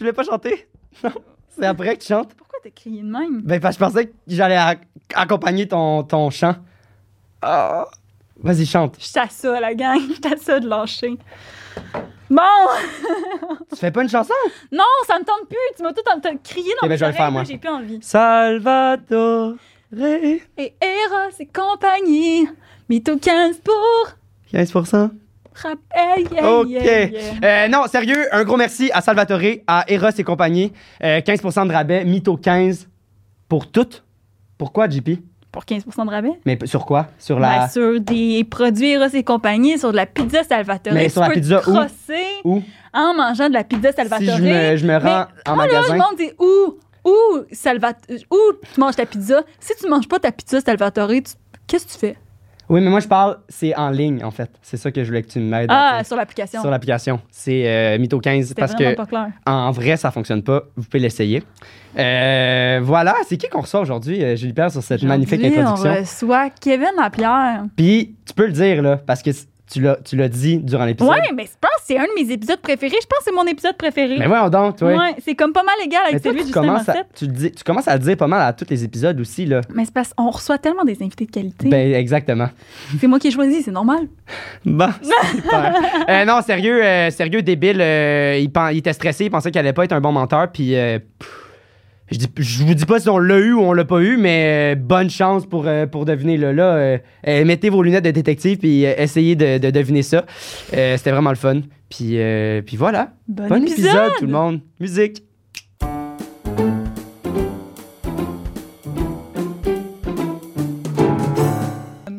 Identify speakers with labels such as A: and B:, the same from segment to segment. A: voulais pas chanter? Non. C'est après que tu chantes?
B: Pourquoi t'as crié de même?
A: Ben, parce que je pensais que j'allais a- accompagner ton, ton chant. Ah. Vas-y, chante.
B: Je à ça, la gang. Je à ça de lâcher. Bon!
A: Tu fais pas une chanson?
B: Non, ça me tente plus. Tu m'as tout en- t'as crié dans
A: Ok, ben,
B: mes
A: je vais le
B: oreilles,
A: faire, moi.
B: là, J'ai plus envie.
A: Salvatore.
B: Et Eros et compagnie. Mito 15 pour
A: 15
B: rappel. Yeah,
A: OK.
B: yeah, yeah.
A: Euh, non, sérieux, un gros merci à Salvatore, à Eros et compagnie. Euh, 15 de rabais, Mito 15 pour toutes. Pourquoi, JP?
B: Pour 15 de rabais.
A: Mais p- sur quoi? Sur
B: Ben,
A: la...
B: sur des produits Eros et compagnie, sur de la pizza Salvatore.
A: Mais
B: Tu
A: sur la
B: peux te
A: pizza où?
B: crosser
A: Où?
B: en mangeant de la pizza
A: Si
B: Salvatore.
A: je me, je me rends en
B: moi, oh là,
A: magasin.
B: le monde dit où? Où, Salvatore, où tu manges ta pizza? Si tu manges pas ta pizza Salvatore, tu- qu'est-ce que tu fais?
A: Oui, mais moi, je parle, c'est en ligne, en fait. C'est ça que je voulais que tu m'aides.
B: Ah,
A: à-
B: sur l'application.
A: sur l'application. C'est euh, Mito 15
B: C'était
A: parce
B: vraiment
A: que
B: pas clair.
A: en vrai, ça fonctionne pas. Vous pouvez l'essayer. Euh, voilà, c'est qui qu'on reçoit aujourd'hui, euh, Julie Perle, sur cette magnifique
B: Aujourd'hui,
A: introduction?
B: On reçoit Kevin Lapierre.
A: Puis, tu peux le dire, là, parce que c- tu l'as, tu l'as dit durant l'épisode.
B: Ouais, mais je pense que c'est un de mes épisodes préférés. Je pense que c'est mon épisode préféré.
A: Mais voyons donc, toi.
B: Ouais, c'est comme pas mal égal
A: Mais
B: avec
A: toi,
B: celui de
A: tu,
B: Justin
A: commences à,
B: Morissette.
A: tu, le dis- tu commences à le dire pas mal à tous les épisodes aussi, là.
B: Mais c'est parce qu'on reçoit tellement des invités de qualité.
A: Ben, exactement.
B: C'est moi qui ai choisi, c'est normal.
A: Bon, super. Euh, non, sérieux, euh, sérieux, débile. euh, il, pen- il était stressé, il pensait qu'il allait pas être un bon menteur, puis... euh, pff, je, dis, je vous dis pas si on l'a eu ou on l'a pas eu, mais euh, bonne chance pour, euh, pour deviner le là. Euh, euh, mettez vos lunettes de détective puis euh, essayez de, de deviner ça. Euh, c'était vraiment le fun. Puis, euh, puis voilà.
B: Bon,
A: Bon
B: épisode.
A: épisode, tout le monde. Musique.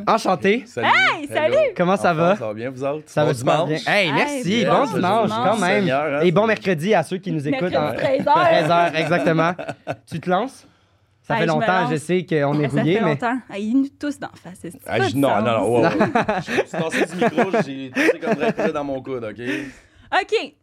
A: Enchanté.
C: Salut.
B: Hey, salut!
A: Comment ça
C: En
A: va?
C: forme, Ça va bien, vous autres?
A: Ça
C: Bon
A: va super bien.
C: dimanche.
A: Hey,
B: Hey,
A: merci.
B: bon
A: bon
B: dimanche.
A: dimanche, quand
B: Dimanche,
A: même.
C: Seigneur, hein,
A: Et bon
C: c'est-
A: mercredi à ceux qui nous écoutent
B: Mercredi
A: en
B: 13h.
A: 13h, exactement. Tu te lances? Ça
B: Hey,
A: fait
B: je me
A: longtemps,
B: lance.
A: je sais qu'on est
B: Ça
A: rouillé,
B: fait
A: mais.
B: longtemps. Ah, Ils nous tous d'en face. c'est
C: Ah,
B: pas
C: je-
B: de
C: non,
B: sens.
C: non, non, ouais, ouais. Je me suis tassé du micro, j'ai tassé comme Dracula dans mon coude, OK?
B: OK.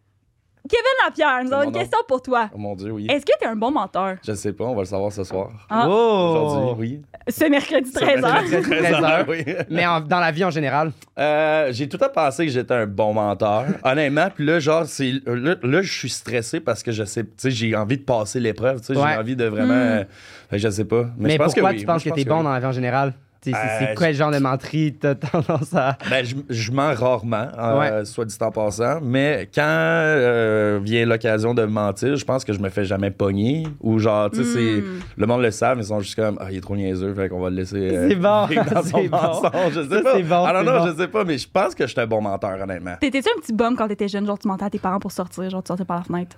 B: Kevin Lapierre, nous
C: C'est
B: avons
C: mon
B: une
C: nom.
B: question pour toi.
C: Oh mon Dieu, oui.
B: Est-ce que t'es un bon menteur?
C: Je le sais pas, on va le savoir ce soir.
B: Ah.
A: Oh!
C: Aujourd'hui, oui.
B: Ce mercredi 13h.
A: mercredi 13 heures.
C: 13 heures, oui.
A: Mais en- dans la vie en général.
C: Euh, j'ai tout le temps pensé que j'étais un bon menteur, honnêtement. Puis là, genre, c'est là, là, je suis stressé parce que je sais, tu sais, j'ai envie de passer l'épreuve, tu sais,
A: Ouais.
C: j'ai envie de vraiment,
B: Mm.
C: euh, fait que je sais pas.
A: Mais,
C: je pense
A: pourquoi
C: que oui.
A: tu
C: Moi,
A: penses
C: je
A: que t'es
C: que
A: bon
C: oui.
A: dans la vie en général? T'sais, C'est c'est
C: Euh,
A: quoi le genre de menterie t'as tendance à.
C: Ben, je, je mens rarement, euh, soit dit en passant, mais quand euh, vient l'occasion de mentir, je pense que je me fais jamais pogner. Ou genre, tu sais, c'est-
A: Hmm.
B: Mm.
C: le monde le sait, mais ils sont juste comme, ah, il est trop niaiseux, fait qu'on va le laisser. euh,
A: C'est bon,
C: vivre dans
A: c'est
C: son
A: bon.
C: mensonge. Je sais
A: Ça,
C: pas.
A: c'est bon,
C: I don't
A: c'est
C: know,
A: bon.
C: je sais pas, mais je pense que je suis un bon menteur, honnêtement.
B: T'étais-tu un petit bum quand t'étais jeune? Genre, tu mentais à tes parents pour sortir, genre, tu sortais par la fenêtre.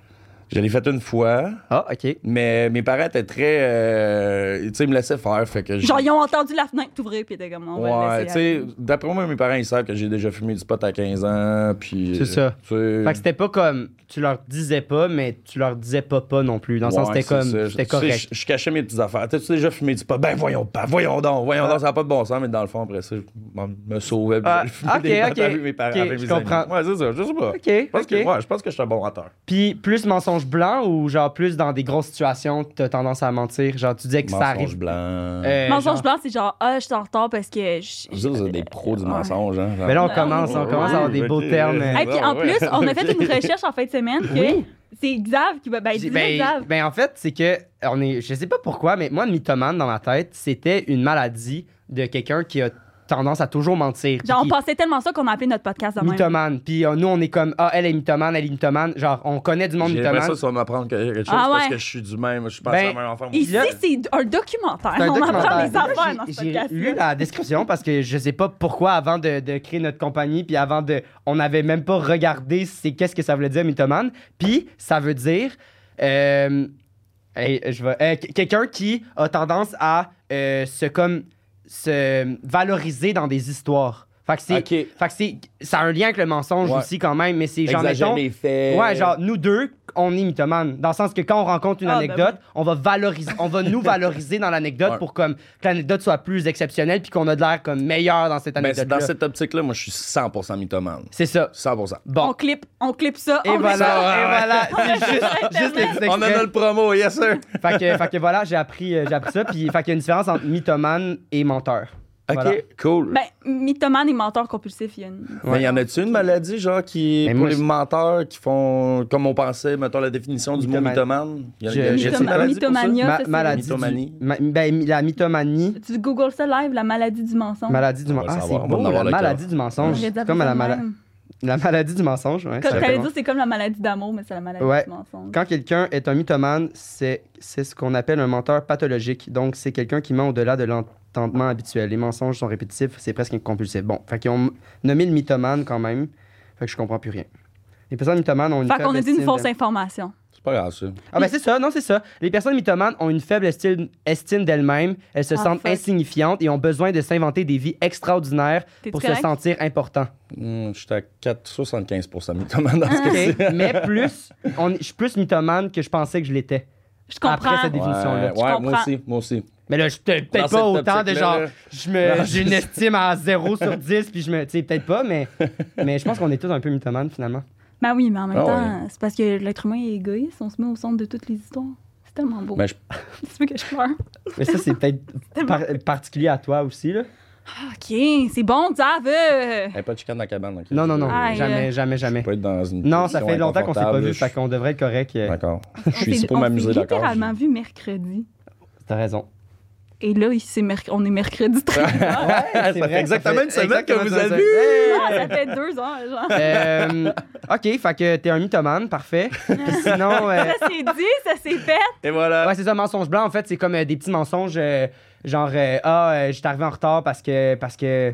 C: Je l'ai fait une fois,
A: Ah, OK.
C: mais mes parents étaient très. euh, tu sais, ils me laissaient faire, fait que je-
B: Genre, ils ont entendu la fenêtre t'ouvrir, puis ils étaient comme, on va le
C: Ouais, tu
B: laisser
C: sais,
B: aller.
C: d'après moi, mes parents, ils savent que j'ai déjà fumé du pot à 15 ans, puis.
A: C'est ça.
C: tu sais,
A: Fait que c'était pas comme. Tu leur disais pas, mais tu leur disais pas pas non plus. Dans le sens,
C: Ouais,
A: c'était
C: c'est ça.
A: comme. C'était
C: Tu sais,
A: correct.
C: Je, je cachais mes petites affaires. T'as-tu déjà fumé du pot? Ben voyons pas, voyons donc, voyons donc, ça n'a pas de bon sens, mais dans le fond, après ça, je m'en- me sauvais. puis
A: Ah,
C: j'allais fumer
A: ok,
C: des
A: ok.
C: battes avec mes parents,
A: Ok,
C: avec
A: je
C: mes amis.
A: comprends.
C: Ouais, c'est ça, je sais pas.
A: OK,
C: Je pense,
A: ok.
C: que, ouais, je pense que je suis un bon menteur.
A: Puis plus mensonge blanc ou genre plus dans des grosses situations, t'as tendance à mentir. Genre tu disais que ça
C: Mensonge
A: arrive.
C: blanc.
A: Euh,
B: Mensonge
A: genre-
B: blanc, c'est genre, ah, je suis en retard parce que. je-
C: Vous autres, vous êtes des pros du
B: Ouais.
C: mensonge. Hein, genre.
A: Ah. Mais là on
B: Non.
A: commence, on commence à avoir des
C: Ouais,
A: beaux
C: ok.
A: termes.
B: Hey, puis en
C: Ah, ouais.
B: plus, on a fait une recherche en fin de semaine que c'est Xav qui va. Ben,
A: J'ai-
B: dis-le,
A: Ben,
B: Xav.
A: ben, en fait, c'est que on est, je sais pas pourquoi, mais moi, mythomane dans ma tête, c'était une maladie de quelqu'un qui a tendance à toujours mentir. puis
B: Genre, on
A: qui-
B: pensait tellement ça qu'on a appelé notre podcast de même.
A: mythomane. Puis euh, nous, on est comme ah elle est mythomane, elle est mythomane. Genre on connaît du monde
C: J'ai l'impression
A: mythomane.
C: que ça va m'apprendre quelque chose
B: Ah,
C: parce
B: ouais.
C: que je suis du même. Je suis pas
A: Ben,
C: la même enfant. moi.
B: Ici,
A: Là-
B: c'est un documentaire.
A: C'est un
B: Ah, on apprend
A: documentaire.
B: des affaires dans ce
A: J'ai-
B: podcast.
A: J'ai lu la description parce que je sais pas pourquoi avant de, de créer notre compagnie, puis avant de, on n'avait même pas regardé c'est qu'est-ce que ça voulait dire mythomane. Puis ça veut dire euh, hey, je vais- euh, quelqu'un qui a tendance à euh, se comme se valoriser dans des histoires. Fait que c'est,
C: Ok.
A: fait que c'est, ça a un lien avec le mensonge
C: Ouais.
A: aussi quand même, mais c'est genre
C: Exagère
A: mettons,
C: mes faits.
A: Ouais, genre, nous deux, on est mythomane. Dans le sens que quand on rencontre une
B: Ah, ben
A: anecdote, on va valoriser, on va nous valoriser dans l'anecdote
C: Ouais.
A: pour comme, que l'anecdote soit plus exceptionnelle puis qu'on a de l'air comme meilleur dans cette
C: Ben, c'est
A: anecdote-là.
C: dans cette optique-là, moi, je suis 100% mythomane.
A: C'est ça.
C: 100%.
B: On
A: Bon.
B: clip, on clip ça.
A: Et
B: on met ça.
A: voilà,
C: ouais,
A: et
C: ouais.
A: voilà. C'est juste,
B: Ouais,
A: juste les petits
C: On en a
A: extraits.
C: le promo, yes sir.
A: Fait que, fait que voilà, j'ai appris, euh, j'ai appris ça. Puis, fait qu'il y a une différence entre mythomane et menteur.
C: OK,
A: Voilà.
C: cool.
B: Ben, mythomane et menteur compulsif, il y a une.
C: Mais y en a-tu une maladie, genre, qui,
A: Mais
C: pour
A: moi,
C: les
A: je-
C: menteurs qui font, comme on pensait, mettons la définition du mot mythomane? Y a-
A: Je-
C: y a- y a-t-il une
A: Mythoma-
C: maladie pour ça?
B: mythomania.
A: Ma-
B: ça, c'est-
A: maladie. du-
C: Mythomanie.
A: ma- ben, mi- la mythomanie.
B: Tu googles ça live, la maladie du mensonge.
A: Maladie du
C: va le
A: mensonge. Ah,
C: savoir,
A: c'est
C: on va en
A: beau,
C: avoir
A: la
C: le cœur.
A: maladie du mensonge.
B: J'ai dit
A: Comme
B: ça
A: la,
B: de
A: mala-
B: même.
A: la maladie du mensonge. Ouais,
B: Comme
A: ça
B: t'allais
A: s'appelle.
B: dire, c'est comme la maladie d'amour, mais c'est la maladie
A: Ouais.
B: du mensonge.
A: Quand quelqu'un est un mythomane, c'est c'est ce qu'on appelle un menteur pathologique. Donc, c'est quelqu'un qui ment au-delà de l'entendement habituel. Les mensonges sont répétitifs, c'est presque compulsif. Bon, fait qu'ils ont nommé le mythomane quand même. Fait que je comprends plus rien. Les personnes mythomanes ont une
B: Fait qu'on
A: faible
B: a dit une
A: estime
B: fausse
A: de-
B: information.
C: C'est pas grave, ça.
A: Ah ben c'est ça, non c'est ça. Les personnes mythomanes ont une faible estime, estime d'elles-mêmes, elles se
B: Ah,
A: sentent
B: fuck.
A: insignifiantes et ont besoin de s'inventer des vies extraordinaires
B: T'es-tu
A: pour se
B: correct?
A: sentir important.
C: Hmm, je suis à 4, 75 mythomane dans ce
A: Ok.
C: cas-ci.
A: Mais plus, on- je suis plus mythomane que je pensais que je l'étais.
B: Je
A: Après
B: comprends.
A: cette définition-là.
C: Ouais, ouais, moi
B: comprends.
C: aussi, moi aussi.
A: Mais là, je suis peut-être peut-être
C: cette
A: pas autant de
C: optique-là,
A: genre,
C: là.
A: je me-
C: Non,
A: j'ai une estime à 0 sur 10, puis je me. Tu sais, peut-être pas, mais, mais je pense qu'on est tous un peu mythomanes finalement.
B: Ben oui, mais en même
C: Ah
B: temps, c'est parce que l'être humain est égoïste, on se met au centre de toutes les histoires. C'est tellement beau.
C: Mais Ben, je-
B: Tu veux que je pleure?
A: Mais ça, c'est peut-être par- particulier à toi aussi, là.
B: OK, c'est bon, Xav! euh.
C: Hey, pas de chicane dans la cabane. ok?
A: Non, non, non,
B: Aïe, euh,
A: jamais, jamais, jamais.
C: Je peux être dans une
A: Non, ça
C: position
A: fait longtemps qu'on s'est pas vu,
C: inconfortable,
A: fait qu'on devrait être correct.
C: je-
A: euh,
C: D'accord.
B: On
C: Je suis
B: s'est-
C: ici pour
B: on s'est
C: m'amuser, d'accord.
B: littéralement vu mercredi.
A: T'as raison.
B: Et là, il- c'est merc- on est mercredi 13 heures.
A: Ça
C: fait exactement une semaine que vous avez
B: Ah, ça fait deux heures, genre.
A: Euh, ok, fait que t'es un mythomane, parfait. Puis sinon, euh,
B: Ça s'est dit, ça s'est fait.
C: Et voilà.
A: ouais, c'est ça, mensonge blanc, en fait, c'est comme euh, des petits mensonges, euh, genre, euh, ah, euh, je suis arrivé en retard parce que. Parce que...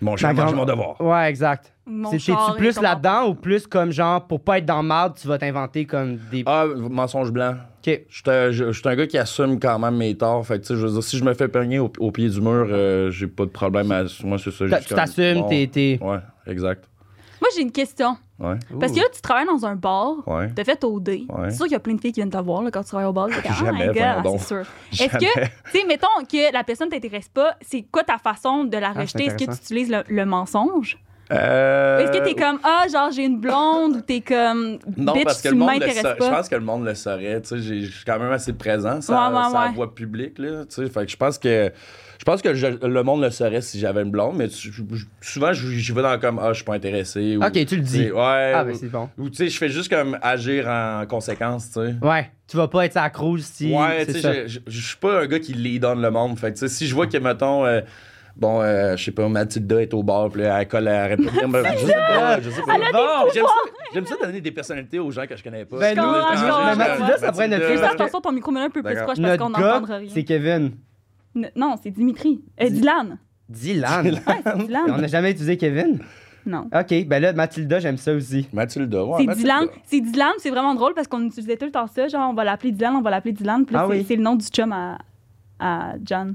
C: Bon, j'ai mangé
A: grande-
C: mon devoir.
A: Ouais, exact.
B: Mon
A: C'est-
B: char
A: T'es-tu
B: est
A: plus
B: comme en-
A: là-dedans ou plus comme genre, pour pas être dans le marde, tu vas t'inventer comme des.
C: Ah, mensonge blanc.
A: Ok.
C: Je suis un- je- je suis un gars qui assume quand même mes torts. Fait que, tu sais, je veux dire, si je me fais pogner au, au pied du mur, euh, j'ai pas de problème à. Moi, c'est ça.
A: T'as- Tu
C: juste comme-
A: t'assumes,
C: bon.
A: t'es. t'es-
C: Ouais, exact.
B: Moi, j'ai une question.
C: Ouais.
B: Parce que là, tu travailles dans un bar.
C: Ouais.
B: T'as fait au dé.
C: Ouais.
B: C'est sûr qu'il y a plein de filles qui viennent te voir là, quand tu travailles au bar. T'es comme,
C: Jamais,
B: oh my
C: voyons
B: God,
C: donc.
B: c'est sûr. Est-ce
C: Jamais.
B: que, tu sais, mettons que la personne t'intéresse pas, c'est quoi ta façon de
C: Ah,
B: la
A: c'est
B: rejeter? Est-ce que tu
A: intéressant.
B: utilises le, le mensonge?
C: Euh,
B: Est-ce que t'es comme, ah, genre, j'ai une blonde ou t'es comme,
C: Non,
B: bitch,
C: parce que
B: tu
C: le monde le
B: m'intéresses
C: sa- Je
B: pas?
C: pense que le monde le saurait. Tu sais, j'ai- je suis quand même assez présent. Ça,
B: Ouais, ouais,
C: ça
B: ouais.
C: voix publique, là. Tu sais, fait que je pense que. Je pense que je- le monde le saurait si j'avais une blonde, mais tu- je- souvent, je- j'y vais dans comme Ah, je suis pas intéressé. Ou,
A: Ok, tu le dis.
C: Ouais.
A: Ah,
C: ou-
A: ben c'est bon.
C: Ou tu sais, je fais juste comme agir en conséquence, tu sais.
A: Ouais, tu vas pas être à la cruise si.
C: Ouais,
A: c'est
C: tu
A: ça.
C: sais, je- je je suis pas un gars qui lead on le monde. Fait que, tu sais, si je vois que, mettons, euh, bon, euh, je sais pas, Mathilda est au bar, puis là, elle colle, elle répète. je sais pas, je sais pas.
A: Bon.
C: J'aime ça, j'aime ça donner des personnalités aux gens que je connais pas.
A: Ben,
B: nous,
C: Ah,
B: je
C: j'ai-
B: comprends.
C: j'ai-
A: Mathilda, ça pourrait être notre
B: Fais
A: fille,
B: juste
A: parce que-
B: attention, ton micro un peu plus
C: D'accord.
B: proche parce qu'on
A: Notre
B: n'entendra
A: gars,
B: rien.
A: c'est Kevin.
B: N- Non, c'est Dimitri. Euh, Dylan.
A: Dylan.
B: Ouais, c'est
A: On
B: Dylan.
A: n'a jamais utilisé Kevin.
B: Non.
A: OK, ben là, Mathilda, j'aime ça aussi.
C: Mathilda, ouais.
B: C'est
A: ben,
C: Mathilda.
B: Dylan. C'est Dylan, c'est vraiment drôle parce qu'on utilisait tout le temps ça. Genre, on va l'appeler Dylan, on va l'appeler Dylan. Puis là,
A: Ah
B: c'est
A: oui.
B: c'est le nom du chum à, à John.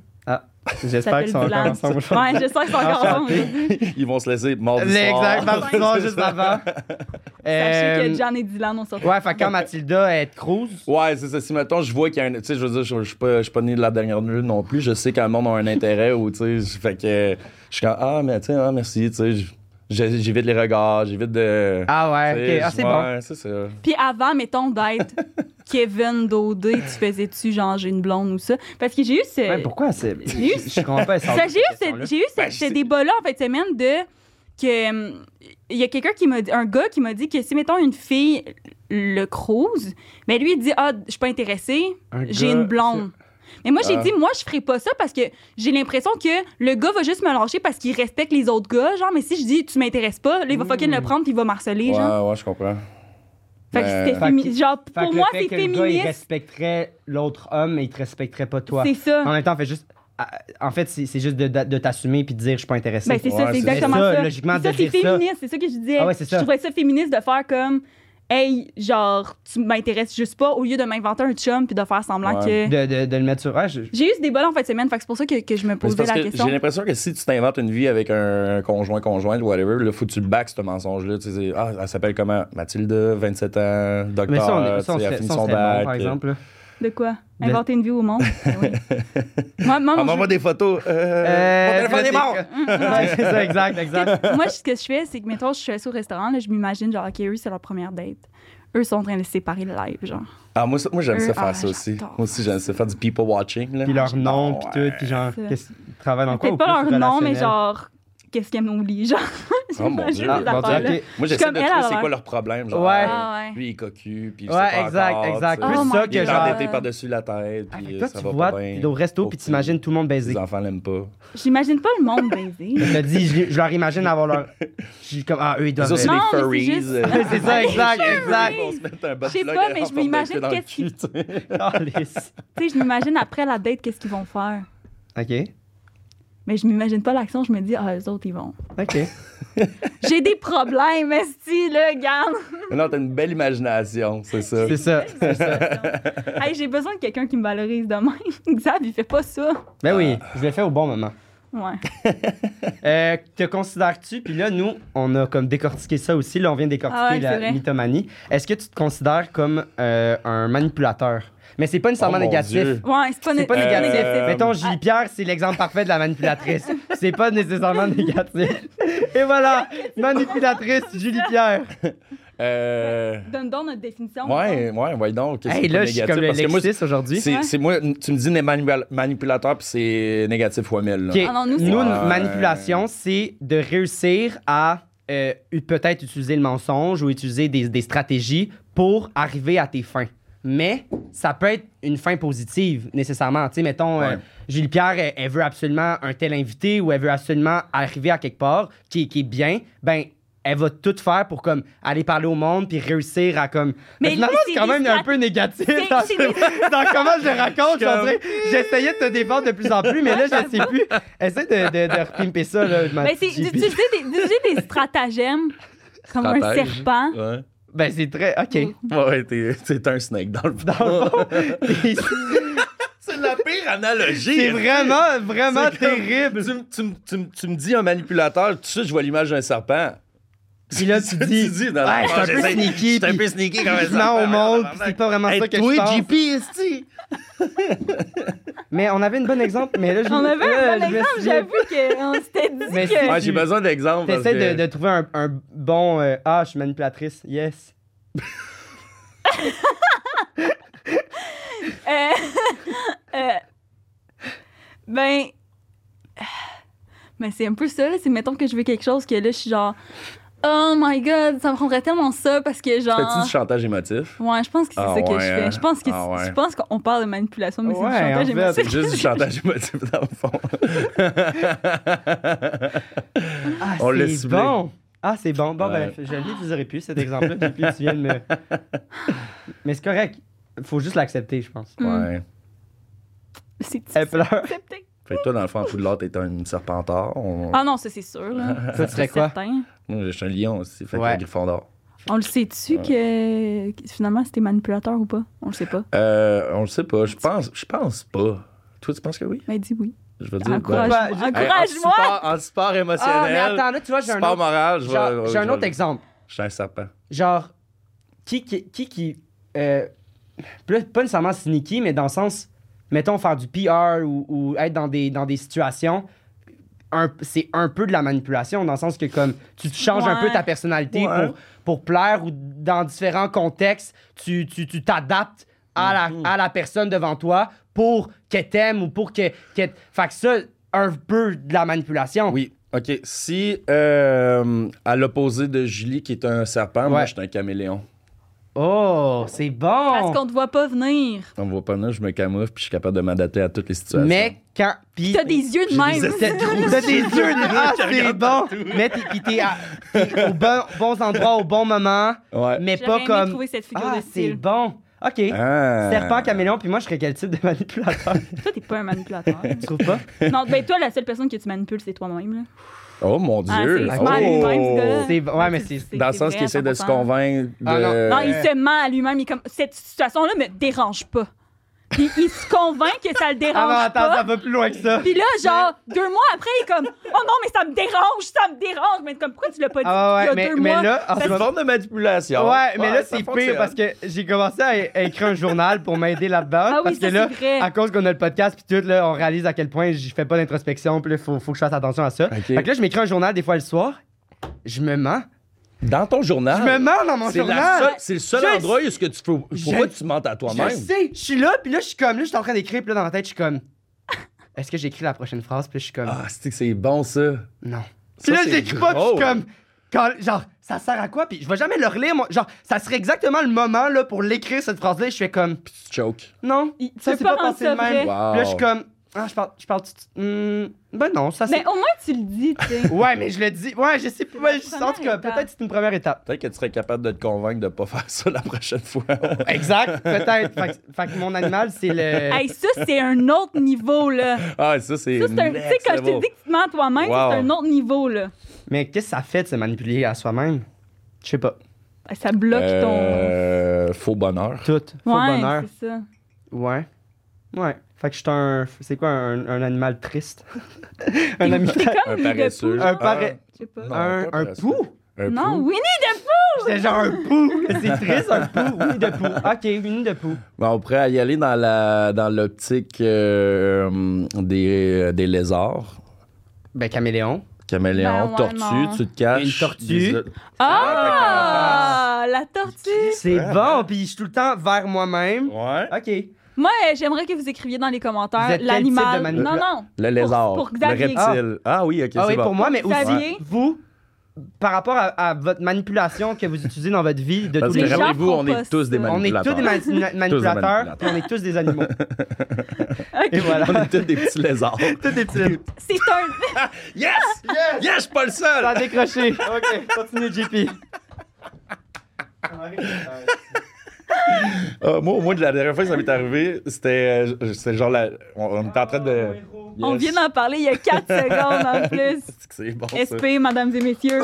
A: J'espère qu'ils sont encore
B: Dylan.
A: ensemble aujourd'hui.
B: Ouais, j'espère qu'ils sont encore ensemble aujourd'hui.
C: Ils vont se laisser mordre.
A: L'exact, pardon, juste avant.
B: Sachez
A: Euh,
B: que John et Dylan ont sorti.
A: Ouais, fait que quand Mathilda est cruise,
C: Ouais, c'est ça. Si, mettons, je vois qu'il y a un. Tu sais, je veux dire, je je suis pas, je suis pas né de la dernière nuit non plus. Je sais qu'un monde a un intérêt ou, tu sais, fait que je suis comme, ah, mais tu sais, ah, merci, tu sais, j- j- j'évite les regards, j'évite de.
A: ah ouais,
C: Tu
A: ok,
C: sais,
A: ah, c'est bon.
C: ouais, c'est ça.
B: Puis avant, mettons, d'être Kevin Dodé, tu faisais-tu genre j'ai une blonde ou ça? Parce que j'ai eu ce.
A: Ouais, pourquoi c'est.
B: eu-
A: Je je comprends pas,
B: Ça, j'ai eu ce, j'ai eu ce,
C: Ben, je
B: ce
C: sais.
B: débat-là en fin de semaine de que hum, il y a quelqu'un qui m'a dit, un gars qui m'a dit que si mettons une fille le crouse, mais lui il dit ah je suis pas intéressé, j'ai une blonde. Mais moi j'ai
C: Ah.
B: dit moi je ferai pas ça parce que j'ai l'impression que le gars va juste me lâcher parce qu'il respecte les autres gars genre mais si je dis tu m'intéresses pas, là, il va
A: Hmm.
B: fucking le prendre puis il va marceler genre.
C: Ouais, ouais, je comprends.
B: Fait que
C: Ben,
B: c'était
A: Fait
B: fémi-
A: que-
B: genre pour moi c'est
A: Le gars, il
B: féministe.
A: respecterait l'autre homme et il te respecterait pas toi.
B: C'est ça.
A: En même temps, fait juste. ah, En fait, c'est c'est juste de, de t'assumer puis de dire je suis pas intéressé.
B: Ben, c'est
C: Ouais,
B: ça, c'est
C: c'est ça.
B: exactement
A: Mais ça,
B: ça.
A: logiquement,
B: C'est ça,
A: de
B: c'est
A: dire ça.
B: féministe, c'est ça que je disais.
A: Ah ouais, c'est ça.
B: Je trouvais ça féministe de faire comme, hey, genre, tu m'intéresses juste pas, au lieu de m'inventer un chum puis de faire semblant que.
C: Ouais.
A: de, de, de le mettre sur. Ouais, je-
B: J'ai eu ce débat en fin de semaine, fait que c'est pour ça que, que je me
C: Mais c'est
B: posais
C: parce
B: la
C: que
B: question.
C: j'ai l'impression que si tu t'inventes une vie avec un conjoint, conjointe, whatever, là, faut que tu le back ce mensonge-là. Tu sais, ah, elle s'appelle comment Mathilde, 27 ans, docteur,
A: Mais ça, on est-
C: Ah, tu sais,
A: ça, on
C: elle
A: serait
C: finit
A: ça, on
C: son
A: serait bon,
C: bac. euh.
A: par exemple. là.
B: De quoi
A: De-
B: Inventer une vie au monde Ben oui. Moi, moi,
C: Ah,
B: moi,
C: m'envoie des photos. Euh,
A: Euh,
C: mon téléphone est mort.
A: Ouais, c'est ça, exact, exact.
B: je- moi, ce que je fais, c'est que, mettons, je suis assise au restaurant, là, je m'imagine, genre, OK, eux, c'est leur première date. Eux sont en train de se séparer live, genre.
C: Ah, moi, ça- moi j'aime
B: Euh,
C: ça faire
B: ah,
C: ça aussi. Moi
B: j'adore
C: aussi, j'aime ça faire du people watching. Là.
A: Puis leur nom,
C: Ah,
A: puis
C: ouais.
A: tout, puis genre,
B: C'est-
A: qu'est-ce qu'ils travaillent dans quoi
B: Peut-être
A: au
B: pas
A: plus
B: leur nom, mais
A: relationnel?
B: genre, qu'est-ce qu'ils aiment oublier, genre.
C: Oh, mon
B: J'imagine
C: Dieu.
A: Ah,
B: ces
A: bon,
B: affaires-là.
A: ok.
C: Moi,
B: Je suis
C: j'essaie
B: comme
C: de
B: elle,
C: trouver
B: elle,
C: c'est quoi
B: ouais.
C: leur problème. Genre,
A: Ouais.
B: Ah, ouais.
C: Lui, il est cocu, puis il sait
A: Ouais,
C: pas
A: exact,
C: encore,
A: exact.
B: Oh
C: tu sais.
A: Plus
B: my
A: ça
B: God.
C: Il
A: que
C: est
A: genre.
C: endetté par-dessus la tête,
A: Ah, fait
C: puis
A: que
C: euh,
A: toi,
C: ça
A: tu
C: va
A: vois,
C: pas bien.
A: puis au resto,
C: Pauvre
A: puis t'imagines tout le monde baiser.
C: Les enfants l'aiment pas.
B: J'imagine pas le monde baiser.
A: Je te dis, je, je leur imagine avoir leur. Je suis comme, ah, eux, ils doivent.
C: Les autres, c'est
B: Non,
C: des
B: mais c'est
C: furries.
B: juste-
C: euh,
A: c'est ça, exact, exact.
C: Ils vont se mettre un bas de
B: Je sais
C: plug
B: pas,
C: en
B: mais je
C: forme de
B: m'imagine
C: queue dans le
B: qu'est-ce
C: cul, tu sais.
A: Calisse.
B: tu sais, je m'imagine après la date, qu'est-ce qu'ils vont faire.
A: OK.
B: Mais je m'imagine pas l'action, je me dis, ah, eux autres, ils vont.
A: OK.
B: J'ai des problèmes, esti, là, garde.
C: Non, t'as une belle imagination, c'est ça.
A: C'est ça. c'est ça.
B: hey, j'ai besoin de quelqu'un qui me valorise demain. Xav, il fait pas ça.
A: Ben oui, je l'ai fait au bon moment.
B: Ouais.
A: Euh, te considères-tu, puis là, nous, on a comme décortiqué ça aussi, là, on vient de décortiquer
B: Ah ouais, c'est
A: la
B: vrai.
A: mythomanie. Est-ce que tu te considères comme euh, un manipulateur? Mais c'est pas nécessairement
C: Oh mon
A: négatif.
C: Dieu.
B: Ouais, c'est pas,
A: C'est
B: né-
A: pas
B: c'est
A: négatif.
C: négatif.
A: Mettons,
B: Ah.
A: Julie Pierre, c'est l'exemple parfait de la manipulatrice. C'est pas nécessairement négatif. Et voilà, manipulatrice Julie Pierre.
C: Euh,
B: Donne donc notre définition.
C: Ouais, ouais, ouais, donc. c'est
A: Hey,
C: pas
A: là, je suis
C: négatif,
A: comme le
C: parce que moi,
A: lexiste aujourd'hui.
C: C'est
B: Ouais.
C: c'est moi, tu me dis né- manipula- manipulateur, puis c'est négatif fois mille. là. Euh,
A: Ok,
B: Ah non, nous, c'est-
A: nous, une
C: Ouais.
A: manipulation, c'est de réussir à euh, peut-être utiliser le mensonge ou utiliser des, des stratégies pour arriver à tes fins. Mais ça peut être une fin positive, nécessairement. Tu sais, mettons, euh,
C: Ouais.
A: Julie Pierre, elle, elle veut absolument un tel invité ou elle veut absolument arriver à quelque part qui, qui est bien. Ben, elle va tout faire pour comme aller parler au monde puis réussir à comme.
B: Mais
A: finalement,
B: lui,
A: c'est
B: c'est
A: quand
B: des
A: même un peu négatif hein,
B: C'est-
A: dans,
B: c'est des-
A: dans comment je raconte.
C: Je suis
A: on dirait- J'essayais de te défendre de plus en plus, mais là, je sais plus. Essaye de, de, de repimper ça, là, de ma
B: Mais Ben, c'est
A: petite
B: d'utiliser
A: JP.
B: des, d'utiliser des stratagèmes comme un
C: Stratège.
B: serpent.
C: Ouais.
A: Ben, c'est très. OK.
C: Ouais, ouais, t'es t'es un snake dans le
A: Dans le fond,
C: C'est la pire analogie.
A: c'est vraiment, vraiment
C: C'est comme-
A: terrible.
C: Tu, me- tu me- tu me- tu me dis un manipulateur, tout de suite, je vois l'image d'un serpent.
A: Puis là, tu dis,
C: c'est
A: ouais, je suis un peu sneaky,
C: C'est un
A: puis
C: peu sneaky comme un
A: Je mens
C: serpent.
A: au monde, puis c'est pas vraiment
C: Hey,
A: ça que
C: toi,
A: je pense.
C: JP, esti.
A: Mais on avait une bonne exemple, mais là, je
B: On avait
A: là, Euh,
B: un bon
A: je me
B: exemple,
A: suis-
B: j'avoue qu'on s'était dit
A: Mais
B: que.
C: Ouais, j'ai besoin d'exemples. parce
A: T'essaies
C: que-
A: de, de trouver un, un bon. euh, ah, je suis manipulatrice. Yes.
B: Euh, euh, ben. Mais c'est un peu ça, là. C'est mettons que je veux quelque chose que là, je suis genre. Oh my god, ça me prendrait tellement ça parce que
C: Fais-tu
B: genre.
C: du chantage émotif?
B: Ouais, je pense que c'est
C: Ah
B: ça que
C: ouais,
B: je fais. Je pense que
C: hein. Ah
B: tu-
C: ouais.
B: je pense qu'on parle de manipulation, mais
A: Ouais,
B: c'est
A: en fait.
B: du chantage émotif.
C: C'est juste du chantage émotif dans le fond.
A: Ah,
C: On l'a
A: c'est
C: ciblé.
A: bon. Ah, c'est bon. Bon,
C: Ouais.
A: ben, je l'ai, vous aurez pu, cet exemple-là, puis puis tu viens de me. Mais c'est correct. Faut juste l'accepter, je pense.
C: ouais.
B: Hmm. C'est
A: Elle pleure.
B: accepté.
C: Fait que toi, dans le fond, à Poudlard, t'es un serpentard. On-
B: Ah non, ça c'est sûr. Là.
A: Ça, tu serais quoi?
B: Certain.
C: Moi, je suis un lion aussi. Fait
A: Ouais.
C: que Gryffondor.
B: On le sait-tu que que finalement c'était manipulateur ou pas? On le sait pas.
C: Euh, on le sait pas. Je pense, je pense pas. Toi, tu penses que oui?
B: Mais dis oui.
C: Je veux dire.
B: Encourage-
A: ben,
B: Encourage-moi.
A: j'ai-
C: ben, hey, en, support, en support
A: Ah, mais
C: émotionnel,
A: attends, là, tu vois, j'ai un
C: support
A: autre,
C: moral, je
A: genre,
C: vais-
A: j'ai un
C: je
A: autre
C: vais-
A: exemple.
C: Je suis un serpent.
A: Genre, qui qui. qui, qui euh, plus- pas nécessairement sneaky, mais dans le sens, mettons, faire du PR ou, ou être dans des, dans des situations. un- c'est un peu de la manipulation dans le sens que comme tu changes un peu
B: Ouais.
A: ta personnalité
C: Ouais.
A: pour, pour plaire ou dans différents contextes tu tu- tu t'adaptes à la,
B: Mhm.
A: à la personne devant toi pour qu'elle t'aime ou pour que qu'elle- fait que ça un peu de la manipulation
C: Oui. OK. Si, euh, à l'opposé de Julie, qui est un serpent, moi,
A: Ouais.
C: je suis un caméléon.
A: oh c'est
B: Parce
A: bon
B: qu'on te voit pas venir.
C: On me voit pas là, je me camoufle, puis je suis capable de m'adapter à toutes les situations.
A: mais quand puis
B: T'as des yeux de
C: J'ai
B: même.
C: des
A: T'as t'as des yeux de ah, c'est bon! Mais t'es- puis t'es à- t'es aux bon- bons endroits au bon moment,
C: Ouais.
A: mais
B: J'aurais
A: pas
B: aimé
A: comme.
B: trouver cette figure
A: Ah,
B: de
A: c'est
B: style.
A: bon! OK.
C: Ah.
A: Serpent, caméléon, puis moi, je serais quel type de manipulateur?
B: Toi, t'es pas un manipulateur.
A: tu trouves pas?
B: non, ben toi, la seule personne que tu manipules, c'est toi-même. là.
C: Oh mon
B: Ah,
C: Dieu. Oh.
B: c'est il se ment à lui-même, ce gars-là.
A: oh! C'est- ouais, mais c'est-
C: Dans le sens
B: vrai,
C: qu'il essaie de se
B: 100%.
C: convaincre de.
A: Ah, non.
B: Non, il se ment à lui-même. Il est comme cette situation-là me dérange pas. Puis il se convainc que ça le dérange
A: Ah non, attends, ça
B: pas.
A: va plus loin que ça.
B: Puis là, genre, deux mois après, il est comme Oh non, mais ça me dérange, ça me dérange. Mais comme, pourquoi tu l'as pas dit
A: Ah ouais,
B: il y a
A: mais,
B: deux
A: mais
B: mois?
A: là, en
C: C'est
A: ce
C: une
A: moment-
C: forme de manipulation.
A: Ouais, mais là,
C: ça
A: c'est
C: fonctionne.
A: pire parce que j'ai commencé à, à écrire un journal pour m'aider là-dedans.
B: Ah oui,
A: parce
B: ça,
A: que là,
B: c'est vrai.
A: à cause qu'on a le podcast, puis tout, là, on réalise à quel point je fais pas d'introspection, puis là, faut, faut que je fasse attention à ça.
C: Ok.
A: Fait que là, je m'écris un journal des fois le soir, je me mens,
C: Dans ton journal.
A: Je me meurs dans mon
C: Ah, c'est la
A: journal.
C: seule- C'est le seul
A: Je
C: endroit où ce que tu fais. Pourquoi
A: Je-
C: tu mentes à
A: Je
C: toi-même?
A: sais, je suis là, puis là, je suis comme, là, je suis en train d'écrire, puis là, dans la tête, je suis comme, est-ce que j'écris la prochaine phrase, puis là, je suis comme,
C: Ah, c'est que c'est bon, ça.
A: non.
C: Ça,
A: Puis là,
C: c'est
A: j'écris pas, puis je suis
C: drôle.
A: comme, quand, genre, ça sert à quoi, puis je vais jamais le relire, moi. Genre, ça serait exactement le moment, là, pour l'écrire, cette phrase-là, et je fais comme,
C: Puis tu choke.
A: non,
B: Il- tu
A: ça
B: veux
A: c'est
B: pas
A: pas
B: rendre
A: passé
B: ça
A: de
B: vrai.
A: même. Puis là, je suis comme, ah, je parle, je parle, tout- hum, ben non, ça c'est.
B: Mais au moins, tu le dis, tu sais.
A: Ouais, mais je le dis, ouais, je sais pas, ouais,
B: C'est
A: je
B: la
A: sens que
B: première étape.
A: peut-être c'est une première étape.
C: Peut-être que tu serais capable de te convaincre de pas faire ça la prochaine fois.
A: Exact, peut-être. fait, que- fait que mon animal, c'est le.
B: Hey, ça, c'est un autre niveau, là.
C: ah, ça, c'est.
B: Ça, c'est un. Tu sais,
C: next
B: quand je te
C: level.
B: dis que tu te mens à toi-même, ça, c'est
C: Wow.
B: un autre niveau, là.
A: Mais qu'est-ce que ça fait de se manipuler à soi-même? Je sais pas.
B: Ben, Ça bloque ton.
C: Euh, Faux bonheur.
A: Tout. Faux bonheur.
B: Ouais, c'est ça.
A: Ouais. Ouais. Fait que je suis un. C'est quoi un, un animal triste? un ami.
B: C'est comme
C: Un
B: Winnie the
C: paresseux.
B: Pooh.
A: Un parais-
B: Je sais pas.
C: Euh, Non,
A: Un,
C: pas
A: un
C: triste.
A: pou?
C: Un
B: Non,
C: pou.
B: Winnie the Pooh!
A: C'est genre un pou. C'est triste, un pou. Winnie de pou. Ok, Winnie de pou.
C: Ben, on pourrait y aller dans la dans l'optique euh, des, des lézards,
A: Ben, caméléon.
C: caméléons,
B: Ben ouais,
C: tortues,
B: non.
C: tu te caches.
A: Une tortue.
C: Des-
B: Ah! La tortue!
A: C'est bon, puis je suis tout le temps vers moi-même.
C: Ouais.
A: Ok.
B: Moi, euh, j'aimerais que vous écriviez dans les
A: Vous
B: commentaires
A: êtes quel type de
B: l'animal.
A: manu-
B: Non, non.
C: Le lézard,
B: Pour- pour
C: le
B: Xavier.
C: reptile. Ah, oui, ok,
A: ah
C: c'est
A: oui,
C: bon.
A: pour moi, mais aussi.
B: Xavier?
A: Vous, par rapport à, à votre manipulation que vous utilisez dans votre vie de
C: Parce
A: tous
C: que
A: les
B: gens
A: jours,
C: rappelez-vous, on
B: font pas
C: est tous des
B: ça.
A: on est
C: manipulateurs.
A: tous des mani- na- manipulateurs,
C: manipulateurs.
A: puis on est tous des animaux. Et
B: Ok.
A: voilà.
C: On est tous des petits lézards.
A: Tout est petit.
B: C'est un.
C: Yes! Yes! je suis pas le seul!
A: Ça a décroché. OK, continue, JP.
C: Ah, moi, au moins, de la dernière fois que ça m'est arrivé, c'était euh, je- c'était genre la. On, on était en train de.
B: On
C: Yes.
B: vient d'en parler il y a 4 secondes en plus.
C: C'est que C'est bon. ça.
B: SP, mesdames et messieurs.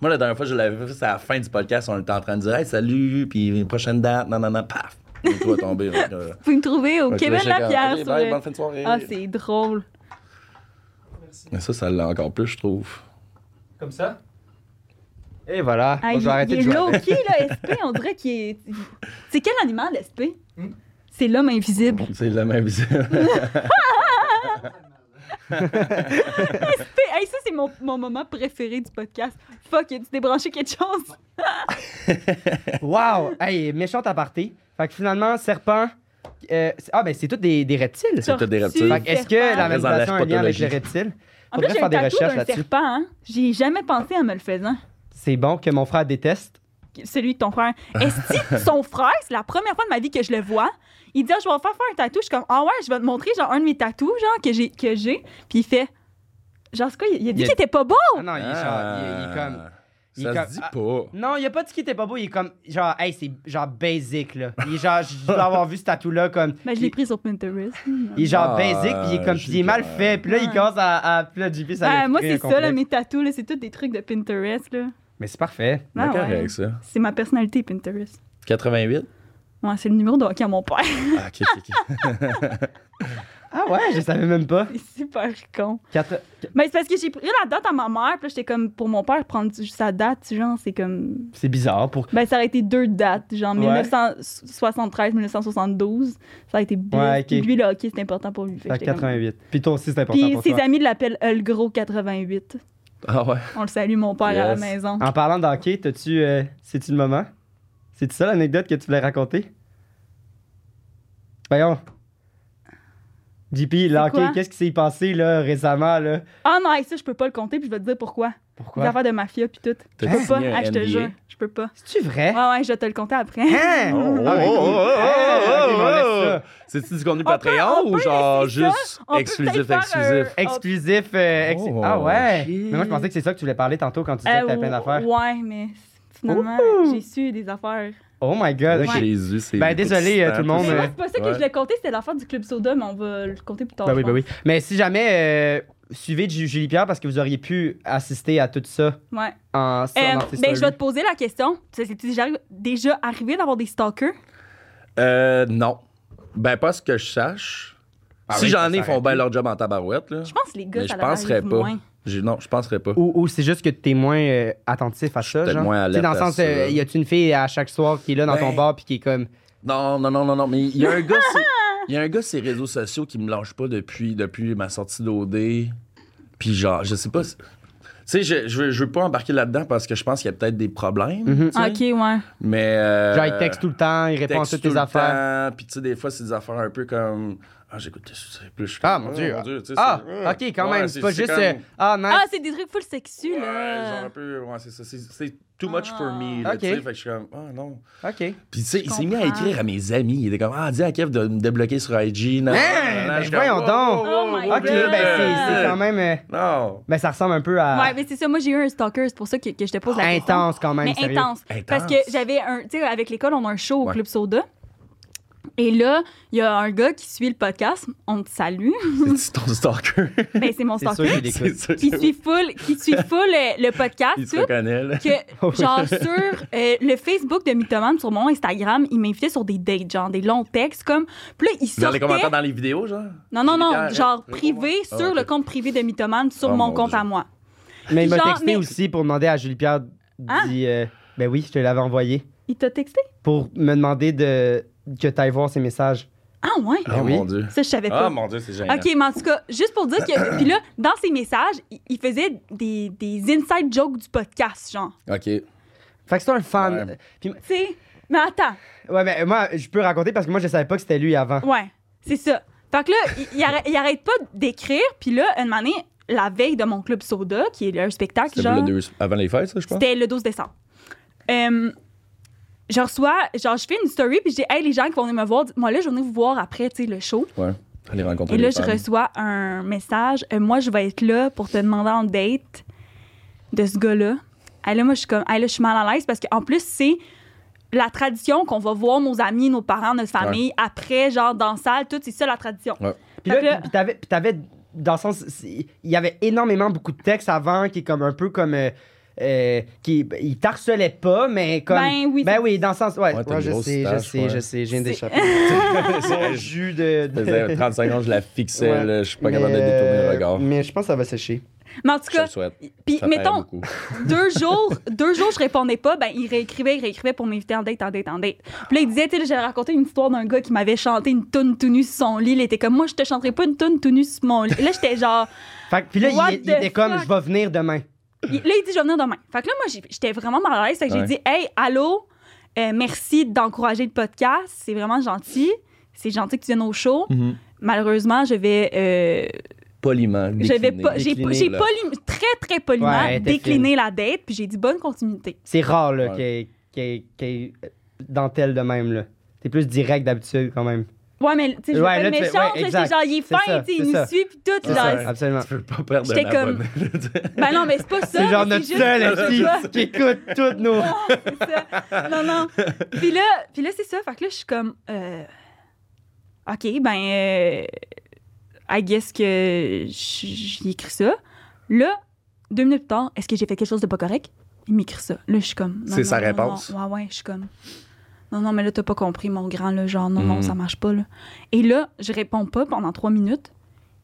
C: Moi, la dernière fois, je l'avais fait, c'est à la fin du podcast, on était en train de dire, hey, salut, puis prochaine date, non, non, non, paf. Et Tout va tomber. donc, euh,
B: Vous pouvez me trouver au
C: fait que là,
A: ben,
B: Québec
C: j'étais comme,
B: Lapierre.
C: Ok,
B: sur
C: bye,
B: le-
C: bonne fin de soirée.
B: Ah, c'est drôle.
C: Mais ça, ça l'a encore plus, je trouve.
A: Comme ça? Et voilà. Bon,
B: Ah, il,
A: je vais arrêter
B: il
A: de
B: est
A: jouer. avec.
B: low-key, là, SP. On dirait qu'il est. C'est quel animal, SP? C'est l'homme invisible.
C: C'est la même visible.
B: SP, hey, ça, c'est mon, mon moment préféré du podcast. Fuck, il a dû débrancher quelque chose.
A: Wow! Hey, méchante aparté. Fait que finalement, serpent. euh, c'est- ah, ben c'est tous des, des reptiles.
C: C'est- C'était des
B: Tortue,
A: Fait
C: reptiles.
A: que est-ce que la
B: serpent.
C: Dans la
A: manipulation a un lien avec
C: pathologie.
A: les reptiles?
B: En plus,
A: Faudrait
B: j'ai un
A: faire des
B: tatou
A: recherches
B: d'un
A: là-dessus.
B: serpent. Hein? J'y ai jamais pensé en me le faisant.
A: C'est bon que mon frère déteste.
B: Celui de ton frère. Est-ce que son frère, c'est la première fois de ma vie que je le vois, il dit Ah, Je vais faire faire un tatou. » Je suis comme « Ah ouais, je vais te montrer genre un de mes tatous genre, que j'ai. que j'ai. » Puis il fait « Genre, c'est quoi? Il a dit
A: Il a-
B: qu'il était pas beau!
A: Ah non, il est genre. Il, est- il est comme. il est
C: Ça
A: comme-
C: se dit
A: ah.
C: pas.
A: Non, il a pas dit qu'il était pas beau, il est comme. Genre, hey, c'est genre basic, là. Il est genre, je dois avoir vu ce tatou-là comme.
B: Ben, je l'ai pris sur Pinterest.
A: Il est genre
C: Ah,
A: basic, puis il est comme. Puis il est mal
C: génial.
A: fait, puis là, il
B: Ouais.
A: commence à. à- puis là, JP, ça
B: Ah,
A: lui
B: moi,
A: crée
B: c'est
A: un
B: ça, là,
A: complexe.
B: mes tatous. là, C'est tous des trucs de Pinterest. Là.
A: Mais c'est parfait.
B: Ah,
C: C'est
B: ouais.
C: correct, ça.
B: C'est ma personnalité, Pinterest.
C: 88?
B: Ouais, c'est le numéro de hockey à mon père.
C: Ah, ok, ok, ok.
A: Ah ouais, je savais même pas.
B: c'est super con.
A: Quatre-
B: Mais c'est parce que j'ai pris la date à ma mère, puis là, j'étais comme, pour mon père, prendre du- sa date, genre, c'est comme.
A: C'est bizarre pour.
B: Ben, ça aurait été deux dates, genre
A: Ouais.
B: 1973-1972. Ça aurait été big.
A: Ouais, ok.
B: Puis Lui, le hockey, c'est important pour lui. Fait que
A: Fait
B: j'étais comme-
A: 88. Puis toi aussi, c'est important
B: Puis
A: pour
B: ses
A: toi.
B: amis l'appellent El Gros 88.
C: Ah ouais.
B: On le salue, mon père, à la
C: Yes.
B: maison.
A: En parlant d'hockey, t'as-tu. euh, C'est-tu le moment? C'est-tu ça l'anecdote que tu voulais raconter? Voyons. JP, le hockey,
B: quoi?
A: qu'est-ce qui s'est passé là, récemment? Là?
B: Ah non, hey, ça, je peux pas le compter, puis je vais te dire pourquoi. Des
A: Pourquoi?
B: affaires de mafia, puis tout. Je
C: T'as-tu
B: peux pas,
C: signé Hein? un
B: ah, je te
C: NDA?
B: jure, je peux pas.
A: C'est-tu vrai?
B: Ouais, ouais, je vais te le compter après.
A: Hein?
C: Oh, oh,
A: Ah, mais
C: oh,
A: cool.
C: oh,
A: Hein?
C: oh,
A: Ok, bon, on
C: oh,
A: laisse ça.
C: C'est-tu du contenu
B: peut-
C: Patreon
B: on
C: ou
B: peut
C: genre
B: laisser ça.
C: juste
B: On peut
C: exclusif,
B: peut-être faire
C: exclusif?
B: un-
A: Exclusif. euh, ex-
C: Oh,
A: ah ouais?
C: shit.
A: Mais moi, je pensais que c'est ça que tu voulais parler tantôt quand tu disais
B: Euh,
A: que t'avais plein d'affaires.
B: Ouais, mais finalement,
A: Ouh.
B: j'ai su des affaires.
A: Oh my god. ok.
B: Ouais.
C: Jésus, c'est.
A: Ben, désolé, euh, tout le monde,
B: Mais
A: Ouais.
B: moi, c'est pas ça que
C: Ouais.
B: je l'ai compté, c'était l'affaire du Club Soda, mais on va le compter plus tard.
A: Ben
B: je
A: oui, ben
B: pense.
A: oui. Mais si jamais, euh, suivez Ju- Julie Pierre parce que vous auriez pu assister à tout ça
B: Ouais.
A: en sur
B: Euh,
A: dans ses
B: ben, je vais
A: stories.
B: te poser la question. Ça, C'est déjà, déjà arrivé d'avoir des stalkers?
C: Euh, non. Ben, pas ce que je sache.
A: Ah
C: si
A: oui, ça
C: j'en ai, ils font
A: s'arrête
C: bien
A: plus.
C: leur job en tabarouette, là.
B: Je pense que les gars,
C: Mais
B: ça
C: je
B: leur
C: penserais
B: arrive
C: pas.
B: moins.
C: J'ai- Non, je penserais pas.
A: Ou, ou c'est juste que t'es moins euh, attentif à ça,
C: peut-être
A: genre.
C: moins
A: Tu sais, dans le
C: alerte à
A: sens,
C: ça.
A: euh, y a-tu une fille à chaque soir qui est là dans
C: Ben.
A: ton bar puis qui est comme.
C: Non, non, non, non, non. Mais il y a un gars, c'est- il y a un gars, ces réseaux sociaux qui me lâche pas depuis, depuis ma sortie d'OD. Puis genre, je sais pas. c'est- Tu sais, je, je, veux- je veux pas embarquer là-dedans parce que je pense qu'il y a peut-être des problèmes.
A: Mhm.
C: tu sais.
B: Ah, Ok, ouais.
C: Mais. euh,
A: Genre, il texte tout le temps, il répond à
C: texte
A: toutes
C: tout
A: tes
C: le
A: affaires.
C: temps, Puis, tu sais, des fois, c'est des affaires un peu comme. Ah, j'écoute tes sous-titres. Puis là, je suis
A: Ah,
C: comme, oh,
A: mon Dieu.
C: tu sais,
A: Ah,
C: c'est- ouais.
A: ok, quand
C: Ouais,
A: même. C'est pas juste. euh,
C: comme-
A: Ah, nice.
B: Ah, c'est des trucs full sexu,
C: Ouais, genre
B: là.
C: un peu. Ouais, c'est ça. C'est- C'est too much for me.
A: Ah.
C: Là, tu sais,
A: Ok.
C: Fait que je suis comme. Ah, non.
A: ok.
C: Puis, tu sais, il s'est mis à
B: comprends.
C: écrire à mes amis. Il était comme. Ah, dis à Kev de me débloquer sur IG. Non, non,
A: Hein?
C: non, non.
A: Ben,
C: Je suis comme,
A: voyons donc.
B: Oh my
A: Ok, ben
B: God.
A: c'est- c'est
C: euh,
A: quand même. euh,
C: Non.
A: Ben ça ressemble un peu à.
B: Ouais, mais c'est ça. Moi, j'ai eu un stalker. C'est pour ça que, que je te pose la question.
A: intense quand même.
B: Mais
A: sérieux.
B: intense.
C: Intense.
B: Parce que j'avais un. Tu sais, avec l'école, on a un show au
C: Ouais.
B: Club Soda. Et là, il y a un gars qui suit le podcast. On te salue.
C: C'est ton stalker.
B: Ben, c'est mon
A: C'est
B: stalker.
A: sûr qu'il écoute.
C: C'est sûr
B: Qui
C: que-
B: suit full, qui suit full euh, le podcast.
C: Il se
B: tout.
C: reconnaît, là.
A: Oui.
B: que, genre, sur euh, le Facebook de Mythoman, sur mon Instagram, il m'invitait sur des dates, genre, des longs textes, comme. Puis là, il
C: Dans les
B: sortait.
C: commentaires dans les vidéos, genre?
B: Non, non, non,
C: Arrête,
B: genre,
C: arrête,
B: privé,
C: arrête.
B: sur
C: Ah, ok.
B: le compte privé de Mythoman, sur
C: Oh,
B: mon
C: mon
B: compte
C: Dieu.
B: à moi.
A: Mais il m'a
B: Genre,
A: texté
B: mais- Hein?
A: aussi pour demander à Julie Pierre d'y, euh, Ben oui, je te l'avais envoyé.
B: Il t'a texté?
A: Pour me demander de que tu ailles voir ses messages.
B: Ah, ouais?
A: Ben
C: Oh
A: oui.
C: mon dieu.
B: Ça, je savais
C: Ah
B: pas.
C: mon dieu, c'est génial.
B: OK, mais en tout cas, juste pour dire que. Puis là, dans ses messages, il- il faisait des, des inside jokes du podcast, genre.
C: OK.
A: Fait que c'est un fan.
C: Ouais.
A: Puis-
B: Tu sais? Mais attends,
A: Ouais, mais moi, je peux raconter parce que moi, je savais pas que c'était lui avant.
B: ouais, c'est ça. Fait que là, il, il arrête, il arrête pas d'écrire, puis là, une année, la veille de mon Club Soda, qui est un spectacle,
C: C'était
B: genre.
C: le deux- avant les fêtes, ça, je pense?
B: C'était le 12 décembre. Euh, je reçois, genre, je fais une story, puis je dis, hey, les gens qui vont venir me voir, dites- moi, là, je vais venir vous voir après, tu sais, le show.
C: Ouais. Aller rencontrer
B: Et là,
C: les
B: je
C: femmes.
B: reçois un message. Euh, moi, je vais être là pour te demander en date de ce gars-là. Et là, moi, je suis comme, hey, là, je suis mal à l'aise parce qu'en plus, c'est la tradition qu'on va voir nos amis, nos parents, notre famille après, genre, dans la salle, tout, c'est ça la tradition.
C: Ouais.
A: Puis
B: Fait que
A: là,
B: là-
A: puis- puis t'avais, puis t'avais, dans le sens, c'est- il y avait énormément beaucoup de textes avant qui est comme un peu comme. euh, euh, qui, il t'harcelait pas, mais comme.
B: Ben oui, c'est-
A: dans le sens. Ouais,
C: Ouais, t'as
A: ouais,
C: une
A: je
C: grosse
A: sais, je
C: tache,
A: sais,
C: ouais.
A: je sais, je viens
B: C'est-
A: d'échapper.
C: C'est-
A: Mon
C: je
A: jus de. de-
C: faisais 35 ans, je la fixais,
A: Ouais.
C: là, je suis pas
A: Mais,
C: capable de détourner le
A: euh,
C: regard.
A: Mais je pense que ça va sécher.
B: Mais en tout
C: Je te
B: cas,
C: le souhaite.
B: puis
C: Ça paraît
B: mettons,
C: beaucoup.
B: deux jours, deux jours, je répondais pas. Ben, il réécrivait, il réécrivait pour m'inviter en date, en date, en date. Puis là, il disait, tu sais, j'avais raconté une histoire d'un gars qui m'avait chanté une toune tout nu sur son lit. Il était comme, moi, je te chanterai pas une toune tout nu sur mon lit. Là, j'étais genre,
A: Fait que- puis là, il-
B: What
A: il,
B: the
A: était comme,
B: fuck?
A: je vais venir demain.
B: il- là, il dit, je vais venir demain. Fait que là, moi, j'ai- j'étais vraiment mal à l'aise. Fait que
C: Ouais.
B: j'ai dit, hey, allô, euh, merci d'encourager le podcast. C'est vraiment gentil. C'est gentil que tu viennes au show.
C: Mhm.
B: Malheureusement, je vais. euh,
C: Poliment.
B: je vais
C: décliner.
B: pas. J'ai
A: décliner,
B: j'ai
C: là.
B: poli- très, très poliment
A: Ouais, t'es
B: décliné la date, puis j'ai dit bonne continuité.
A: C'est rare, là,
C: Ouais.
A: qu'il y ait- qu'il y ait euh, dentelle de même, là. T'es plus direct d'habitude, quand même.
B: Ouais, mais tu sais, je veux
A: Ouais,
B: pas
A: là,
B: le
A: tu-
B: méchant,
A: ouais,
B: là, j'étais
A: exact.
B: genre, il est
A: C'est
B: fin,
A: ça,
B: tu sais,
A: c'est
B: il
A: ça.
B: nous suit, puis tout,
C: C'est
B: genre.
C: ça.
A: Absolument.
C: Tu peux pas perdre
B: J'étais
C: la
B: comme-
C: bonne.
B: Ben non, mais c'est pas ça.
A: C'est genre
B: mais
A: notre
B: juste-
A: seul
B: c'est
A: esti,
B: ça,
A: qui écoute toutes nos.
B: c'est ça. Non, non. Puis là, puis là c'est ça. Fait que là, je suis comme, euh, OK, ben, euh, I guess que j- j'y écris ça. Là, deux minutes plus tard, est-ce que j'ai fait quelque chose de pas correct? Il m'écrit ça. Là, je suis comme. non,
C: C'est
B: non,
C: sa
B: non,
C: réponse.
B: non. Ouais, ouais, je suis comme. Non, non, mais là, t'as pas compris, mon grand, là, genre, non, non,
C: Mhm.
B: ça marche pas, là. Et là, je réponds pas pendant trois minutes.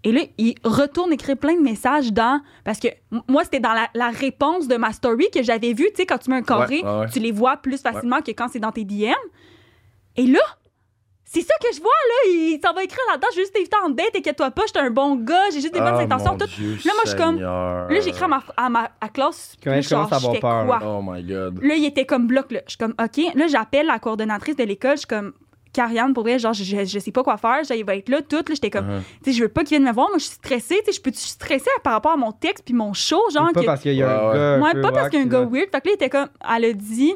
B: Et là, il retourne écrire plein de messages dans. Parce que m- moi, c'était dans la, la réponse de ma story que j'avais vue. Tu sais, quand tu mets un carré,
C: ouais, ouais.
B: tu les vois plus facilement que quand c'est dans tes DM. Et là, c'est ça que je vois, là. Il s'en va écrire là-dedans. J'ai juste évité en dette, inquiète-toi pas, j'étais un bon gars, j'ai juste des bonnes
C: Ah,
B: intentions,
C: mon
B: tout.
C: Dieu,
B: Là, moi, je suis comme-
C: Seigneur.
B: Là, j'écris à ma, à ma à classe.
A: Quand même,
B: plus
A: je commence
B: genre,
A: à avoir
B: je fais
A: peur,
B: quoi?
C: Oh my god.
B: Là, il était comme bloc. Là. Je suis comme, OK. Là, j'appelle la coordonnatrice de l'école. Je suis comme, Carianne, pour vrai, genre, je, je, je sais pas quoi faire. Genre, il va être là, tout. Là, j'étais comme,
C: Uh-huh.
B: tu sais, je veux pas qu'il vienne me voir. Moi, je suis stressée. Tu sais, je peux-tu stresser par rapport à mon texte puis mon show, genre,
A: Pas
B: que-
A: parce qu'il y a
C: Ouais,
A: un
C: ouais.
A: gars. un
B: Ouais,
A: peu
B: pas parce
A: wack,
B: qu'il y a un
A: là.
B: gars weird. Fait que là, il était comme, elle a dit.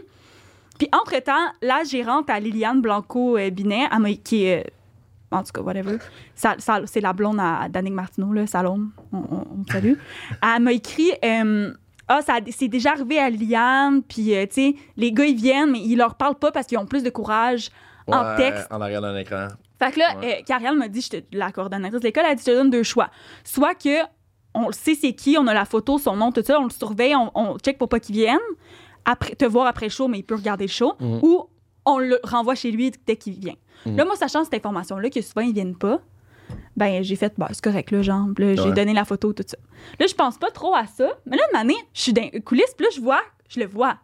B: Puis entre-temps, la gérante à Liliane Blanco-Binet, elle m'a- qui est. En tout cas, whatever. Ça, ça- c'est la blonde à, à Danick Martineau, là, salon. On, on, on te salue. elle m'a écrit. euh, ah, ça, c'est déjà arrivé à Liliane, puis euh, tu sais, les gars ils viennent, mais ils leur parlent pas parce qu'ils ont plus de courage en
C: Ouais,
B: texte.
C: En arrière d'un écran.
B: Fait que là,
C: Ouais.
B: euh, Carianne m'a dit, je te- la coordonnatrice de l'école, elle a dit, je te donne deux choix. Soit que on le sait c'est qui, on a la photo, son nom, tout ça, on le surveille, on, on check pour pas qu'il vienne, après, te voir après le show, mais il peut regarder le show,
C: Mhm.
B: ou on le renvoie chez lui dès qu'il vient.
C: Mhm.
B: Là, moi, sachant cette information-là, que souvent, ils viennent pas, ben j'ai fait, bah, c'est correct, là, genre, là, j'ai
C: Ouais.
B: donné la photo, tout ça. Là, je pense pas trop à ça, mais là, une année, je suis dans les coulisses, puis là, je vois, je le vois,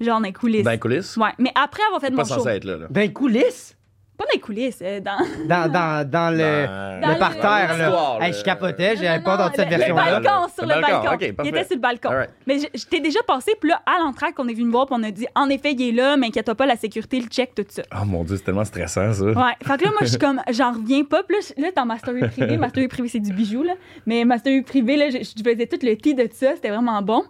B: genre dans les coulisses.
C: Dans les coulisses.
B: Ouais, mais après avoir fait
C: T'es
B: mon
C: Ben, pas
B: show,
C: censé être là. là.
A: Ben, coulisse!
B: pas Pas dans les coulisses, euh, dans.
A: Dans, dans, dans le,
C: Dans-
A: le
B: Dans
A: parterre,
B: le-
A: là.
C: L'histoire,
A: Hey,
C: là.
A: je capotais, j'avais
B: Non,
A: pas
B: non,
A: entendu cette
B: le-
A: version-là.
B: Le
A: là.
B: balcon, sur
C: Le
B: le
C: balcon,
B: balcon.
C: ok,
B: il
C: parfait.
B: était sur le balcon.
C: All right.
B: Mais je, je t'ai déjà passé, puis là, à l'entraque, on est venu me voir, puis on a dit, en effet, il est là, mais inquiète pas, la sécurité le check, tout ça.
C: Oh mon dieu, c'est tellement stressant ça.
B: Ouais. Fait que là, moi, je suis comme, j'en reviens pas. Puis là, je- là, dans ma story privée, ma story privée, c'est du bijou, là. Mais ma story privée, là, je, je faisais tout le thé de ça. C'était vraiment bon.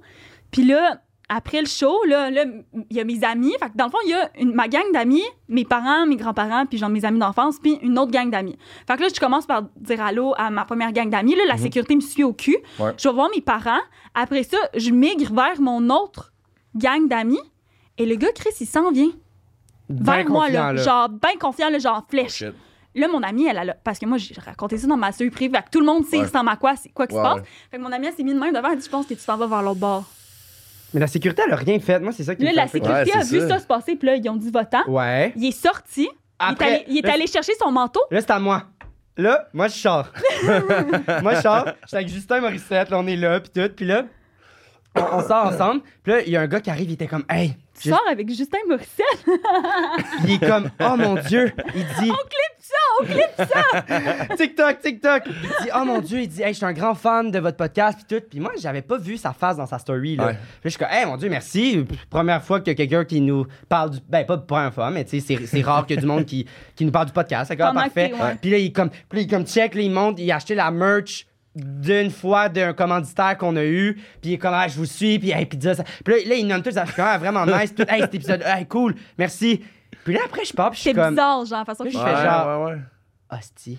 B: Puis là, après le show, là, là, il y a mes amis. Fait que dans le fond, il y a une- ma gang d'amis, mes parents, mes grands-parents, puis genre mes amis d'enfance, puis une autre gang d'amis. Fait que là, je commence par dire allô à ma première gang d'amis. Là, la sécurité me suit au cul.
C: Ouais.
B: Je vais voir mes parents. Après ça, je migre vers mon autre gang d'amis. Et le gars, Chris, il s'en vient vers
A: Ben
B: moi,
A: confiant,
B: là,
A: là.
B: Genre, bien confiant, là, genre flèche.
C: Shit.
B: Là, mon amie, elle a. le- Parce que moi, j'ai raconté ça dans ma série privée. Fait que tout le monde sait
C: Ouais.
B: c'est en ma quoi, c'est quoi qui
C: Ouais,
B: se passe.
C: ouais.
B: Fait que mon amie, elle s'est mise de même devant. Elle dit Je pense que tu t'en vas vers l'autre bord.
A: Mais la sécurité, elle a rien fait. Moi, c'est ça qui me
B: Là,
A: fait
B: la
A: un peu-
B: sécurité
C: Ouais,
B: a
C: c'est
B: vu
C: ça.
B: ça se passer. Puis là, ils ont dit Votant.
A: Ouais.
B: Il est sorti. il est allé, il est allé chercher son manteau.
A: Là, c'est à moi. Là, moi, je sors. moi, je sors. J'étais avec Justin Morissette. Là, on est là, puis tout. Puis là, on, on sort ensemble. Puis là, il y a un gars qui arrive, il était comme, hey.
B: Tu
A: Juste-
B: sors avec Justin Morissette.
A: il est comme, oh mon Dieu. Il dit,
B: On clip ça.
A: TikTok, TikTok. Il dit, oh mon Dieu. Il dit, hey, je suis un grand fan de votre podcast, puis tout. Puis moi, j'avais pas vu sa face dans sa story, là.
C: Ouais.
A: Puis là, je suis comme, hey, mon Dieu, merci. Première fois que quelqu'un qui nous parle du. Ben, pas première fois, mais tu sais, c'est- c'est rare qu'il y ait du monde qui, qui nous parle du podcast. C'est comme
B: Pendant que
A: parfait.
B: t'es- ouais.
A: Puis là, il est comme, puis là, il est comme check, là, il monte, il a acheté la merch d'une fois d'un commanditaire qu'on a eu, puis il est comme, ah, je vous suis, puis hey, pizza, ça. Puis là, là, il nomme tout, ça, ah, vraiment nice, tout, hey, cet épisode, hey, cool, merci. Puis là, après, je pars, puis je
B: C'est
A: suis comme,
B: bizarre, genre, la façon que
A: Je
B: je
A: fais
B: fais.
A: genre-
C: ouais, ouais.
A: hostie,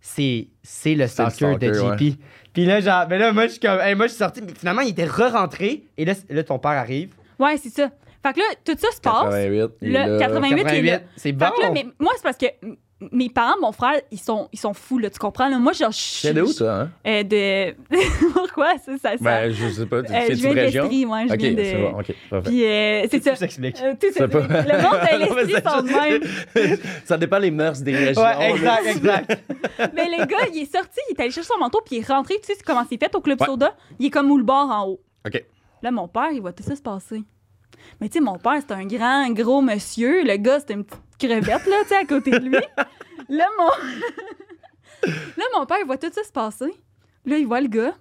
A: c'est, c'est le
C: C'est le
A: stalker de
C: stalker,
A: JP. Puis là, genre, mais là, moi, je suis comme, hey, moi, je suis sorti, mais finalement, il était re-rentré, et là, c- là, ton père arrive.
B: Ouais, c'est ça. Fait que là, tout ça se passe.
C: 88. il est
B: Le
C: là.
B: 88, il est là.
A: c'est bon.
B: Fait que là, mais moi, c'est parce que m- mes parents, mon frère, ils sont, ils sont fous, là, tu comprends? Là? Moi, genre, je suis.
C: Tiens, de où, toi, hein?
B: Euh, de. Pourquoi ça, ça, ça?
C: Ben, je sais pas.
B: Euh,
C: C'est
B: je
C: une
B: viens de
C: région.
B: l'Estrie, moi, je
C: Ok,
B: viens de.
C: c'est bon. Ok, parfait.
B: Puis, euh, c'est ça.
A: Tout s'explique.
B: Euh, tout ça-
C: C'est pas-
B: Le monde
C: Non, mais
B: de l'Estrie
C: ça-
B: sont de même.
C: Ça dépend les mœurs des régions. là.
A: Ouais, exact, exact.
B: Mais le gars, il est sorti, il est allé chercher son manteau, puis il est rentré. Tu sais c'est comment c'est fait au Club
C: Ouais.
B: Soda? Il est comme où le bar en haut.
C: Ok.
B: Là, mon père, il voit tout ça se passer. Mais tu sais, mon père, c'est un grand, gros monsieur. Le gars, c'était une petite crevette, là, tu sais, à côté de lui. Là, mon... là, mon père, il voit tout ça se passer. Là, il voit le gars.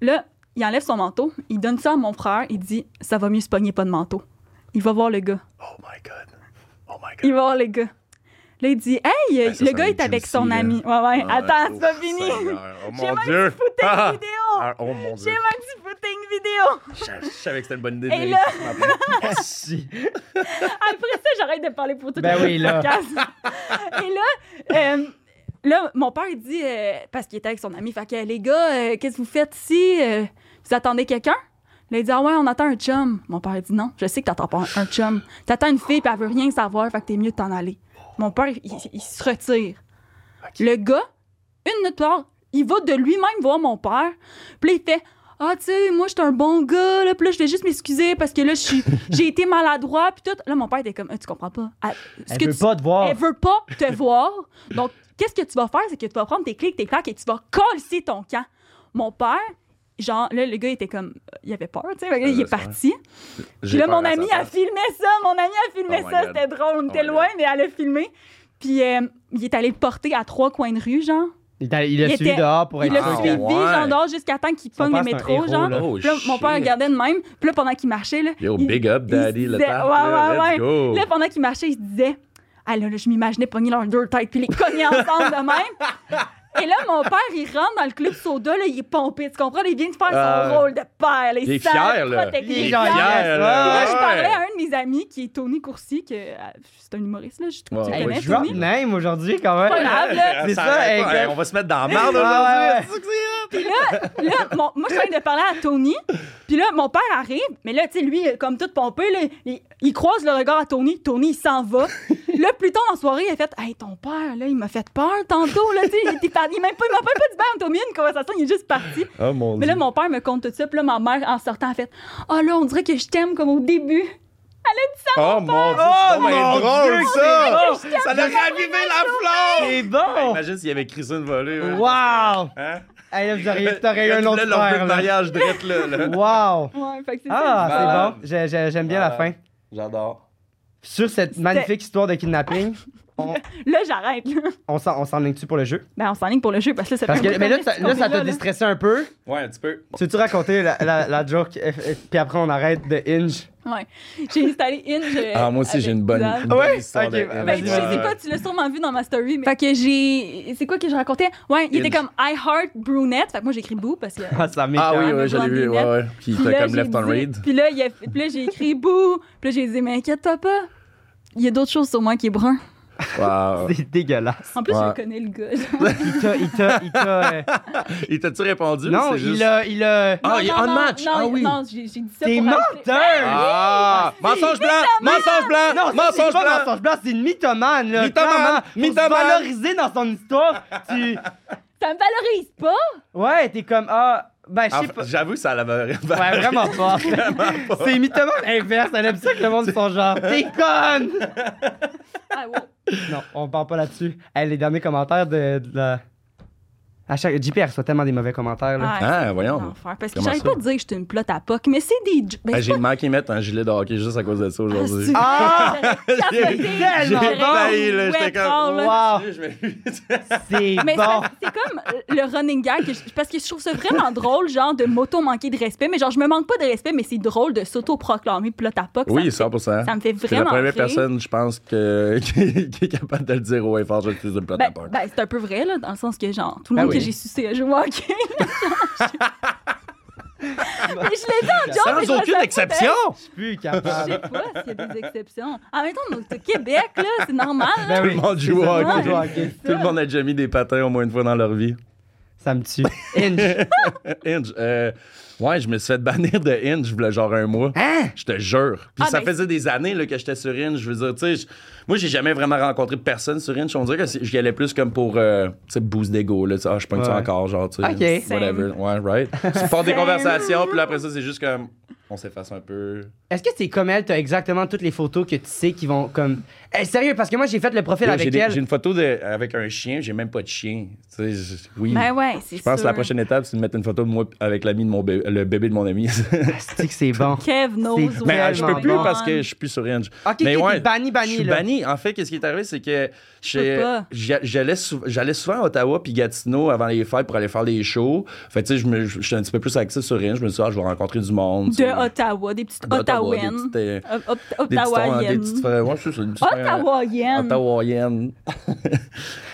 B: Là, il enlève son manteau. Il donne ça à mon frère. Il dit Ça va mieux se pogner pas de manteau. Il va voir le gars.
C: Oh my god. Oh my god.
B: Il va voir le gars. Là, il dit Hey,
C: Ben, ça,
B: le
C: c'est
B: gars
C: un
B: est avec
C: juicy,
B: son
C: là.
B: ami. Ouais, ouais,
C: Ah,
B: attends,
C: oh,
B: c'est pas fini.
C: Seigneur. Oh
B: J'ai
C: mon
B: même
C: dieu.
B: fouté une
C: Ah.
B: vidéo.
C: Ah, oh mon
B: J'ai
C: dieu.
B: même dit fouté une vidéo.
C: Je je savais que c'était une bonne idée. de
B: Et
C: venir
B: là-
C: ici Ah, ce matin.
A: Merci.
B: Après ça, j'arrête de parler pour tout
A: Ben
B: le
A: oui, là.
B: podcast. Et là, euh, là, mon père il dit, euh, parce qu'il était avec son ami, fait que les gars, euh, qu'est-ce que vous faites ici? Euh, vous attendez quelqu'un? Là, il dit, ah ouais, on attend un chum. Mon père il dit, non, je sais que t'attends pas un- un chum. T'attends une fille, puis elle veut rien savoir, fait que t'es mieux de t'en aller. Mon père, il, il- il se retire.
C: Ok.
B: Le gars, une minute plus tard, il va de lui-même voir mon père, puis là, il fait, ah, tu sais, moi, j'étais un bon gars, là. Puis là, je vais juste m'excuser parce que là, je suis- j'ai été maladroit, puis tout. Là, mon père était comme, Ah, tu comprends pas. Elle, ce
A: Elle
B: que
A: veut
B: tu-
A: pas te voir.
B: elle veut pas te voir. Donc, qu'est-ce que tu vas faire? C'est que tu vas prendre tes clics, tes claques et tu vas coller ton camp. Mon père, genre, là, le gars, il était comme, euh, il avait peur, tu sais. Fait que là, Il
C: Ouais,
B: est
C: c'est vrai.
B: parti. Puis
C: J'ai
B: là,
C: peur
B: mon
C: à sa
B: amie a
C: place.
B: filmé ça. Mon amie a filmé
C: Oh my
B: ça.
C: God.
B: C'était drôle. On
C: Oh
B: était
C: my
B: loin,
C: God.
B: mais elle a filmé. Puis euh, il est allé le porter à trois coins de rue, genre.
A: Il t'a- il l'a
B: Il
A: suivi
B: était-
A: dehors pour
B: Il
A: être
B: l'a
C: Ah,
A: sûr
B: suivi,
A: que-
C: ouais.
B: genre, dehors jusqu'à temps qu'il
A: Son
B: pogne
A: père,
B: le
A: c'est un
B: métro,
A: héros,
B: genre.
A: là.
C: Oh,
B: Puis là, mon père
C: shit.
B: regardait de même. Puis là, pendant qu'il marchait, là.
C: Yo,
B: il-
C: big up,
B: il
C: daddy,
B: se
C: le
B: disait-
C: temps.
B: Ouais, ouais,
C: Let's
B: ouais.
C: go.
B: Là, pendant qu'il marchait, il se disait Ah là, là, je m'imaginais pogner leurs deux têtes puis les cogner ensemble de même. Et là, mon père, il rentre dans le club soda, là, il est pompé, tu comprends? Il vient de faire son
C: Ah.
B: rôle de père, là,
C: Il est
B: sale,
C: fier, là.
B: protège les
A: Il est
B: gens.
A: fier, là.
B: Là, je parlais à
C: là.
B: un de mes amis qui est Tony Courcy, que ah, c'est un humoriste, là, je tu
C: Ouais,
A: Hey,
B: connais,
A: drop
B: Tony?
A: name aujourd'hui, quand même.
B: Pas grave, là.
A: C'est ça,
C: arrête
A: hey,
C: pas. hein. Hey,
A: comme-
C: on va se mettre dans la
A: Ouais,
C: merde
A: ouais, ouais.
C: aujourd'hui.
B: là, mon- moi, je suis en train de parler à Tony. Puis là, mon père arrive. Mais là, tu sais, lui, comme tout pompé, là, il, il croise le regard à Tony. Tony, il s'en va. là, plus tard dans la soirée, il a fait Hey, ton père, là, il m'a fait peur tantôt. Là, tu sais, il était par- il m'a même pas, il m'a même pas dit Ben, Tony, une conversation, il est juste parti.
C: Oh mon
B: Mais là, mon père me compte tout ça. Puis là, ma mère, en sortant, a fait Ah là, on dirait que je t'aime comme au début.
C: Oh mon
A: Oh
C: dieu, c'est donc bien
A: mon
C: drôle
A: Dieu,
C: ça!
B: c'est vrai que je
C: Ça a ravivé la
A: C'est bon.
C: flamme! Imagine s'il y avait écrit ça une volée. hein.
A: Wow.
C: Hein?
A: Hey, là, vous auriez, t'aurais eu
C: Quand
A: un
C: tu
A: autre
C: voulais leur vœu
A: frère,
C: de
A: là.
C: mariage direct là. là.
A: Wow.
B: Ouais, fait que c'est ça.
A: Ah,
C: Malade.
A: c'est bon. J'ai- j'ai- J'aime bien la fin.
C: J'adore.
A: Sur cette magnifique histoire de kidnapping, On,
B: Là, j'arrête. là.
A: on s'en on s'enligne tu pour le jeu?
B: Ben, on s'enligne pour le jeu parce que là, ça
A: Parce
B: fait
A: que,
B: un
A: mais
B: bout
A: là,
B: de temps
A: ça- là, ça
B: qu'on est
A: t'a distressé un peu.
C: Ouais, un petit peu.
A: Tu veux-tu raconter la, la, la joke, euh, euh, puis après on arrête de Hinge?
B: Ouais. J'ai installé Inge. euh,
C: Ah, moi aussi, j'ai
B: avec
C: une bonne,
B: Zab.
C: une bonne
A: Ouais?
C: histoire Ah
A: Ok,
C: de-
A: ben,
B: Ben,
A: Vas-y,
B: je
A: vas-y.
B: sais pas, tu l'as sûrement vu dans ma story. Mais... Fait que j'ai. C'est quoi que je racontais? Ouais, il était
C: Inge.
B: comme I heart brunette. Fait que moi, j'écris boo parce que.
A: Ah, ça m'écoeure.
C: Ah oui,
B: un
C: oui, je l'ai vu, ouais,
B: blondinette.
C: ouais. Puis
B: Puis
C: t'as
B: là,
C: comme
B: j'ai
C: left on
B: dit-
C: read.
B: Puis là, il a- puis là, j'ai écrit boo. Puis là, j'ai dit, mais inquiète-toi pas. Il y a d'autres choses sur moi qui est brun.
C: Wow.
A: C'est dégueulasse.
B: En plus,
C: Ouais.
B: je connais le gars.
A: Il t'a. Il t'a. Il t'a euh,
C: Il t'a-tu répondu? ou
A: non,
C: c'est
A: il
C: juste-
A: a. Il a.
C: Ah,
B: Non,
C: il est
B: non,
C: on
B: non,
C: match.
B: Non,
C: ah oui.
B: non, j'ai j'ai dit ça.
A: T'es
B: pour rajouter-
A: menteur!
C: Ah! Mensonge blanc! Mensonge blanc!
A: Non, ça, c'est
C: Mensonge
A: pas
C: blanc!
A: mensonge blanc, c'est une mythomane, là.
C: Mythomane,
A: Clairement, pour se
C: mythomane.
A: valoriser dans son histoire, tu...
B: Ça me valorise pas.
A: Ouais, t'es comme, ah... Ben, je
C: Ah,
A: sais pas.
C: J'avoue, ça l'avait
A: Ouais, vraiment fort. c'est mythomane inverse, elle aime ça que le monde soit genre, t'es conne!
B: Ah, wow.
A: Non, on parle pas là-dessus. Hey, les derniers commentaires de, de la... À chaque... JPR reçoit tellement des mauvais commentaires, là.
B: Ah,
C: Ah,
B: c'est
C: voyons.
B: l'enfer. Parce que
C: Comment
B: j'arrive
C: ça?
B: pas à dire que je suis une plotte à poc, mais c'est des. j- Ben,
C: Ah,
B: c'est
C: J'ai
B: pas-
C: manqué mettre un gilet de hockey juste à cause de ça aujourd'hui.
A: Ah!
B: J'ai
A: tellement bon!
C: failli, là, j'étais comme-
A: Wow!
C: Je me-
A: C'est
B: Mais
A: bon!
B: ça, c'est comme euh, le running gag que je- parce que je trouve ça vraiment drôle, genre de moto manquer de respect, mais genre je me manque pas de respect, mais c'est drôle de s'auto-proclamer plotte à poc.
C: Oui,
B: ça.
C: 100 Ça
B: ça me fait
C: C'est la
B: vraiment.
C: première
B: rire.
C: personne, je pense, que... qui qui est capable de le dire au effort, je suis une plate à Ah
B: Ben,
C: peur.
B: ben, c'est un peu vrai, là, dans le sens que, genre, tout le
A: Ben
B: monde
A: oui.
B: que j'ai sucé a joué au hockey. là, genre, je- mais je l'ai dit en joke, mais je
C: Sans
B: me
C: aucune
B: sentais-
C: exception!
A: Je suis plus
B: Je
A: capable.
B: sais pas s'il y a des exceptions. En même temps, on est au Québec, là, c'est normal. là.
A: Ben
C: Tout le monde joue
A: c'est
C: au
A: ça, tout le monde
B: hockey.
A: joue au hockey.
C: Tout le monde a déjà mis des patins au moins une fois dans leur vie.
A: Ça me tue. Inch.
C: Hinge, euh, ouais, je me suis fait bannir de Hinge, v'là genre un mois.
A: Hein?
C: Je te jure. Puis
B: Ah,
C: ça
B: ben,
C: faisait des années là, que j'étais sur Hinge. Je veux dire, tu sais, je- moi, j'ai jamais vraiment rencontré personne sur Hinge. On dirait que c'est- j'y allais plus comme pour, euh, tu sais, boost d'ego. Là, tu sais, ah, je pogne ça
A: Ouais.
C: encore, genre, tu sais,
A: Ok.
C: whatever. Ouais, right. Tu portes des conversations, puis là, après ça, c'est juste comme, on s'efface un peu.
A: Est-ce que c'est comme elle, t'as exactement toutes les photos que tu sais qui vont comme. Eh, sérieux, parce que moi j'ai fait le profil
C: Là, J'ai
A: avec
C: des-
A: elle.
C: j'ai une photo de, avec un chien, j'ai même pas de chien. Tu sais, je- oui.
B: Ben ouais, c'est
C: je pense que
B: sûr.
C: la prochaine étape, c'est de mettre une photo de moi avec l'ami de mon bébé, le bébé de mon ami.
A: C'est que c'est bon.
B: Kev knows
A: C'est-
B: where
C: Mais
A: Tellement
C: euh, je peux plus
A: bon.
C: parce que je suis plus sur Hinge.
A: Ok,
C: mais
A: ok,
C: ouais,
A: t'es banni, banni,
C: Je suis
A: là.
C: banni. En fait, qu'est-ce qui est arrivé, c'est que j'ai-
B: peux pas.
C: j'a- j'allais sou- j'allais souvent à Ottawa puis Gatineau avant les fêtes pour aller faire des shows. Fait que, tu sais, je me- je suis un petit peu plus axé sur Hinge. Je me suis dit, ah, je vais rencontrer du monde. tu
B: de
C: sais.
B: Ottawa, des petites
C: D'Ottawa,
B: Ottawaennes.
C: Des petites, euh,
B: Op- op-
C: des petites- des
B: Ottawayennes.
C: petites- euh, ouais, c'est ça, des petites-
B: Ottawayennes.
C: Ottawayennes.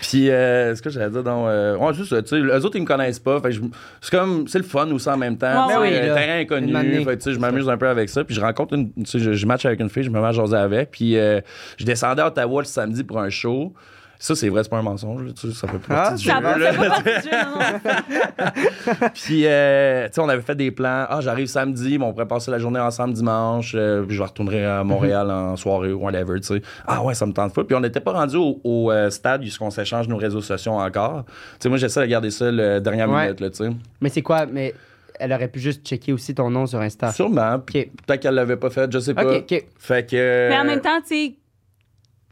C: Puis, euh, ce que j'allais dire, donc, euh, ouais, juste, tu sais, eux autres, ils me connaissent pas. Fait que je- c'est comme, c'est le fun aussi en même temps.
B: Ouais,
C: tu sais,
B: ouais.
C: euh,
A: Ben Oui, là.
C: terrain
A: Une
C: inconnu.
A: année.
C: Fait que, tu sais, je m'amuse un peu avec ça. Puis, je rencontre une, tu sais, je, je match avec une fille, je me mets à jaser avec. Puis, euh, je descendais à Ottawa le samedi pour un show. Ça, c'est vrai, c'est pas un mensonge, là, tu sais, ça fait
A: Ah,
C: partie du
B: Ça
C: jeu,
B: va,
C: là.
B: ça va pas partir, non, non.
C: Puis, euh, tu sais, on avait fait des plans. Ah, j'arrive samedi, mais on pourrait passer la journée ensemble dimanche. euh, puis je retournerai à Montréal
A: Mhm.
C: en soirée ou whatever, tu sais. Ah ouais, ça me tente pas. Puis on n'était pas rendu au, au, euh, stade où est-ce qu'on s'échange nos réseaux sociaux encore. Tu sais, moi, j'essaie de garder ça le dernière
A: Ouais.
C: minute, là, tu sais.
A: Mais c'est quoi? Mais elle aurait pu juste checker aussi ton nom sur Insta.
C: Sûrement. Puis
A: Ah. Ok.
C: peut-être qu'elle l'avait pas fait, je sais pas.
A: Ok, ok.
C: Fait que.
B: Mais en même temps, tu sais,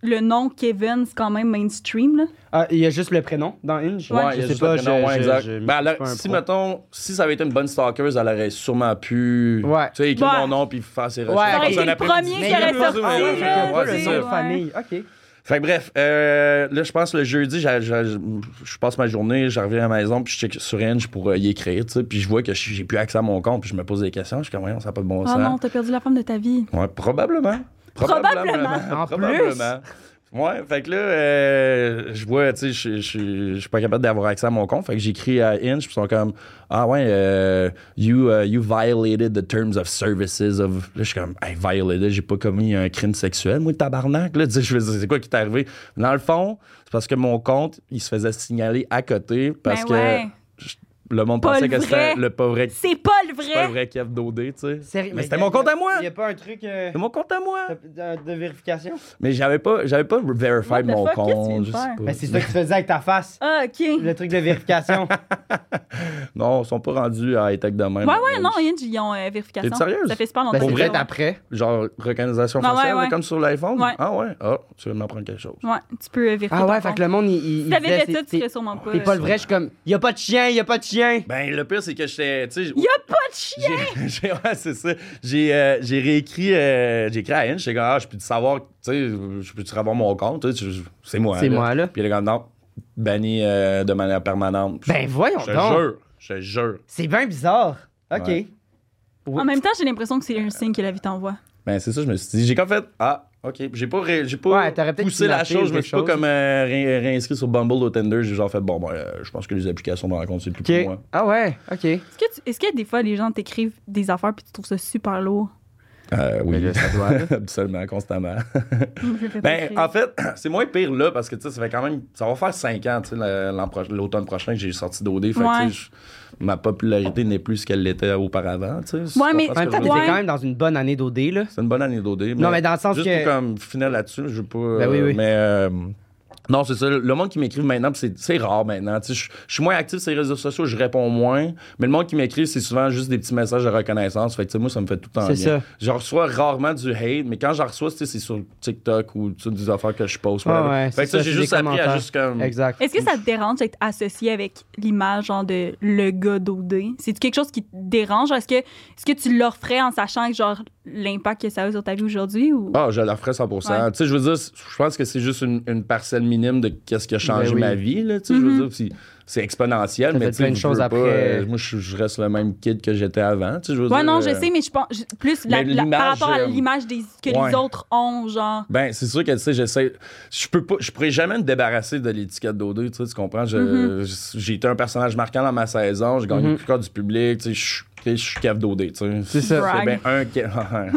B: le nom Kevin, c'est quand même mainstream, là.
A: Ah, il y a juste le prénom dans Inch?
C: Ouais, il y a
A: je sais
C: juste
A: pas.
C: le prénom,
A: je-
C: ouais,
A: je-
C: exact.
A: je-
C: Ben, elle a-
A: je suis pas un
C: si,
A: pro.
C: mettons, si ça avait été une bonne stalkeuse, elle aurait sûrement pu.
A: Ouais.
C: Tu sais, écrire
B: Ouais.
C: mon nom puis faire ses
A: Ouais,
C: recherches.
A: Ça aurait
C: Comme
A: été
C: un
B: le
C: après-midi.
B: premier
A: Mais il y a
B: qui aurait
A: pas-
B: sorti,
A: ah, ouais,
B: là,
A: fait que pas
B: tu
A: le
B: sais,
A: nom de
B: ouais.
A: famille. OK.
C: Fait que bref, euh, là, je pense le jeudi, j'a- j'a- je passe ma journée, je reviens à la maison, puis je check sur Hinge pour euh, y écrire, tu sais, puis je vois que j'ai j'ai plus accès à mon compte, puis je me pose des questions, je suis comme, voyons, ça n'a pas de bon
B: Ah
C: sens.
B: non, t'as perdu la femme de ta vie.
C: Ouais, probablement.
A: En plus.
C: Ouais, fait que là, euh, je vois, tu sais, je- je- je je suis pas capable d'avoir accès à mon compte. Fait que j'écris à Inch, puis ils sont comme, ah ouais, euh, you, euh, you violated the terms of services of. Là, je suis comme, hey, violated, j'ai pas commis un crime sexuel, moi, le tabarnak. Là, tu sais, je veux dire, c'est quoi qui t'est arrivé? Dans le fond, c'est parce que mon compte, il se faisait signaler à côté parce
B: Ben
C: que
B: ouais.
C: je- le monde
B: Pas
C: pensait
B: le
C: que c'était
B: vrai.
C: le pas vrai,
B: C'est pas le
C: pas le
B: vrai.
C: vrai Kev Dodé, tu sais.
A: Sérieux,
C: Mais
A: mais
C: c'était
A: y a-
C: mon compte à moi!
A: Il y a pas un truc euh,
C: C'est mon compte à moi!
A: de de vérification?
C: Mais j'avais pas, j'avais pas
B: What
C: verified
B: the
C: mon
B: fuck, qu'est-ce que tu viens
C: compte.
B: de
C: je sais
B: faire?
C: pas.
A: Ben, c'est ça que tu faisais avec ta face.
B: Ah, OK.
A: Le truc de vérification.
C: Ben,
A: Ben,
C: Non, ils sont pas rendus à high-tech de même.
B: Ouais, ouais, non, Yann, ils ont euh, vérification.
C: T'es sérieuse?
B: Ça fait super longtemps.
A: Ben,
C: Pour
A: c'est
C: vrai,
A: peut-être après.
C: Genre, reconnaissation
B: Ouais, ouais,
C: faciale, là,
B: ouais.
C: comme sur l'iPhone.
B: Ouais.
C: Ah ouais, ah, tu veux m'apprendre quelque chose.
B: Ouais, tu peux euh, vérifier.
A: Ah
B: ton
A: ouais, fait
B: compte.
A: que le monde, il. il-
B: Si
A: il
B: t'avais
A: disait,
B: fait ça, tu
A: c'est-
B: serais sûrement pas.
A: C'est pas le vrai, je suis comme, y a pas de chien, y a pas de chien.
C: Ben, le pire, c'est que j'étais. tu sais,
B: Il y a pas de chien!
C: j'ai- j'ai- ouais, c'est ça. J'ai, euh, j'ai réécrit, euh, j'ai écrit à Anne, j'étais comme, ah, je peux-tu savoir, tu sais, je peux-tu avoir mon compte, tu sais, je- c'est moi.
A: C'est moi, là.
C: Puis elle est comme, non, banni euh, de manière permanente.
A: Ben voyons
C: je te
A: donc.
C: jure, je te jure.
A: C'est bien bizarre. OK.
C: Ouais.
A: Oui.
B: En même temps, j'ai l'impression que c'est un signe que la vie t'envoie.
C: Ben, c'est ça, je me suis dit, j'ai comme fait, ah, ok, j'ai pas, ré- j'ai pas
A: Ouais, t'aurais peut-être
C: poussé la
A: kidnappé
C: chose, je
A: ou
C: me
A: quelque
C: suis pas
A: chose.
C: comme euh, ré- réinscrit sur Bumble ou Tinder, j'ai genre fait, bon, ben, euh, je pense que les applications de rencontre, c'est tout
A: OK.
C: pour moi.
A: Ah ouais, OK.
B: Est-ce que, tu- est-ce que des fois, les gens t'écrivent des affaires puis tu trouves ça super lourd?
C: Euh, oui,
A: Mais là, ça doit, là.
C: absolument, constamment.
B: Je fais pas
C: Ben,
B: écrire.
C: en fait, c'est moins pire là parce que tu sais, ça fait quand même. Ça va faire 5 ans, tu sais, le- l'an pro- l'automne prochain que j'ai sorti d'OD. Fait que,
B: Ouais.
C: tu sais, je- ma popularité n'est plus ce qu'elle l'était auparavant, tu sais. si tu
B: Ouais,
C: comprends
B: mais-
C: ce que
A: En même
C: je
A: temps, t'étais
C: veux dire.
B: Ouais.
A: quand même dans une bonne année d'OD, là.
C: C'est une bonne année d'OD.
A: Non, mais dans le sens
C: juste
A: que-
C: pour comme finir là-dessus, je veux pas. euh,
A: Ben oui, oui.
C: Mais. euh, non, c'est ça. Le monde qui m'écrive maintenant, pis c'est c'est rare maintenant. Tu sais, Je je suis moins actif sur les réseaux sociaux, je réponds moins. Mais le monde qui m'écrit, c'est souvent juste des petits messages de reconnaissance. Fait que, tu sais, moi, ça me fait tout le temps
A: C'est
C: bien.
A: ça.
C: Je reçois rarement du hate, mais quand j'en reçois, tu sais, c'est sur TikTok ou tu sais, des affaires que je poste. whatever.
A: Ah ouais,
C: fait
A: c'est
C: que ça,
A: ça,
C: j'ai
A: c'est des
C: juste appris à
A: commentaires.
C: juste comme.
A: Exact.
B: Est-ce que ça te dérange d'être associé avec l'image genre de le gars d'OD? C'est quelque chose qui te dérange? Est-ce que, est-ce que tu leur ferais en sachant genre l'impact que ça a sur ta vie aujourd'hui? Ou...
C: Ah, je la ferais 100%.
B: Ouais.
C: Tu sais, je veux dire, c- je pense que c'est juste une, une parcelle minime de qu'est-ce qui a changé
A: Ben oui. Mm-hmm.
C: ma vie, là. Tu sais, je veux dire, puis c'est exponentiel,
A: Ça
C: mais
A: fait
C: tu sais,
A: plein de
C: je
A: choses
C: veux pas,
A: après.
C: euh, moi, je, je reste le même kid que j'étais avant. Tu sais, je veux
B: ouais,
C: dire,
B: non, je
C: euh,
B: sais, mais je pense je- plus la-
C: mais
B: la- par
C: l'image,
B: rapport à
C: euh,
B: l'image des- que
C: ouais.
B: les autres ont, genre.
C: Ben, c'est sûr que, tu sais, j'essaie. Je peux pas. Je pourrais jamais me débarrasser de l'étiquette d'O2, tu sais, tu comprends? Je-
B: Mm-hmm.
C: je- J'ai été un personnage marquant dans ma saison, j'ai gagné le cœur du public, tu sais, je suis- tu sais, je suis cave d'O2, tu sais.
A: Mm-hmm. C'est ça. Ah.
B: Brag.
C: S'il y a bien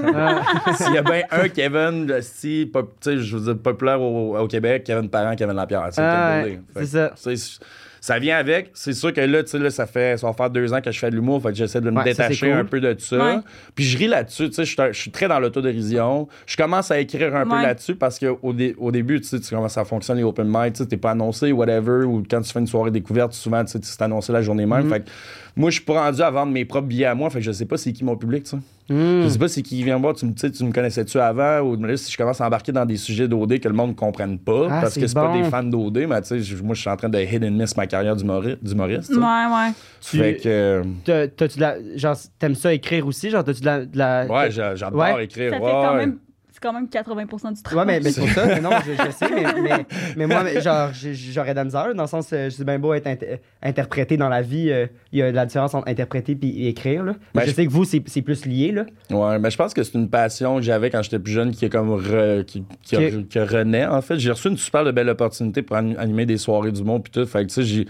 C: un, Ke- S'il y a bien un Kevin, le style pop- tu sais, je veux dire, populaire au, au Québec, Kevin Parent, Kevin Lapierre. tu sais,
A: Ah,
C: Kevin
A: ouais,
C: Baudet.
A: c'est
C: Fait que,
A: ça.
C: tu sais, Ça vient avec. C'est sûr que là, tu sais, là, ça fait, ça va faire deux ans que je fais de l'humour, fait que j'essaie de me
A: Ouais, ça, c'est
C: détacher
A: cool.
C: un peu de ça.
B: Ouais.
C: Puis je ris là-dessus, tu sais, je suis un- je suis très dans l'autodérision. Je commence à écrire un peu
B: Ouais.
C: là-dessus parce qu'au dé- au début, tu sais, tu sais comment ça fonctionne, les open mic, tu sais, t'es pas annoncé, whatever, ou quand tu fais une soirée découverte, souvent, tu sais, tu t'es annoncé la journée
A: Mm-hmm.
C: même. Fait que moi, je suis pas rendu à vendre mes propres billets à moi, fait que je sais pas c'est qui mon public, tu sais.
A: Hmm. Mm.
C: Je sais pas c'est qui vient me voir, tu me, tu sais, tu me connaissais-tu avant, ou là, si je commence à embarquer dans des sujets d'OD que le monde ne comprenne pas,
A: Ah,
C: parce que
A: c'est
C: c'est pas
A: bon.
C: des fans d'OD, mais tu sais, je- moi, je suis en train de hit and miss ma carrière d'humori- d'humoriste. tu sais.
B: Ouais, ouais.
A: Tu-
C: Fait que, euh,
A: T'as- T'as-tu de la. Genre, t'aimes ça écrire aussi? Genre, t'as-tu de la. de la-
C: ouais, j'a- j'adore
A: Ouais.
B: Ça
C: écrire.
B: fait
C: ouais.
B: quand même. C'est quand même 80 du
A: Ouais,
B: travail.
A: mais, mais c'est pour ça, mais non, je, je sais, mais, mais, mais moi, mais genre, j'ai- j'aurais de la misère, dans le sens, euh, c'est bien beau être inter- interprété dans la vie, euh, il y a de la différence entre interpréter puis écrire, là. Mais
C: Ben,
A: je,
C: je-
A: sais que vous, c'est c'est plus lié, là.
C: Ouais, mais je pense que c'est une passion que j'avais quand j'étais plus jeune qui est comme re- qui, qui-
A: Ok.
C: qui renaît. En fait, j'ai reçu une super de belle opportunité pour an- animer des soirées du monde puis tout. Fait que tu sais, j'ai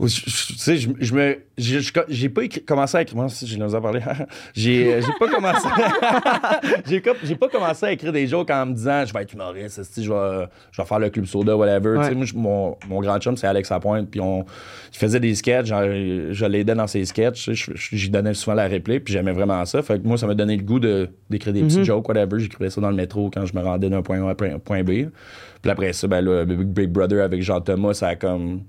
C: ou- je- je- tu sais, je je me j'ai- je- j'ai pas écrit- commencé à écrire. Moi, si je l'ai osé parler. j'ai euh, j'ai pas commencé. j'ai com- j'ai pas commencé à écrire des jokes en me disant je vais être humoriste, esti, je vais je vais faire le club soda whatever. Tu sais,
A: Ouais.
C: moi, je- mon, mon grand chum c'est Alex Lapointe puis on il faisait des sketchs, genre, je l'aidais dans ses sketchs, tu sais, je- j'y donnais souvent la réplique puis j'aimais vraiment ça. Fait que moi ça m'a donné le goût de d'écrire des
A: Mhm.
C: petits jokes whatever, j'écrivais ça dans le métro quand je me rendais d'un point A à un point B. Puis après ça ben là, Big Brother avec Jean Thomas ça a comme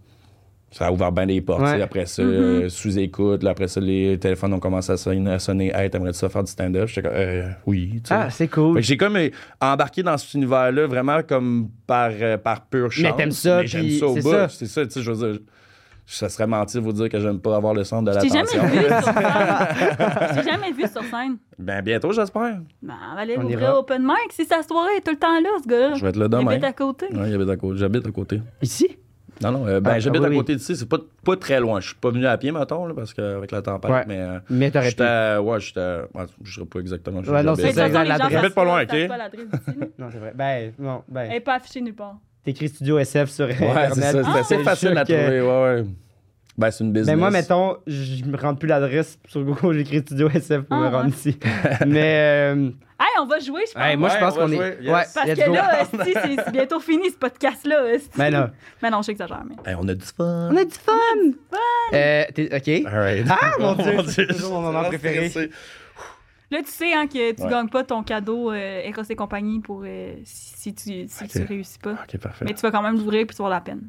C: ça a ouvert bien des portes.
A: Ouais.
C: tu sais, Après ça,
A: Mm-hmm.
C: euh, sous-écoute. là, Après ça, les téléphones ont commencé à sonner. À sonner hey, t'aimerais-tu ça faire du stand-up? J'étais comme, euh, oui. tu sais.
A: Ah, c'est
C: Fait
A: cool.
C: que j'ai comme euh, embarqué dans cet univers-là vraiment comme par, euh, par pure chance.
A: Mais t'aimes ça,
C: Mais j'aime
A: puis
C: ça au
A: c'est
C: bout.
A: ça.
C: C'est ça, tu sais, je veux dire, je- ça serait mentir de vous dire que j'aime pas avoir le centre de
B: Je t'ai
C: l'attention.
B: jamais vu sur scène. Je t'ai jamais vu sur scène.
C: Ben, bientôt, j'espère.
B: Ben, on va aller
A: On
B: l'ouvrir
A: ira.
B: open mic. Si sa soirée est tout le temps là, ce gars-là.
C: Je vais être là
B: Il
C: demain.
B: habite à côté.
C: Ouais, il habite à côté. J'habite à côté.
A: Ici?
C: Non, non, euh, ben,
A: Ah,
C: j'habite
A: ah,
C: à
A: oui,
C: côté d'ici. C'est pas, pas très loin. Je suis pas venu à pied, mettons, là, parce qu'avec la tempête,
A: Ouais.
C: mais. euh,
A: Mais t'aurais pu.
C: J'étais. à- Ouais, j'étais. à- ouais, je serais pas exactement. chez
A: Ouais, non,
C: Jabez.
A: c'est
B: Mais de toute façon,
A: ça,
B: les gens
A: l'adresse.
B: savent
C: Pas loin,
B: savent
C: ok?
B: pas l'adresse d'ici, là.
A: Non, c'est vrai. Ben, non,
B: Elle
A: ben.
B: n'est pas affichée nulle part.
A: T'écris Studio SF sur
C: Ouais,
A: Internet. Ah,
C: c'est
B: Ah,
C: ça. C'est
A: puis
C: assez
A: je
C: facile
A: suis
C: à
A: sûr que-
C: trouver. Ouais, ouais. Ben, c'est une business.
A: euh. Ben moi, mettons, je me rends plus l'adresse sur Google, j'écris Studio SF pour
B: Ah,
A: me
B: ouais.
A: rendre ici. Mais, euh,
B: Hey, on va jouer, je pense.
A: hey, moi, je
C: Ah Ouais,
A: pense
C: on va
A: qu'on est...
C: jouer,
A: Ouais,
C: yes.
B: Parce
A: let's
B: que
A: go.
B: là, esti, c'est c'est bientôt fini ce podcast-là. esti.
A: Ben là.
B: Mais non, j'exagère. Mais...
C: Hey, on a du fun.
A: On a du fun! Euh, t'es- OK.
C: All right.
A: Ah, mon Dieu, c'est
C: je
A: toujours mon
C: suis
A: moment
C: vraiment
A: préféré.
C: stressé.
B: Là, tu sais hein, que tu
C: Ouais.
B: gagnes pas ton cadeau euh, Eros et compagnie pour euh, si, si tu, si
C: Ok.
B: tu réussis pas.
C: Ok, parfait.
B: Mais tu vas quand même l'ouvrir puis tu vas avoir la peine.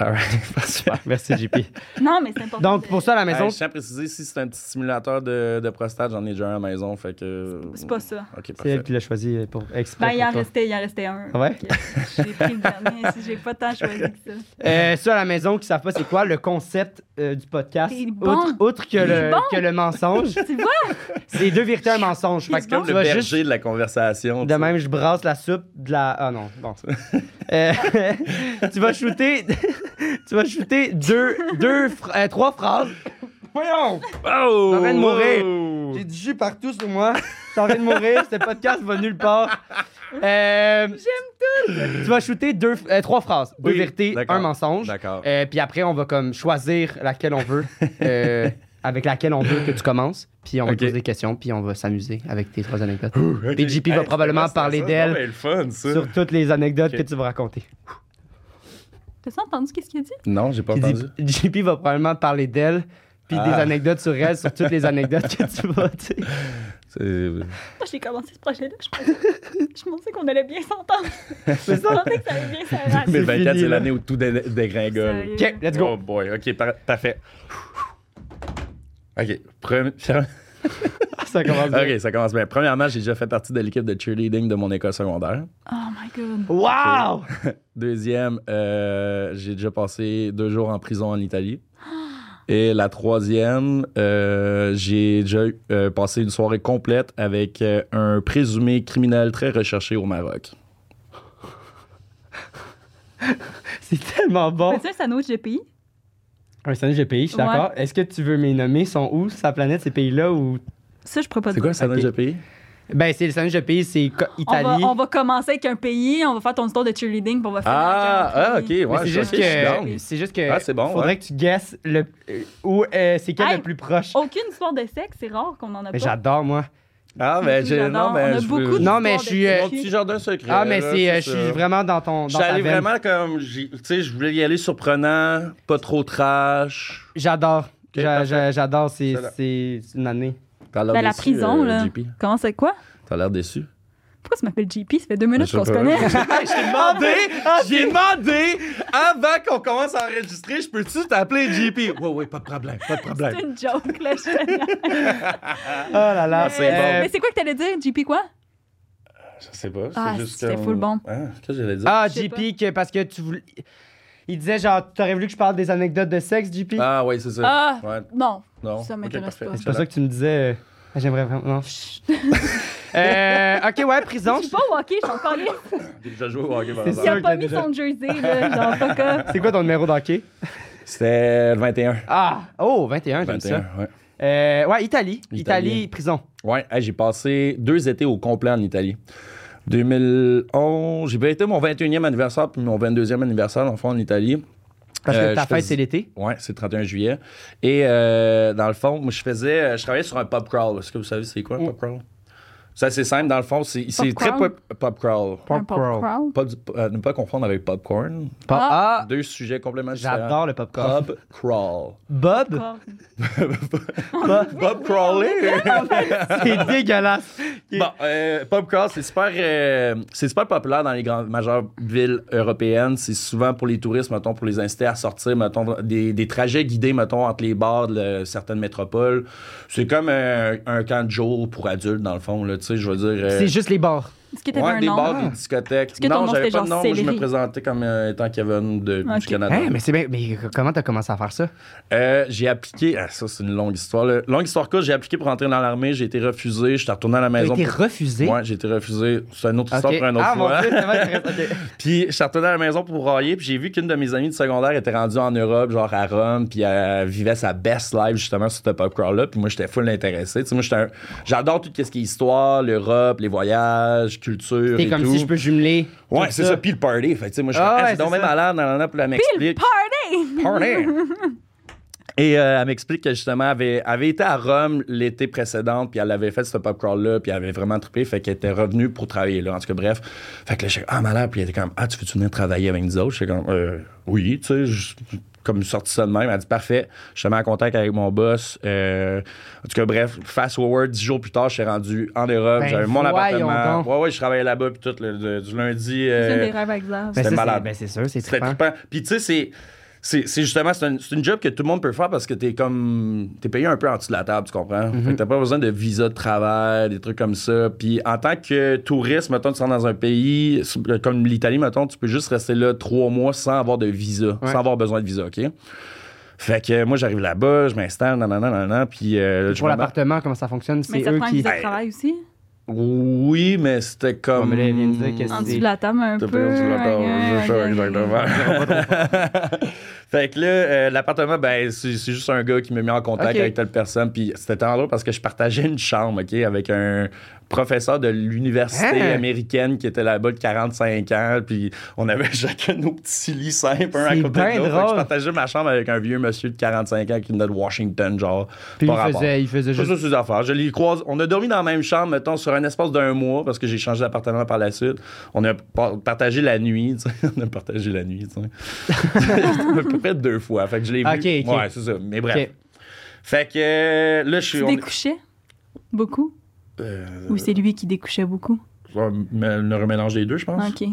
C: All right, parfait.
A: Merci, JP.
B: Non, mais c'est important.
A: Donc,
B: de-
A: pour ça, à la
C: Hey,
A: maison,
C: je tiens à préciser, si c'est un petit simulateur de, de prostate, j'en ai déjà un à la maison, fait que...
B: C'est pas ça.
C: OK,
A: c'est
C: parfait.
A: elle qui l'a choisi pour exprès.
B: Ben, il en
A: pour toi.
B: restait, il en restait un.
A: Ah ouais?
B: Fait que J'ai pris le dernier, si j'ai pas tant choisi que ça.
A: Euh, ceux à la maison qui savent pas c'est quoi le concept euh, du podcast,
B: Il est bon.
A: outre, outre que,
B: Il est
A: le,
B: bon.
A: que le mensonge,
B: Tu vois?
A: c'est deux vérités un mensonge. Fait que
B: bon.
C: Comme
A: tu
C: le
A: vas
C: berger
A: juste
C: de la conversation.
A: De
C: tu sais.
A: même, je brasse la soupe de la. Ah non, bon. Euh, tu vas shooter. tu vas shooter deux, deux, phra- euh, trois phrases. Voyons!
C: Oh!
A: En train de mourir.
C: Oh!
A: J'ai du jus partout sur moi. T'es en train de mourir. Ce podcast va nulle part. J'aime tout. Tu vas shooter deux, euh, trois phrases. Deux
C: Oui,
A: vérités,
C: d'accord.
A: un mensonge.
C: D'accord.
A: Euh, puis après, on va comme choisir laquelle on veut, euh, avec laquelle on veut que tu commences. Puis on va
C: Ok.
A: te poser des questions, puis on va s'amuser avec tes trois anecdotes.
C: Ok.
A: puis JP va
C: Hey,
A: probablement
C: c'est
A: parler
C: ça.
A: d'elle.
C: Non, mais le fun, ça.
A: sur toutes les anecdotes
C: Ok.
A: que tu vas raconter.
B: T'as entendu qu'est-ce qu'il a dit?
C: Non, j'ai pas
A: Qui dit-
C: entendu.
A: JP va probablement parler d'elle, puis des
C: Ah.
A: anecdotes sur elle, sur toutes les anecdotes que tu vas. tu sais. Ah,
C: C'est-
B: Moi, j'ai commencé ce projet-là, je pensais, je pensais qu'on allait bien s'entendre.
A: C'est
B: Je
A: ça?
B: pensais que ça allait bien s'arranger.
C: 2024,
A: fini,
C: c'est
A: là.
C: l'année où tout dé- dégringole.
A: Ok, let's
C: Oh
A: go.
C: boy, ok, par- parfait. Ok, premi-
A: Ça commence bien.
C: ok, ça commence bien. Premièrement, j'ai déjà fait partie de l'équipe de cheerleading de mon école secondaire.
B: Oh my god.
A: Wow!
C: Deuxième, euh, j'ai déjà passé deux jours en prison en Italie. Et la troisième, euh, j'ai déjà euh, passé une soirée complète avec euh, un présumé criminel très recherché au Maroc.
A: C'est tellement
C: Oh.
A: bon.
B: C'est ça, c'est un autre GPI?
A: Un sandwich de pays, je suis
B: Ouais.
A: d'accord. Est-ce que tu veux me les nommer? Sont où, sa planète, ces pays-là? Ou...
B: Ça, je pourrais pas
C: C'est
B: dire.
C: quoi ça
A: Ok.
C: dans le pays?
A: Ben, c'est le sandwich de pays, c'est co-
B: on va,
A: Italie.
B: on va commencer avec un pays, on va faire ton histoire de cheerleading, puis on va finir
C: Ah,
B: avec un
C: ah,
B: autre
C: ok,
B: pays.
C: ouais,
A: Mais c'est
C: je
A: juste,
C: suis- je suis
A: que,
C: down.
A: c'est juste que.
C: Ah, c'est bon,
A: Faudrait
C: ouais.
A: que tu guesses le, euh, où euh, c'est quel
B: Hey.
A: le plus proche.
B: Aucune histoire d'essai, c'est rare qu'on en a
A: Mais
B: pas.
A: J'adore, moi.
C: Ah, ben, j'ai.
B: J'adore.
C: Non, ben,
B: on a
C: je
B: beaucoup
C: veux-
B: de
A: Non, mais
B: histoires
A: je suis,
B: de
A: euh,
C: Mon petit jardin secret.
A: Ah, mais
C: là,
A: c'est, euh, je
C: ça.
A: suis vraiment dans ton.
C: Je
A: Dans
C: suis
A: ta
C: allé
A: veine.
C: vraiment comme. j'ai- Tu sais, je voulais y aller surprenant, pas trop trash.
A: J'adore.
C: Ok,
A: J'a- j'a- J'adore, c'est,
C: Excellent.
A: c'est c'est une année.
C: T'as l'air
B: Ben, la
C: déçu,
B: prison,
C: euh,
B: là.
C: JP.
B: Comment c'est quoi?
C: T'as l'air déçu.
B: Pourquoi tu m'appelles JP? Ça fait deux
C: Je
B: minutes
C: sais
B: qu'on se
C: pas.
B: connaît.
C: je
A: Ah,
C: t'ai demandé,
A: ben,
C: j'ai demandé avant qu'on commence à enregistrer, je peux-tu t'appeler JP? Oui, oui, pas de problème, pas de problème.
B: c'est une joke, là.
C: Euh,
B: je-
A: Oh là là.
C: Ah, c'est
A: euh,
B: Mais c'est quoi que t'allais dire, JP, quoi?
C: Je sais pas,
B: Ah,
C: c'est juste
B: c'était
C: comme-
B: full bon.
C: Ah, qu'est-ce que j'allais dire?
A: Ah,
B: Je sais
A: JP, que parce que tu voulais. Il disait genre, t'aurais voulu que je parle des anecdotes de sexe, JP?
C: Ah, oui, c'est ça.
B: Ah.
C: Ouais,
B: Non.
C: non.
B: Ça
C: Ok,
B: m'intéresse
C: parfait.
B: pas.
A: c'est pas ça que tu me disais. euh, J'aimerais vraiment. non.
B: Chut.
A: Euh, ok, ouais, prison.
B: Je suis pas au hockey, je suis encore libre.
C: J'ai déjà joué au hockey par
A: C'est
B: Il
A: ça.
C: hasard.
B: a
A: sûr
B: pas
A: que
B: mis
A: déjà-
B: son jersey, là. Genre, fuck off.
A: C'est quoi ton numéro d'hockey?
C: C'était le 21.
A: Ah, oh, 21, j'aime ça.
C: 21, ouais.
A: Euh, ouais, Italie. Italie,
C: Italie.
A: prison.
C: Ouais, hey, j'ai passé deux étés au complet en Italie. 2011, j'ai fêté mon 21e anniversaire puis mon 22e anniversaire, enfin, en Italie.
A: Parce que
C: Euh,
A: ta
C: je
A: fête,
C: faisais-
A: c'est l'été.
C: Ouais, c'est le 31 juillet. Et euh, dans le fond, moi, je faisais, euh, je travaillais sur un pub crawl. Est-ce que vous savez c'est quoi un pub crawl? Ça, c'est simple. Dans le fond, c'est c'est très
B: crawl?
C: pop- pub crawl.
B: Un pop
A: Popcorn.
B: crawl.
C: Pas du- euh, ne pas confondre avec popcorn.
A: Ah,
C: Deux sujets complètement différents.
A: j'adore le popcorn.
C: Pub crawl.
A: Bob?
C: Pub crawler.
A: c'est dégueulasse.
C: Bon, euh, pub crawl, c'est super, euh, c'est super populaire dans les grandes majeures villes européennes. C'est souvent pour les touristes, mettons, pour les inciter à sortir, mettons, des, des trajets guidés, mettons, entre les bars de euh, certaines métropoles. C'est comme euh, un camp de jour pour adultes, dans le fond, là, tu sais, je veux dire. euh,
A: C'est juste les bars.
B: Est-ce que
C: ouais,
B: t'avais
C: des
B: un nom?
C: bars, des discothèques.
B: que ton
C: Non,
B: nom,
C: j'avais
B: c'était
C: pas de
B: genre
C: nom, moi, je me
B: Céleri?
C: présentais comme euh, étant Kevin de,
B: Ok.
C: du Canada.
A: Hein, mais c'est bien. Mais comment t'as commencé à faire ça?
C: Euh, j'ai appliqué. Ah, ça, c'est une longue histoire. là. Longue histoire courte, j'ai appliqué pour entrer dans l'armée, j'ai été refusé, j'étais retourné à la
A: T'as
C: maison.
A: été
C: pour-
A: refusé.
C: Ouais, j'ai été refusé. C'est une autre histoire
A: Ok.
C: pour un autre
A: ah,
C: fois.
A: Mon Dieu, c'est vrai, c'est vrai, ok.
C: Puis je suis retourné à la maison pour brailler, puis j'ai vu qu'une de mes amies du secondaire était rendue en Europe, genre à Rome, puis elle vivait sa best life justement sur ce pop crawl-là, puis moi j'étais full intéressé. Tu sais, moi j'étais un- j'adore tout ce qui est histoire, l'Europe, les voyages, culture
A: T'es
C: et
A: comme
C: tout.
A: si je peux jumeler.
C: Ouais,
A: tout
C: c'est ça. puis le party. Fait que, tu sais, moi je suis
A: Ah
C: comme, Ah,
A: ouais,
C: c'est donc
A: c'est
C: même
A: ça.
C: malade, nan, nan, nan, puis elle
B: Bill
C: m'explique.
B: Party!
C: Party! Et euh, elle m'explique que justement, elle avait, elle avait été à Rome l'été précédent, puis elle avait fait ce pop crawl-là, puis elle avait vraiment trippé, fait qu'elle était revenue pour travailler là. En tout cas, bref. Fait que là, j'ai ah, malade, puis elle était comme, ah, tu veux-tu venir travailler avec nous autres? J'étais comme, Euh, oui, tu sais, je- comme sorti ça de même. Elle dit, parfait, je te mets en contact avec mon boss. Euh, en tout cas, bref, fast forward, dix jours plus tard, je suis rendu en Europe,
A: Ben,
C: j'avais mon
A: voyons
C: appartement.
A: donc.
C: Ouais, ouais, je travaillais là-bas, puis tout, le- le- du lundi.
B: C'est un
C: euh,
B: des rêves avec Zab.
A: Ben,
C: C'était
A: ça,
C: malade.
A: Ben, c'est sûr, c'est
C: c'était
A: trippant.
C: trippant. Puis tu sais, c'est. c'est c'est justement, c'est un- c'est une job que tout le monde peut faire parce que t'es comme. T'es payé un peu en dessous de la table, tu comprends?
A: Mm-hmm.
C: Fait que t'as pas besoin de visa de travail, des trucs comme ça. Puis en tant que touriste, mettons, tu rentres dans un pays, euh, comme l'Italie, mettons, tu peux juste rester là trois mois sans avoir de visa,
A: Ouais.
C: sans avoir besoin de visa, OK? Fait que euh, moi, j'arrive là-bas, je m'installe, nanana, nanana, puis euh, je
A: Pour
C: me-
A: l'appartement, comment ça fonctionne,
B: Mais
A: c'est
B: ça te
A: eux
B: prend un
A: qui.
C: Ben,
B: visa de travail aussi.
C: Oui, mais c'était comme.
A: Ouais, mais là, elle vient de dire que
B: En
A: c'est-
B: dessous de la table, un
C: T'as
B: peu.
C: pas perdu la table,
B: Ouais,
C: c'est ça,
B: ouais,
C: exactement. fait que là, euh, l'appartement, ben, c'est c'est juste un gars qui m'a mis en contact
A: Ok.
C: avec telle personne. Puis c'était tellement drôle parce que je partageais une chambre, OK, avec un professeur de l'université
A: Hein?
C: américaine qui était là-bas de 45 ans. Puis on avait chacun nos petits lits simples, un à
A: C'est
C: côté
A: ben
C: de l'autre. Fait que Je
A: drôle.
C: partageais ma chambre avec un vieux monsieur de 45 ans qui venait de Washington, genre.
A: Puis
C: par
A: il
C: rapport.
A: faisait, il faisait
C: C'est
A: juste.
C: ça, ses affaires. Je les croise. On a dormi dans la même chambre, mettons, sur un espace d'un mois, parce que j'ai changé d'appartement par la suite. On a par- partagé la nuit, tu sais. On a partagé la nuit, tu sais. à peu près deux fois. Fait que je l'ai
A: Ok,
C: vu.
A: ok.
C: Ouais, c'est ça. Mais bref.
A: Ok.
C: Fait que euh, là, je suis.
B: Tu
C: on-
B: découchais beaucoup?
C: euh,
B: Ou c'est lui qui découchait beaucoup?
C: un remélange des deux, je pense.
B: OK.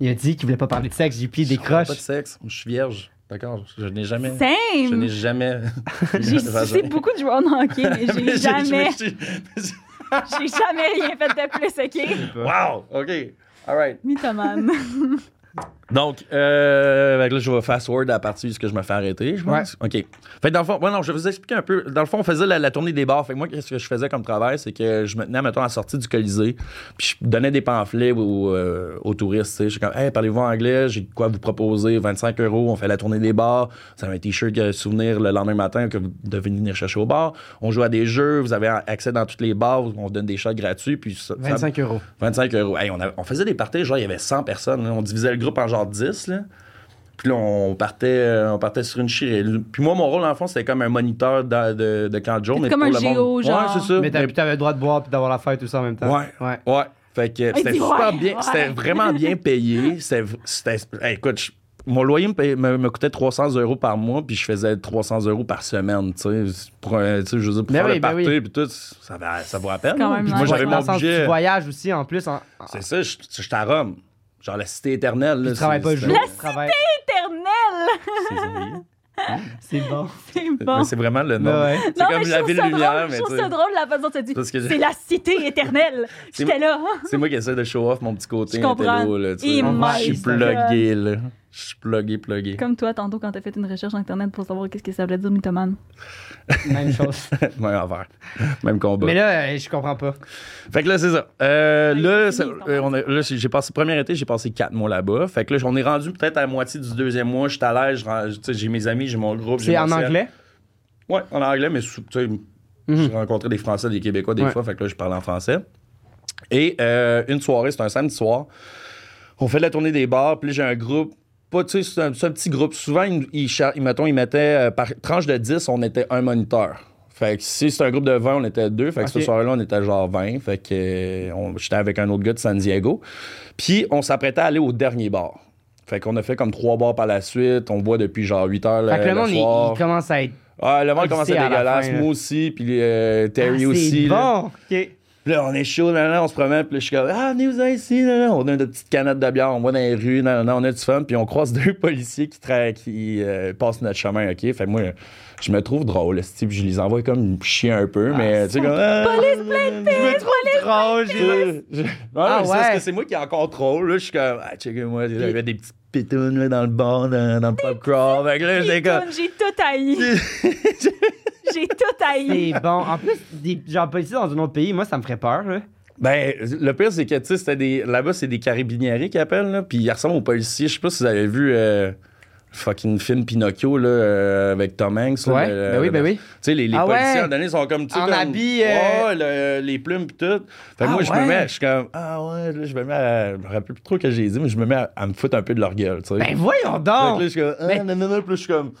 A: Il a dit qu'il voulait pas parler de sexe, JP
C: Je parle
A: décroche.
C: pas de sexe. Je suis vierge. D'accord. Je n'ai jamais. Je
B: Same!
C: n'ai jamais.
B: J'ai sucé beaucoup de joueurs de hockey, mais j'ai jamais, j'ai jamais rien fait de plus, OK?
C: Wow! OK. All right.
B: Mythomane.
C: Donc, euh, fait que là, je vais fast-forward à partir de ce que je me fais arrêter, je pense. OK. Fait que dans le fond, ouais, non, je vais vous expliquer un peu. Dans le fond, on faisait la, la tournée des bars. Fait que moi, ce que je faisais comme travail, c'est que je me tenais, mettons, à la sortie du Colisée, puis je donnais des pamphlets aux, euh, aux touristes, tu sais. Je suis comme, hey, parlez-vous anglais, j'ai quoi vous proposer, 25 euros, on fait la tournée des bars, ça met un t-shirt euh, souvenir le lendemain matin que vous devez venir chercher au bar. On joue à des jeux, vous avez accès dans toutes les bars, on vous donne des shots gratuits, puis ça- ça-
A: 25 euros.
C: 25 euros. Hey, on, avait- on faisait des parties, genre, il y avait 100 personnes. là. On divisait le groupe en genre 10. Là. Puis là, on partait, euh, on partait sur une chirée. Puis moi, mon rôle, en fond, c'était comme un moniteur de, de, de camp de jour.
B: C'est
C: mais
B: comme
C: pour
B: un
C: le monde.
B: géo, genre.
C: Ouais, c'est ça.
A: Mais t'as-
C: Mais-
A: puis t'avais le droit de boire puis d'avoir la fête tout ça en même temps.
C: Ouais. Ouais. Fait que euh, c'était
B: dit
C: super
B: ouais,
C: bien.
B: ouais.
C: C'était vraiment bien payé. C'était. c'était- hey, écoute, je- mon loyer me, paye- me- me coûtait 300 euros par mois, puis je faisais 300 euros par semaine, tu sais. Pour, un- tu sais, je veux dire, pour
A: Mais
C: faire
A: Ben oui,
C: le
A: mais
C: party,
A: oui.
C: puis tout, ça, va- ça vaut à peine.
B: quand
C: là.
B: même
C: Puis moi,
B: nice.
C: j'avais
A: Ouais,
C: mon
A: dans le sens que
C: budget.
A: Tu voyages aussi en plus. En, en-
C: C'est ça, je- je suis à Rome. Genre la cité éternelle. là,
A: tu travailles
C: c'est-
A: pas le
C: c'est-
A: jour. tu travailles-
B: Éternel!
C: c'est- c'est-
A: C'est bon.
B: C'est bon.
C: mais C'est vraiment le nom.
A: Ouais.
C: C'est
B: Non,
C: comme
B: mais je
C: la
B: trouve
C: ville
B: ça
C: lumière,
B: drôle,
C: mais
B: je trouve
C: tu sais,
B: ça drôle la façon dont tu as dit.
C: Parce que je-
B: C'est la cité éternelle.
C: C'est-
B: J'étais là. hein.
C: c'est moi qui essaie de show off mon petit côté.
B: Je comprends.
C: intello, là, tu sais.
B: Et
A: my
C: Je suis
A: God.
C: plugué, là. Je suis plugué, plugué.
B: Comme toi, tantôt, quand t'as fait une recherche internet pour savoir qu'est-ce que ça voulait dire mythomane.
A: Même chose.
C: Même affaire. Même combat.
A: Mais là, euh, je comprends pas.
C: Fait que là, c'est ça. Euh,
B: Ouais,
C: là,
B: c'est
C: ça-
B: fini, ton
C: euh, on a- là, j'ai j'ai passé, premier été, j'ai passé quatre mois là-bas. Fait que là, on est rendu peut-être à la moitié du deuxième mois. Je suis à l'aise, je rends- tu sais, j'ai mes amis, j'ai mon groupe. j'ai
A: C'est
C: mon
A: en
C: cercle.
A: anglais?
C: Ouais, en anglais, mais sous- tu sais, j'ai rencontré des Français, des Québécois des
A: Mhm. Ouais.
C: fois, fait que là, je parle en français. Et euh, une soirée, c'est un samedi soir, on fait la tournée des bars, puis là, j'ai un groupe, pas, tu sais, c'est un, c'est un petit groupe. Souvent, ils, ils, char- ils- mettons, ils mettaient, euh, par tranche de 10, on était un moniteur. Fait que si c'était un groupe de 20, on était deux. Fait que
A: Ok.
C: ce soir-là, on était genre 20. Fait que euh, on- j'étais avec un autre gars de San Diego. Puis on s'apprêtait à aller au dernier bar. Fait qu'on a fait comme trois bars par la suite. On boit depuis genre 8 heures le,
A: Fait que le
C: le
A: monde, il-
C: soir.
A: il commence à être.
C: Ah, le monde
A: Odyssey
C: commence à
A: à la
C: dégueulasse.
A: fin, là.
C: Moi aussi, puis euh, Terry
A: Ah,
C: aussi.
A: C'est
C: Là.
A: bon. OK.
C: Puis là, on est chaud, là, là, on se promène, puis là, je suis comme, ah, venez vous ici, là, là. On a une petite canette de bière, on va dans les rues, là, là, là, on a du fun, puis on croise deux policiers qui, tra- qui euh, passent notre chemin, OK? Fait que moi, je me trouve drôle, là, type, je les envoie comme chier un peu, mais tu sais, comme. Ah, police,
A: Je me trouve drôle. Oh, j'ai- Ah,
C: ah, ouais. Parce
A: ouais.
C: que c'est moi qui en contrôle, là, je suis comme, ah, check-moi, il y avait des petites pitounes, là, dans le bar, dans, dans le pub crawl. Fait que là, j'étais comme.
B: Pitoune, J'ai tout haï. J'ai tout haï.
A: C'est bon. En plus, des gens policiers dans un autre pays, moi, ça me ferait peur. Là.
C: Ben, le pire, c'est que, tu sais, c'était des. Là-bas, c'est des carabinieri qui appellent, là. Puis ils ressemblent aux policiers. Je sais pas si vous avez vu euh, le fucking film Pinocchio, là, euh, avec Tom Hanks. là,
A: Ouais,
C: le-
A: ben oui,
C: le-
A: ben oui.
C: Tu sais, les, les
A: Ah
C: policiers,
A: ouais.
C: à un moment donné, sont comme. tu sais,
A: En
C: comme-
A: habit, euh,
C: Ouais, le- les plumes, pis tout. Fait que
A: Ah
C: moi, je
A: ouais.
C: me mets. Je suis comme. Ah ouais, là, je me mets à. Je me rappelle plus trop ce que j'ai dit, mais je me mets à, à me foutre un peu de leur gueule, tu sais.
A: Ben voyons Ben
C: Fait que là, je
A: donc.
C: suis comme, ah,
A: Mais-
C: nanana, puis là, je suis comme,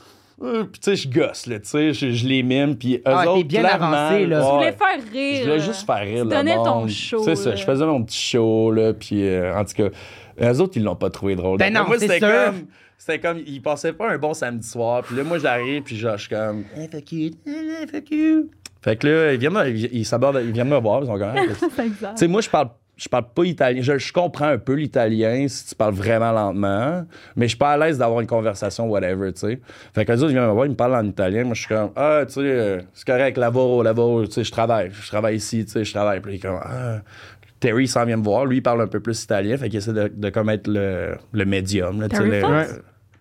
C: euh, puis tu sais, je gosse, là, tu sais, je, je les mime, puis eux
A: Ah, t'es
C: autres,
A: bien
C: clairement,
A: avancé, là.
B: Je voulais
C: ouais.
B: faire rire.
C: Je voulais juste faire rire.
B: euh, Tu
C: le
B: donnais ton
C: monde.
B: show,
C: C'est ça,
B: là.
C: je faisais mon petit show, là. Puis, euh, en tout cas, eux autres, ils l'ont pas trouvé drôle.
A: Ben
C: Donc,
A: non,
C: moi,
A: c'est
C: c'était
A: sûr.
C: comme. C'était comme. Ils passaient pas un bon samedi soir. Puis là, moi, j'arrive, puis genre, je suis comme.
A: Eh,
C: Hey, fuck you. Hey, fuck you. Fait que là, ils viennent, me- ils, ils s'abordent- ils viennent me voir. Ils sont comme. Ah, qu'est-ce que-
B: C'est bizarre.
C: tu sais, moi, je parle je parle pas italien. Je, je comprends un peu l'italien si tu parles vraiment lentement, mais je suis pas à l'aise d'avoir une conversation, whatever, tu sais. Fait que les autres, ils viennent me voir, ils me parlent en italien. Moi, je suis comme, ah, tu sais, euh, c'est correct, lavoro, lavoro, tu sais, je travaille. Je travaille ici, tu sais, je travaille. Puis, il est comme, ah. Terry s'en vient me voir. Lui, il parle un peu plus italien, fait qu'il essaie de, de commettre le, le médium. là, tu sais,
B: Terry
C: le-
B: Fox?
C: Ouais.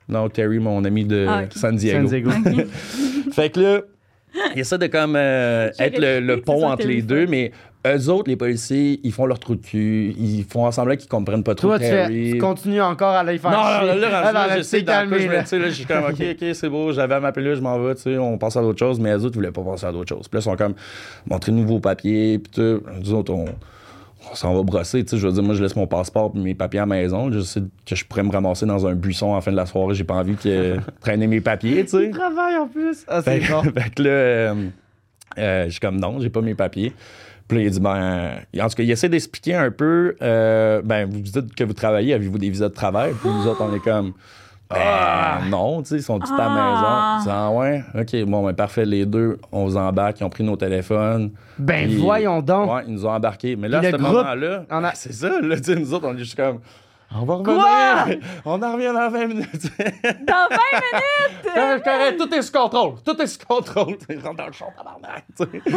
C: Non, Terry, mon ami de
B: Ah, ok.
C: San Diego.
A: San Diego.
B: Ok.
C: Fait que là, il essaie de comme euh,
B: J'ai
C: être le, le
B: réalisé que c'est
C: pont
B: ça,
C: entre les
B: téléphone.
C: deux, mais eux autres, les policiers, ils font leur trou de cul, ils font semblant qu'ils comprennent pas trop
A: Toi, tu,
C: Terry.
A: tu continues encore à aller faire
C: non, non,
A: chier.
C: là, là,
A: Ah,
C: rendu là,
A: non,
C: je
A: là,
C: sais
A: t'es
C: que dans le coup,
A: calmé,
C: je me-
A: là.
C: tu sais, là, je suis comme, OK, OK, c'est beau, j'avais à m'appeler, là, je m'en vais, tu sais, on passe à d'autres choses, mais les autres, ils voulaient pas penser à d'autres choses. Puis là, ils sont comme, montrez-nous vos papiers, puis tout. Nous autres, on, on s'en va brosser, tu sais, je veux dire, moi, je laisse mon passeport puis mes papiers à la maison, je sais que je pourrais me ramasser dans un buisson en fin de la soirée, j'ai pas envie de traîner mes papiers, tu sais.
A: Il travaille en plus. Ah,
C: Fait,
A: c'est bon.
C: fait que là, euh, euh, je suis comme non, j'ai pas mes papiers. Puis là, il dit, ben, en tout cas, il essaie d'expliquer un peu, euh, ben, vous dites que vous travaillez, avez-vous des visas de travail? Puis nous autres, on est comme, ah, non, tu sais, ils sont tous à
B: Ah.
C: la maison. Ils disent, ah ouais, ok, bon, ben, parfait, les deux, on vous embarque, ils ont pris nos téléphones.
A: Ben,
C: Puis-
A: voyons donc.
C: Ouais, ils nous ont embarqués. Mais là,
A: Puis
C: à
A: le
C: ce
A: groupe
C: moment-là,
A: en a-
C: c'est ça, là, tu sais, nous autres, on est juste comme, on va revenir, on en revient dans 20 minutes.
B: Dans 20 minutes!
C: Correct, correct, tout est sous contrôle. Tout est sous contrôle. Tu rentres dans le champ, tabarnak. tu sais.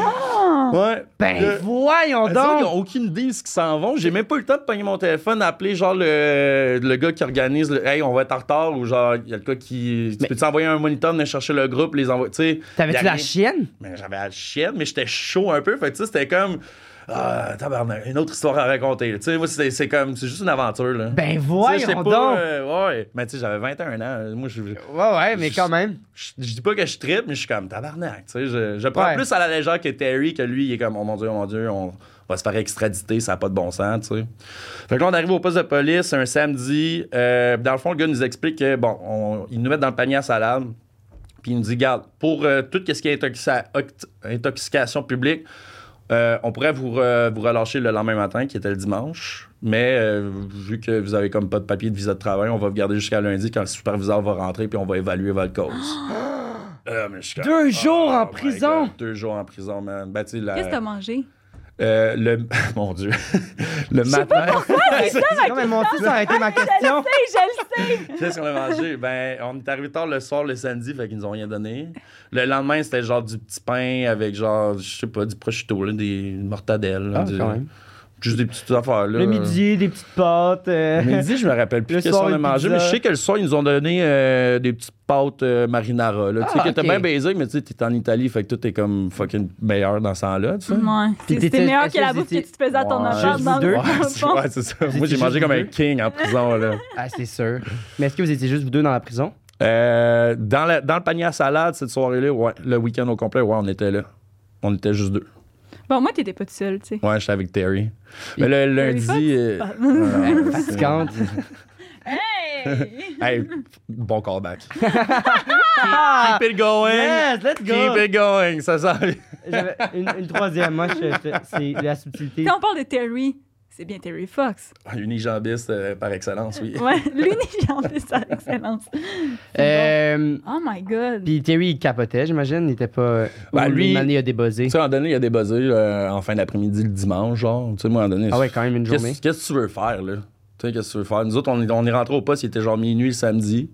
C: Ouais.
A: Ben,
C: Le-
A: voyons
C: Eux autres,
A: donc.
C: ils n'ont aucune idée de ce qu'ils s'en vont. J'ai même pas eu le temps de pogner mon téléphone, appeler genre le, le gars qui organise le Hey, on va être en retard ou genre, il y a le gars qui.
A: Mais-
C: Tu peux-tu envoyer un moniteur, venir chercher le groupe, les envoyer. Tu sais. y a
A: T'avais-tu la
C: rien.
A: chienne?
C: Mais j'avais la chienne, mais j'étais chaud un peu. Fait que tu sais, c'était comme. Ah, tabarnak, une autre histoire à raconter. Tu sais, moi, c'est c'est comme. C'est juste une aventure, là.
A: Ben,
C: Tu sais, j'étais
A: voyons
C: pas,
A: donc.
C: euh, ouais. Mais tu sais, j'avais 21 ans. Moi, je.
A: Ouais, ouais, mais
C: je-
A: quand même.
C: je, je dis pas que je trippe, mais je suis comme tabarnak. Tu sais, je, je prends
A: Ouais.
C: plus à la légère que Terry, que lui, il est comme, oh mon Dieu, oh mon Dieu, on va se faire extraditer, ça n'a pas de bon sens, tu sais. Fait que là, on arrive au poste de police un samedi. euh, dans le fond, le gars nous explique que, bon, on- ils nous mettent dans le panier à salade. Puis il nous dit, garde, pour euh, tout ce qui est intoxica- oct- intoxication publique, euh, on pourrait vous, re- vous relâcher le lendemain matin, qui était le dimanche. Mais euh, vu que vous avez comme pas de papier de visa de travail, on va vous garder jusqu'à lundi quand le superviseur va rentrer puis on va évaluer votre cause. Euh, mais je suis comme, oh
A: Deux jours en
C: my
A: prison!
C: God, deux jours en prison, man. Ben, tu sais, la-
B: Qu'est-ce que t'as mangé?
C: euh, le. Mon Dieu. le matin.
A: Non, mais mon fils, ça a été
C: Ah,
A: ma question.
B: Hey, je le sais!
C: Qu'est-ce qu'on a mangé? Ben, on est arrivé tard le soir, le samedi, fait qu'ils nous ont rien donné. Le lendemain, c'était genre du petit pain avec genre, je sais pas, du prosciutto, là, des mortadelles. là,
A: Ah,
C: du-
A: quand même.
C: Juste des petites affaires, là.
A: Le midi, des petites pâtes. euh,
C: Le midi, je me rappelle plus
A: Le
C: qu'est-ce qu'on
A: soir,
C: a
A: une pizza.
C: mangé, mais je sais que le soir, ils nous ont donné euh, des petites pâtes euh, marinara. Là, tu sais,
A: Ah,
C: que t'es
A: ok.
C: bien baisé, mais tu sais, t'es en Italie, fait que tout est comme fucking meilleur dans ce temps-là, tu sais.
B: Ouais.
A: Puis
B: C'est-
A: t'étais-
B: C'était meilleur que
A: est-ce
B: la
A: que
B: bouffe que
A: t'étais-
B: tu te faisais à ton
C: Ouais.
B: appart
A: Juste
B: dans
A: vous
B: le
A: deux?
C: Ouais, c'est
B: fond.
C: ouais, c'est ça.
A: Vous étiez
C: Moi, j'ai mangé
A: juste
C: comme un
A: deux?
C: king en prison, là.
A: Ah, c'est sûr. Mais est-ce que vous étiez juste vous deux dans la prison?
C: Euh, dans, la- dans le panier à salade, cette soirée-là, ouais, le week-end au complet, ouais, on était là. On était juste deux.
B: Bon, moi, t'étais pas tout seul, tu sais.
C: Ouais, j'étais avec Terry. Mais le
B: Fox?
C: lundi. euh,
B: Ah.
C: ouais, c'est-
A: Fatigante.
B: Hey!
C: Hey, bon callback.
A: Ah!
C: Keep it going!
A: Yes, let's go!
C: Keep it going! Ça sent.
A: J'avais une, une troisième, moi, je- je- c'est la subtilité.
B: Quand on parle de Terry, c'est bien Terry Fox.
C: Unijambiste euh, par excellence, oui.
B: Ouais, l'unijambiste à excellence.
A: Euh,
B: Oh my god.
A: Puis Terry, il capotait, j'imagine. Il était pas.
C: Ben,
A: Ou
C: lui-
A: une année, il a débuzzé.
C: Tu sais, à un moment donné, il y a des buzzers euh, en fin d'après-midi le dimanche, genre. Tu sais, moi, à un moment donné.
A: Ah ouais, quand même, une
C: Qu'est-ce
A: journée.
C: qu'est-ce que tu veux faire, là? Tu sais, qu'est-ce que tu veux faire? Nous autres, on est, on est rentrés au poste, il était genre minuit le samedi.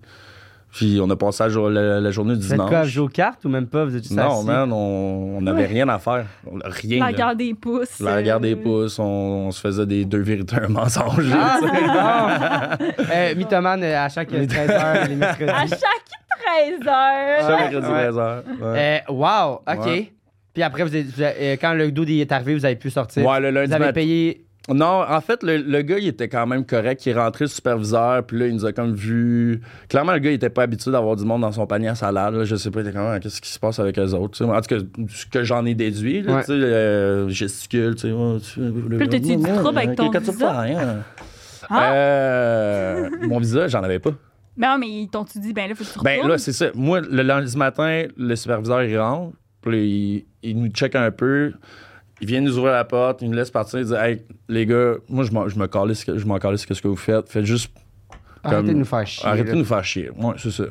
C: Puis on a passé la, jour- la- la journée du
A: Vous êtes quoi, à
C: dimanche.
A: jouer aux cartes ou même pas? Vous êtes juste
C: Non,
A: assis?
C: man, on on n'avait rien à faire. On- Rien.
B: La
C: là.
B: guerre des pouces.
C: La guerre des
B: euh,
C: pouces, on, on se faisait des deux vérités, un mensonge.
B: Ah,
A: Ah, bon. Ah, euh, mythomane euh, à chaque 13h les
B: À
A: mercredis.
B: chaque 13 heures.
C: Chaque mercredi,
A: Ouais.
C: 13 heures. Ouais.
A: Euh, wow, OK.
C: Ouais.
A: Puis après, vous êtes- vous avez- euh, quand le dude il est arrivé, vous avez pu sortir.
C: Ouais, le lundi
A: vous avez
C: matin.
A: payé.
C: Non, en fait, le, le gars, il était quand même correct. Il est rentré le superviseur, puis là, il nous a comme vu. Clairement, le gars, il était pas habitué d'avoir du monde dans son panier à salade. là. Je sais pas, il était comme, Ah, qu'est-ce qui se passe avec les autres? tu sais. En tout cas, ce que j'en ai déduit, là,
A: Ouais.
C: tu sais, euh, gesticule, tu sais. ouais, tu-
B: Puis là, t'as-tu eu du trouble avec ton
C: Qu'est-ce que tu
B: visa?
C: fais, hein?
B: Ah!
C: Euh, mon visa, j'en avais pas.
B: Mais non, mais ils t'ont-tu dit, ben là, faut que tu
C: Ben
B: retournes?
C: là, c'est ça. Moi, le lundi matin, le superviseur, il rentre, puis il, il nous check un peu. Il vient nous ouvrir la porte, il nous laisse partir, il dit Hey, les gars, moi, je m'en- je me calisse que- je m'en calisse que ce que vous faites. Faites juste
A: Arrêtez
C: Comme-
A: de nous faire chier.
C: arrêtez
A: là.
C: de nous faire chier. Ouais, c'est ça.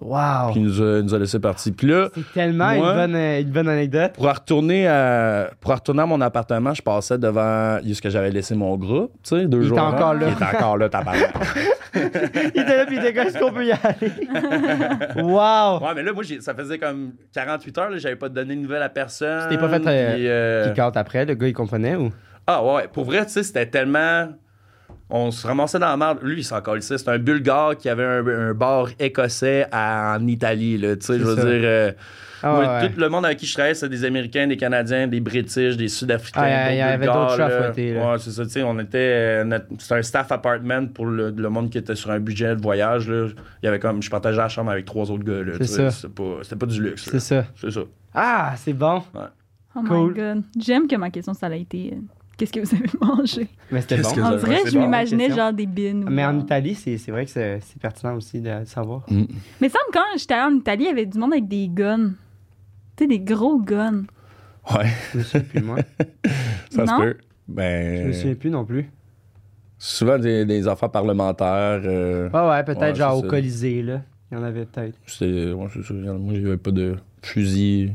A: Wow.
C: Puis il nous a, il nous a laissé partir. Puis là,
A: C'est tellement
C: Moi-
A: une, bonne, euh, une bonne anecdote.
C: pour en retourner à, pour en retourner à mon appartement, je passais devant ce que j'avais laissé mon groupe, tu sais, deux
A: Il
C: jours
A: était
C: avant.
A: encore là.
C: Il était encore là, tabarnak.
A: il était là, puis il était comme, est-ce qu'on peut y aller? wow.
C: Ouais, mais là, moi, j'ai- ça faisait comme 48 heures, là, j'avais pas donné de nouvelles à personne.
A: Tu t'es pas fait, euh,
C: puis, euh,
A: Puis quand après, le gars, il comprenait ou?
C: Ah ouais, ouais. pour vrai, tu sais, c'était tellement. On se ramassait dans la merde. Lui, il s'en colissait. C'était un Bulgare qui avait un, un bar écossais à- en Italie, là. Tu sais, je veux
A: ça.
C: dire. euh,
A: Ah,
C: moi,
A: ouais.
C: Tout le monde avec qui je travaillais, c'était des Américains, des Canadiens, des British, des Sud-Africains.
A: Ah, il y a-
C: des
A: il y avait
C: Bulgares,
A: d'autres chats à
C: là.
A: fouetter, là.
C: Ouais, c'est ça. Tu sais, on était. euh, notre- C'était un staff apartment pour le, le monde qui était sur un budget de voyage, là. Il y avait comme. Je partageais la chambre avec trois autres gars, là.
A: C'est
C: tu sais.
A: ça.
C: C'était pas, c'était pas du luxe, là.
A: C'est ça.
C: C'est ça.
A: Ah, c'est bon.
B: Oh
A: Cool.
B: my god. J'aime que ma question, ça a été euh, qu'est-ce que vous avez mangé
A: Mais c'était
C: Qu'est-ce
A: bon.
C: que-
B: On
C: avez-
B: dirait,
C: c'est
B: je
C: bon,
B: m'imaginais
A: question.
B: genre des bines. ou-
A: Mais en Italie, c'est c'est vrai que c'est c'est pertinent aussi de le savoir.
B: Mais il semble que quand j'étais allée en Italie, il y avait du monde avec des guns. Tu sais, des gros guns.
C: Ouais,
A: Je me souviens plus, moi.
C: ça
B: Non?
C: se peut.
A: Je me
C: Ben.
A: souviens plus non plus.
C: Souvent des, des affaires parlementaires. euh,
A: Ouais, ouais, peut-être
C: Ouais,
A: genre
C: c'est
A: au
C: ça.
A: Colisée, là. Il y en avait peut-être.
C: c'est- ouais, c'est ça, regarde, moi, j'avais pas de fusil.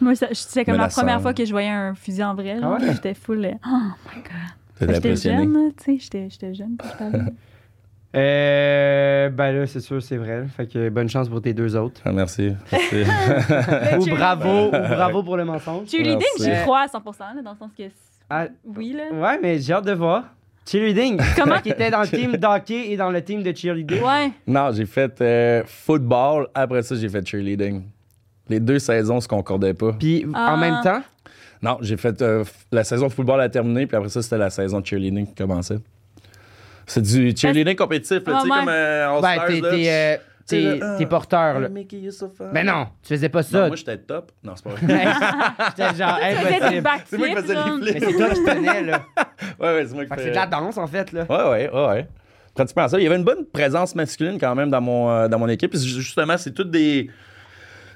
B: Moi, ça- c'était comme la
C: Menaçant.
B: première fois que je voyais un fusil en vrai. genre,
A: Ah ouais?
B: J'étais full. euh, Oh my god.
C: T'étais
B: J'étais
C: impressionné.
B: jeune, là, tu sais. J'étais- J'étais jeune. puis je parlais.
A: Euh, ben là, c'est sûr, c'est vrai. Fait que bonne chance pour tes deux autres.
C: Ah, merci. merci.
B: Le
A: Ou
B: cheerleading.
A: bravo, ou bravo pour le mensonge.
B: Cheerleading, j'y
C: Merci.
B: crois à 100 là, dans le sens que.
A: Ah,
B: Oui, là.
A: ouais, mais j'ai hâte de voir. Cheerleading.
B: Comment-
A: Qui était dans le team d'hockey et dans le team de cheerleading.
B: Ouais.
C: non, j'ai fait euh, football. Après ça, j'ai fait cheerleading. Les deux saisons se concordaient pas.
A: Puis en
B: Ah.
A: même temps,
C: Non, j'ai fait euh, f- la saison de football a terminé, puis après ça, c'était la saison de cheerleading qui commençait. C'est du cheerleading compétitif, là,
B: Ah,
C: tu sais,
B: ouais.
C: comme euh, en
A: ben,
C: stars,
A: t'es-
C: là.
A: t'es euh,
C: Tu sais,
A: t'es-
C: là,
A: t'es
C: ah,
A: porteur, là.
C: Hey, Mickey, you're so fun.
A: Mais non, tu faisais pas ça.
C: Non, moi, j'étais top. Non, c'est pas vrai.
A: Hey, J'étais genre
B: C'était des
A: impossible.
C: C'est moi qui
B: backflips.
C: faisais
B: genre.
C: les
A: Mais
C: flips.
A: c'est toi qui tenais, là.
C: Ouais, ouais, c'est moi
A: Fait
C: qui
A: que
C: fais-
A: c'est de la danse, en fait, là.
C: Euh. Ouais, ouais, ouais, ouais. Pratiquement ça. Il y avait une bonne présence masculine quand même dans mon, euh, dans mon équipe. Puis ju- Justement, c'est tous des.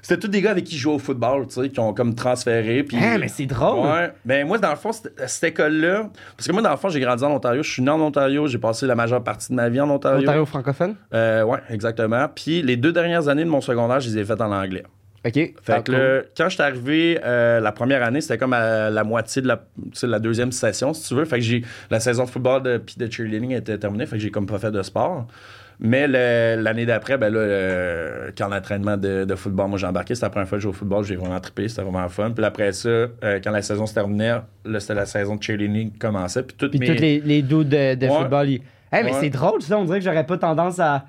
C: C'était tous des gars avec qui je jouais au football, tu sais, qui ont comme transféré. Puis...
A: Hein, mais c'est drôle.
C: Ouais. Ben, moi, dans le fond, c'était- cette école-là. Parce que moi, dans le fond, j'ai grandi en Ontario. Je suis né en Ontario. J'ai passé la majeure partie de ma vie en Ontario.
A: Ontario francophone.
C: Euh, ouais, exactement. Puis les deux dernières années de mon secondaire, je les ai faites en anglais.
A: OK.
C: Fait
A: Ah,
C: que
A: cool.
C: là, quand je suis arrivé euh, la première année, c'était comme à la moitié de la, tu sais, la deuxième session, si tu veux. Fait que j'ai la saison de football de, puis de cheerleading était terminée. Fait que j'ai comme pas fait de sport. Mais le- l'année d'après, ben là, euh, quand l'entraînement de, de football, moi j'ai embarqué, c'était la première fois que je jouais au football, j'ai vraiment trippé, c'était vraiment fun. Puis après ça, euh, quand la saison se terminait, là, c'était la saison de cheerleading qui commençait. Puis toutes
A: Puis
C: mes-
A: tous les, les dudes de, de
C: Ouais.
A: football, ils... Hey, mais
C: Ouais.
A: c'est drôle, ça. On dirait que j'aurais pas tendance à...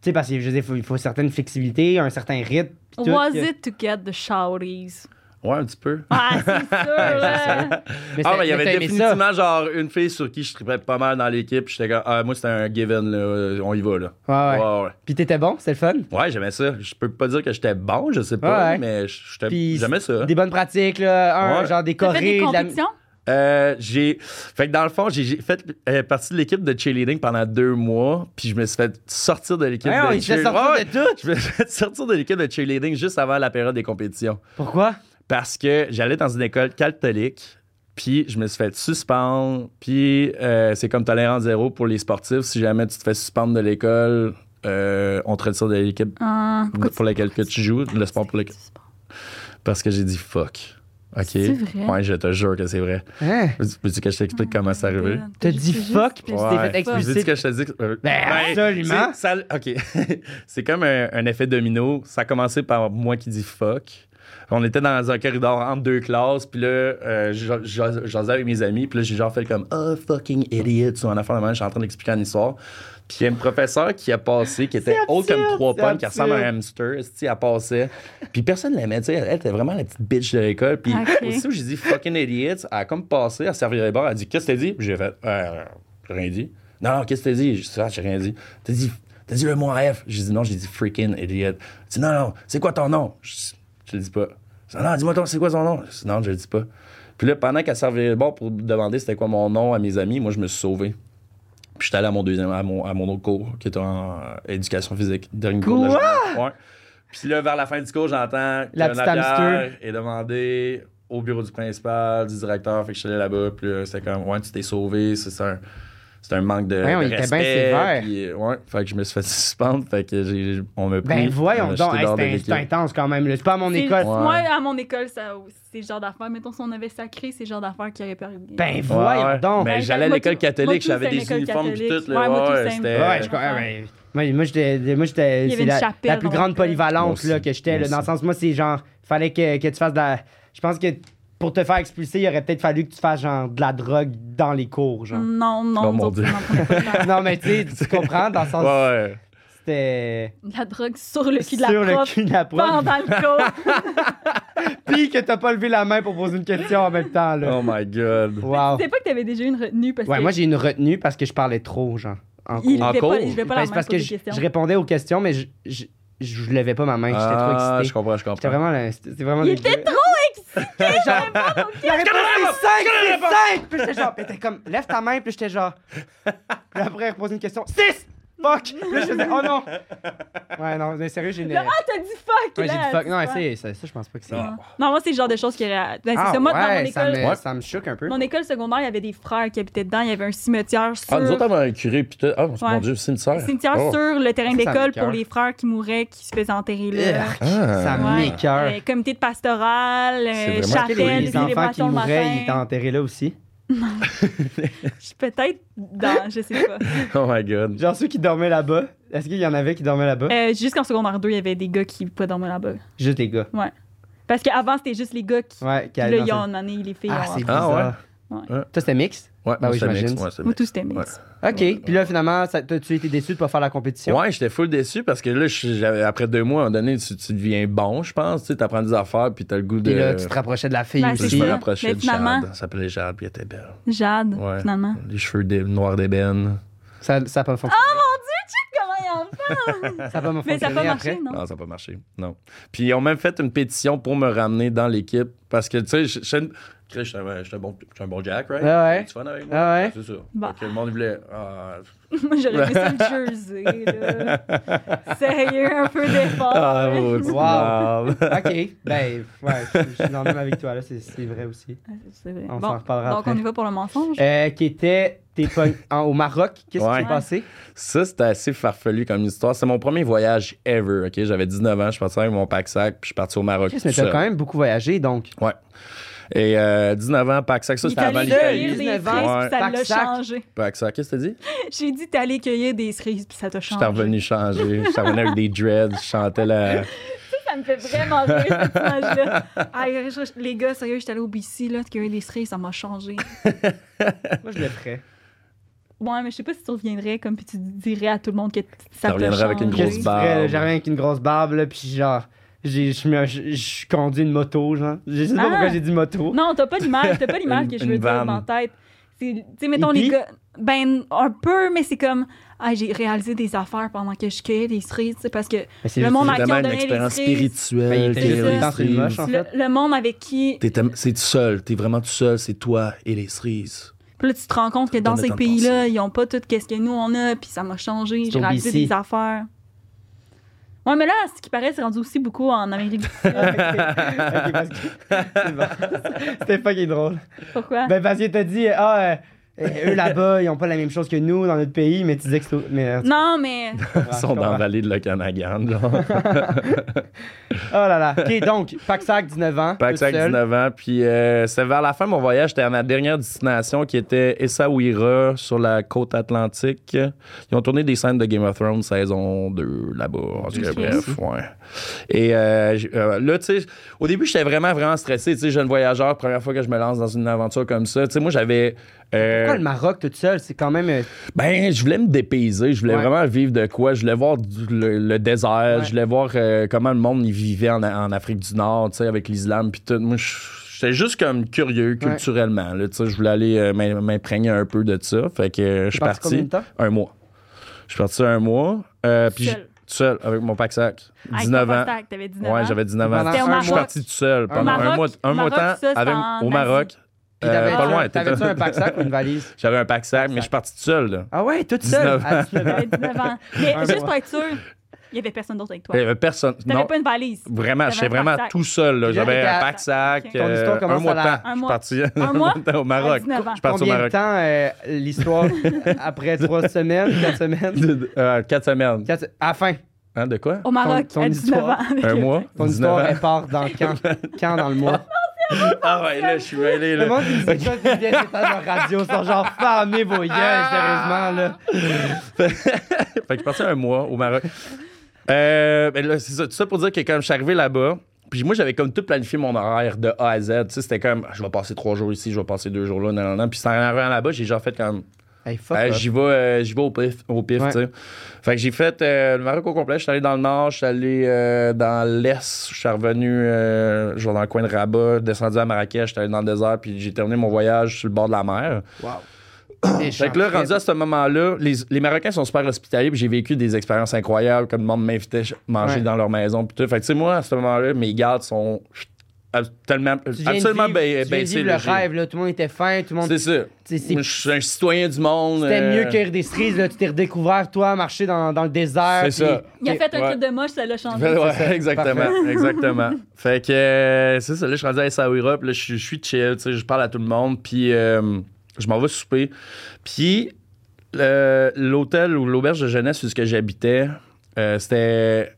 A: Tu sais, parce que, je veux dire, faut- il faut, certaines flexibilités, un certain rythme. puis tout,
B: Was
A: que-
B: it to get the shouties?
C: Ouais, un petit peu.
B: Ah, c'est sûr, là.
A: Mais
C: Ah,
A: c'est-
C: mais il
A: mais
C: y
A: t'as
C: avait
A: aimé ça.
C: définitivement genre une fille sur qui je trippais pas mal dans l'équipe. puis J'étais comme, ah, moi c'était un given, là, euh, on y va là.
A: Ouais, ouais.
C: Ouais, ouais.
A: Puis t'étais bon, c'est le fun.
C: Ouais, j'aimais ça. Je peux pas dire que j'étais bon, je sais pas,
A: Ouais.
C: mais j'étais-
A: Puis
C: j'aimais ça.
A: Des bonnes pratiques, là. Un,
C: Ouais.
A: genre des
B: T'as fait
A: corées.
B: des
A: de la-
B: compétitions?
C: Euh, j'ai fait que dans le fond, j'ai j'ai fait euh, partie de l'équipe de cheerleading pendant deux mois, puis je me suis fait sortir de l'équipe
A: Ben Ouais,
C: de
A: on s'est
C: cheerleading.
A: sorti de tout.
C: Je me suis fait sortir de l'équipe de cheerleading juste avant la période des compétitions
A: Pourquoi?
C: parce que j'allais dans une école catholique. Puis je me suis fait suspendre. Puis euh, c'est comme tolérance zéro pour les sportifs. Si jamais tu te fais suspendre de l'école, euh, on te retire de l'équipe
B: Ah, pourquoi tu-
C: pour laquelle que tu joues, le sport pour lequel.
B: C'est
C: Parce que j'ai dit fuck. OK.
B: C'est vrai?
C: Ouais, je te jure que c'est vrai.
A: Hein?
C: Veux-tu veux-tu que je t'explique comment c'est arrivé?
A: T'as
B: juste-
A: dit
B: juste-
A: fuck, puis tu t'es
C: Ouais.
A: fait
B: Fuck.
A: expulser.
C: Veux-tu que je te dise. euh,
A: Ben, absolument.
C: tu sais, ça- OK. c'est comme un, un effet domino. Ça a commencé par moi qui dis fuck. On était dans un corridor entre deux classes, puis là, euh, je- je- je- j'asais avec mes amis, puis là, j'ai genre fait comme Oh fucking idiot, ou en affaire de même, je suis en train d'expliquer une histoire. Puis il y a une professeure qui a passé, qui était haute
A: absurde,
C: comme trois
A: c'est
C: pommes, qui
A: absurde.
C: ressemble à un hamster, elle a passé. Puis personne l'aimait, tu sais, elle elle était vraiment la petite bitch de l'école. Puis
B: Ok.
C: aussi, j'ai dit fucking idiot, elle a comme passé, elle servirait bord, elle a dit Qu'est-ce que t'as dit Puis j'ai fait Euh, J'ai rien dit. Non, non, qu'est-ce que t'as dit J'ai dit Ah, j'ai rien dit. T'as dit, t'as dit le mot F. J'ai dit non, j'ai dit freaking idiot. Elle dit non, non, c'est quoi ton nom Je dis, Je le dis pas. Je dis, non, dis-moi ton, c'est quoi son nom Je dis, Non, je le dis pas. Puis là, pendant qu'elle servait le bord pour demander c'était quoi mon nom à mes amis, moi, je me suis sauvé. Puis j'étais allé à mon deuxième, à mon, à mon autre cours, qui était en euh, éducation physique. Dernier cours de la journée. Ouais. Puis là, vers la fin du cours, j'entends que
A: La petite hamster.
C: Lapierre est demandé au bureau du principal, du directeur. Fait que je suis allé là-bas. Puis là, c'était comme, ouais, tu t'es sauvé. C'est ça. c'était un manque de,
A: Voyons,
C: de
A: il était bien
C: respect.
A: sévère.
C: puis, euh, ouais, fait que je me suis fait suspendre. Fait que j'ai- on m'a pris.
A: Ben
C: on
A: voyons
C: m'a
A: donc,
C: jeté
A: Hey,
C: dehors de
A: c'était- c'est
C: l'équipe.
A: intense quand même. là. C'est pas à mon
B: C'est-
A: école.
B: Moi, à mon école, ça, c'est le genre d'affaires. Mettons, si on avait sacré, c'est le genre d'affaires qui aurait perdu.
A: Ben
C: Ouais,
A: voyons
C: ouais.
A: donc.
C: Mais
B: Ben,
C: j'allais à
B: moi,
C: l'école
B: tout- moi,
C: catholique,
B: tout,
C: j'avais
B: c'est
C: des
B: l'école
C: uniformes puis
B: catholique.
C: tout. là.
B: Ouais, moi, tout,
C: Ouais,
B: c'est-
C: c'était-
B: euh,
A: ouais, je crois. ouais, ouais. Moi, moi, j'étais- moi, j'étais.
B: Il y
A: c'est
B: avait une
A: la,
B: chapelle
A: la plus
B: dans
A: grande
B: l'école.
C: Moi
A: polyvalence
C: aussi,
A: là, que j'étais.
C: moi
A: là, Dans le
C: aussi.
A: sens, moi, c'est genre. Fallait que, que tu fasses de la. Je pense que pour te faire expulser, il aurait peut-être fallu que tu fasses genre de la drogue dans les cours, genre.
B: Non, non,
C: Oh,
B: nous
C: mon
B: autres,
C: Dieu.
B: on en prenait pas le temps.
A: non, mais tu sais, tu comprends, dans le sens.
C: Ouais, ouais.
A: C'était.
B: De La drogue sur le cul de la
A: Sur le
B: prof,
A: cul de la prof.
B: pendant le cours.
A: Puis que t'as pas levé la main pour poser une question en même temps, là.
C: Oh my god.
A: Wow.
B: C'est pas que t'avais déjà une retenue parce
A: Ouais,
B: que
A: moi, j'ai une retenue parce que je parlais trop, genre. En cours.
B: il
C: En
B: levait
C: cours.
B: pas, il levait pas
A: Ben,
B: la
A: c'est
B: main
A: parce
B: pour
A: que
B: des
A: je,
B: questions.
A: je répondais aux questions, mais je, je, je- je levais pas ma main, j'étais
C: Ah,
A: trop
C: je
A: excité.
C: comprends, je
A: J'étais
C: comprends.
A: vraiment. là- C'était c'était vraiment
B: Il
A: dégueu.
B: était trop excité! vraiment, donc,
A: La réponse c'est 5! C'est 5! Puis j'étais genre, puis t'es comme, lève ta main, puis j'étais genre. Puis après, elle reposait une question. 6! Fuck! Puis là, je faisais, oh non! Ouais, non, mais sérieux, j'ai une.
B: Ah, t'as dit fuck!
A: Ouais, j'ai
B: là,
A: dit fuck.
B: tu
A: Non,
B: vois.
A: mais c'est- ça, ça, je pense pas que c'est.
C: Non.
B: Non, moi, c'est le genre de choses qui aurait. Ben, c'est
A: Ah,
B: ça. Moi, dans mon
A: ouais, ça
B: école,
A: me,
C: Ouais.
A: ça me choque un peu.
B: mon école secondaire, il y avait des frères qui habitaient dedans. Il y avait un cimetière sur,
C: Ah, nous autres, on avait un curé, puis tout. Ah, mon
B: Ouais.
C: dieu, cimetière.
B: cimetière
C: Oh.
B: sur le terrain
A: Ça, ça
B: d'école
A: m'écoeure.
B: pour les frères qui mouraient, qui se faisaient enterrer là.
A: Urgh,
C: Ah.
A: Ça
B: euh, Ouais.
A: m'écoeure.
B: Euh, comité de pastoral, euh,
C: vraiment-
A: Est-ce que les,
B: chapelle,
A: les enfants qui
B: célébration le
A: mouraient, ils étaient
B: matin.
A: enterrés là aussi.
B: Je suis Peut-être dans, je sais pas.
C: Oh my god.
A: Genre ceux qui dormaient là-bas. Est-ce qu'il y en avait qui dormaient là-bas?
B: Euh, Jusqu'en secondaire 2, il y avait des gars qui pouvaient dormir là-bas.
A: Juste les gars.
B: Parce qu'avant, c'était juste les gars qui.
A: Ouais, qui
B: Puis
A: allaient dans
B: là, il y a
A: cette-
B: une année, les filles.
A: Ah,
B: ont-
A: c'est
C: Ah
A: bizarre.
B: ouais?
A: ouais. Toi, c'était mix?
C: Ouais,
A: Bah oui,
C: c'est mixte,
A: j'imagine.
C: ouais, c'est
B: Moi, tout, c'était mix.
C: Ouais.
A: OK. Puis là, finalement, ça- t'as- tu étais déçu de pas faire la compétition?
C: Ouais, j'étais full déçu parce que là, je- j'avais- après deux mois, à un moment donné, tu, tu deviens bon, je pense. Tu sais, t'apprends des affaires, puis t'as le goût de.
A: Puis là, tu te rapprochais de la fille
B: Ben,
C: Puis là,
A: aussi.
C: je me
B: C'est ça.
C: rapprochais
B: Mais
C: de
B: finalement-
C: Jade. Ça s'appelait Jade, puis elle était belle.
B: Jade,
C: Ouais.
B: finalement.
C: Les cheveux dé- noirs d'ébène.
A: Ça ça a pas fonctionné.
B: Comment il en fait?
A: Ça a pas fonctionné
B: Ah! Mais ça n'a pas
A: après.
B: marché, non?
C: Non, Ah, ça n'a pas marché. Non. Puis ils ont même fait une pétition pour me ramener dans l'équipe parce que, tu sais, je- je je suis un, je suis un bon, je suis un bon Jack, right?
A: Ah ouais.
C: Tu fun avec moi?
A: Ah ouais?
C: C'est ça.
B: Bah.
C: Fait que le monde voulait. Ah,
B: Moi, j'aurais fait ça le jersey, là. Sérieux, un peu d'effort.
C: ah, oh, tu
A: Wow.
C: parles.
A: OK. Ben, ouais, je je suis dans le même avec toi, là. C'est- C'est vrai aussi.
B: C'est vrai.
A: On
B: Bon,
A: s'en reparlera
B: donc,
A: après.
B: on y va pour le mensonge.
C: Eh,
A: Euh, qui était t'es pogn- en- au Maroc. Qu'est-ce qui
C: Ouais.
A: s'est passé?
C: Ça, c'était assez farfelu comme histoire. C'est mon premier voyage ever, OK? J'avais 19 ans, je suis parti avec mon pack-sac, puis je suis parti au Maroc.
A: Chris,
C: tout
A: mais t'as
C: seul.
A: quand même beaucoup voyagé, donc.
C: Et euh, 19 ans, pack-sac, ça,
B: il est
C: c'était avant
B: allé cueillir
C: l'Italie.
A: l'Italie.
B: des
A: 19 ans.
B: cerises, puis ça
A: Ouais.
B: l'a
A: Pack-sac.
B: changé.
C: Pack-sac, qu'est-ce que t'as dit?
B: J'ai dit, t'es allé cueillir des cerises, puis ça t'a
C: Je
B: changé.
C: suis revenu changer. Je suis revenu avec des dreads, je chantais la...
B: Ça me fait vraiment rire, cette image-là. Ah, je- les gars, sérieux, j'étais allée au BC, là, cueillir des cerises, ça m'a changé.
A: Moi, je le ferais.
B: Ouais, mais je sais pas si tu reviendrais comme puis tu dirais à tout le monde que t- ça t'a
C: Tu reviendrais avec une
B: changé.
A: Qu'est-ce que
C: grosse
A: tu
C: barbe.
A: ferais? là? J'arrive avec une grosse barbe, là, puis genre, j'ai- je me- je je conduis une moto, genre. Je sais pas
B: Ah.
A: pourquoi j'ai dit moto.
B: Non, t'as pas l'image, t'as pas l'image que je
C: Une-
B: veux
C: une
B: dire
C: vanne.
B: en tête. C'est- Tu sais, mettons
A: Hippie?
B: les gars. Ben, un peu, mais c'est comme. Ah, j'ai réalisé des affaires pendant que je cueillais des cerises, c'est parce que
A: Mais c'est
B: Le
A: juste-
B: monde a-
C: C'était
B: qui ont
C: même une
B: donné les
C: expérience
B: cerises.
A: Ben, il
C: spirituelle.
A: était
C: cueillir
B: juste
C: les
B: tout le temps
A: sur le
C: cerises.
A: moche, en
B: le,
A: fait.
B: le monde avec qui.
C: T'es tam- C'est tout seul, t'es vraiment tout seul, c'est toi et les cerises.
B: Puis là, tu te rends compte que dans
C: Donne le
B: ces
C: temps de
B: pays-là,
C: penser.
B: ils ont pas tout quest ce que nous on a, puis ça m'a changé,
A: C'est
B: j'ai
A: au
B: réalisé
A: BC.
B: des affaires. Ouais, mais là, ce qui paraît, c'est rendu aussi beaucoup en Amérique du Sud.
A: Ok, parce que- c'est bon. C'était fucking drôle.
B: Pourquoi?
A: Ben parce que t'as dit ah euh, euh, eux là-bas ils ont pas la même chose que nous dans notre pays mais tu disais que c'est au- mais euh,
B: non, mais.
A: tu
C: Ils
A: comprends,
C: sont
A: tu
C: dans
A: comprends.
C: la vallée de l'Okanagan, genre.
A: Oh là là. Ok donc Paxac 19 ans.
C: Pack
A: toute
C: sac
A: seule.
C: 19 ans. Puis euh, c'est vers la fin de mon voyage, j'étais à ma dernière destination qui était Essaouira sur la côte atlantique. Ils ont tourné des scènes de Game of Thrones saison 2 là-bas. En tout cas,
B: Ok.
C: bref, ouais. Et euh, j- euh, là, tu sais, au début, j'étais vraiment, vraiment stressé. Tu sais, jeune voyageur, première fois que je me lance dans une aventure comme ça. Tu sais, moi, j'avais. euh,
A: Pourquoi le Maroc toute seule c'est quand même euh,
C: ben, je voulais me dépayser. Je voulais
A: Ouais.
C: vraiment vivre de quoi. Je voulais voir du- le, le désert.
A: Ouais.
C: Je voulais voir euh, comment le monde y vivait en, en Afrique du Nord, tu sais, avec l'islam. Puis tout. Moi, je- j'étais juste comme curieux culturellement. là, tu sais, je voulais aller euh, m'im- m'imprégner un peu de ça. Fait que euh, je suis
A: parti combien
C: parti
A: de temps?
C: un mois. Je suis parti un mois. euh, puis
B: Seul. Ah,
C: j- tout seul, avec mon pack-sac.
B: Avec
C: 19
B: ton
C: ans.
B: contact, T'avais 19 ans.
C: Ouais, j'avais 19 ans.
A: Pendant
B: C'était au
A: un
C: Je suis
A: mois.
C: parti tout seul pendant
B: Maroc-
C: un mois, un mois de temps
B: Maroc, ça, c'est
C: avec-
B: en
C: au
B: Asie.
C: Maroc.
A: Puis
C: Euh,
A: t'avais-tu
C: pas
A: un-
C: loin, t'étais-
A: T'avais-tu un Paxac ou une valise?
C: J'avais un pack-sac, mais je suis parti tout seul. là.
A: Ah ouais toute seule
C: 19
A: à 19 ans.
B: J'avais 19 ans. Mais
A: Un
B: juste
A: mois.
B: pour être sûr, Il y avait personne d'autre avec toi.
C: Il y avait personne.
B: T'avais
C: Non,
B: pas une valise.
C: vraiment,
B: t'avais
C: j'étais
B: un
C: vraiment
B: pack-sac.
C: tout seul. là.
A: Déjà,
C: J'avais
A: t'étais
C: un
A: à-
C: pack-sac.
B: Ton
C: euh,
A: histoire
C: un
A: commence
C: mois
A: à
C: de
A: la-
C: temps.
B: Un
C: Je suis
B: mois.
C: parti
B: Un mois?
C: au Maroc.
B: À 19 ans.
C: Je suis parti au
A: Combien de
C: Maroc.
A: temps euh, l'histoire après trois semaines, quatre semaines?
C: De- de- euh, Quatre semaines.
A: Quatre- à la fin,
C: Hein, de quoi?
B: Au Maroc,
A: Ton- ton
B: à 19 ans.
A: histoire.
B: avec
C: Un
B: le-
C: mois?
A: ton
C: 19
A: histoire,
C: ans.
A: elle part dans quand? quand dans le mois?
C: Ah ouais, là, je suis mêlé.
A: Le
C: là.
A: monde, c'est quoi qui vient d'éteindre leur radio? sont genre fermez vos yeux,
C: Ah!
A: sérieusement, là.
C: Fait que je suis parti un mois au Maroc. Euh, ben là, c'est ça, tout ça pour dire que quand je suis arrivé là-bas, puis moi, j'avais comme tout planifié mon horaire de A à Z. Tu sais, c'était comme, je vais passer trois jours ici, je vais passer deux jours là, nan, nan, nan. Puis en arrivant là-bas, j'ai genre fait comme,
A: Hey, fuck
C: Ben,
A: off.
C: j'y vais, euh, j'y vais au pif, au pif
A: Ouais.
C: tu sais. Fait que j'ai fait euh, le Maroc au complet. Je suis allé dans le nord, je suis allé euh, dans l'est, je suis revenu euh, genre dans le coin de Rabat, descendu à Marrakech, je suis allé dans le désert, puis j'ai terminé mon voyage sur le bord de la mer. Fait que là, rendu à ce moment-là, les, les Marocains sont super hospitaliers, puis j'ai vécu des expériences incroyables, comme le monde m'invitait ch- manger
A: Ouais.
C: dans leur maison, puis tout. Fait que, tu sais, moi, à ce moment-là, mes gardes sont ab- tellement,
A: Tu viens de
C: absolument
A: vivre-
C: ba-
A: tu viens de
C: baissés.
A: vivre
C: là,
A: le
C: j'ai-
A: rêve, là. Tout le monde était fin, tout le monde.
C: C'est ça.
A: C'est- c'est-
C: Je suis un citoyen du monde.
A: C'était
C: euh,
A: mieux cueillir des cerises, là. Tu t'es redécouvert, toi, marcher dans, dans le désert.
C: C'est ça.
B: Il a fait un
C: Ouais.
B: truc de moche, ça l'a changé.
C: Ben Ouais, ouais, exactement, exactement. Fait que euh, c'est ça, là, je suis rendu à Essaouira, puis là, je suis- je suis chill, tu sais, je parle à tout le monde, puis euh, je m'en vais souper. Puis le- l'hôtel ou l'auberge de jeunesse où ce que j'habitais, euh, c'était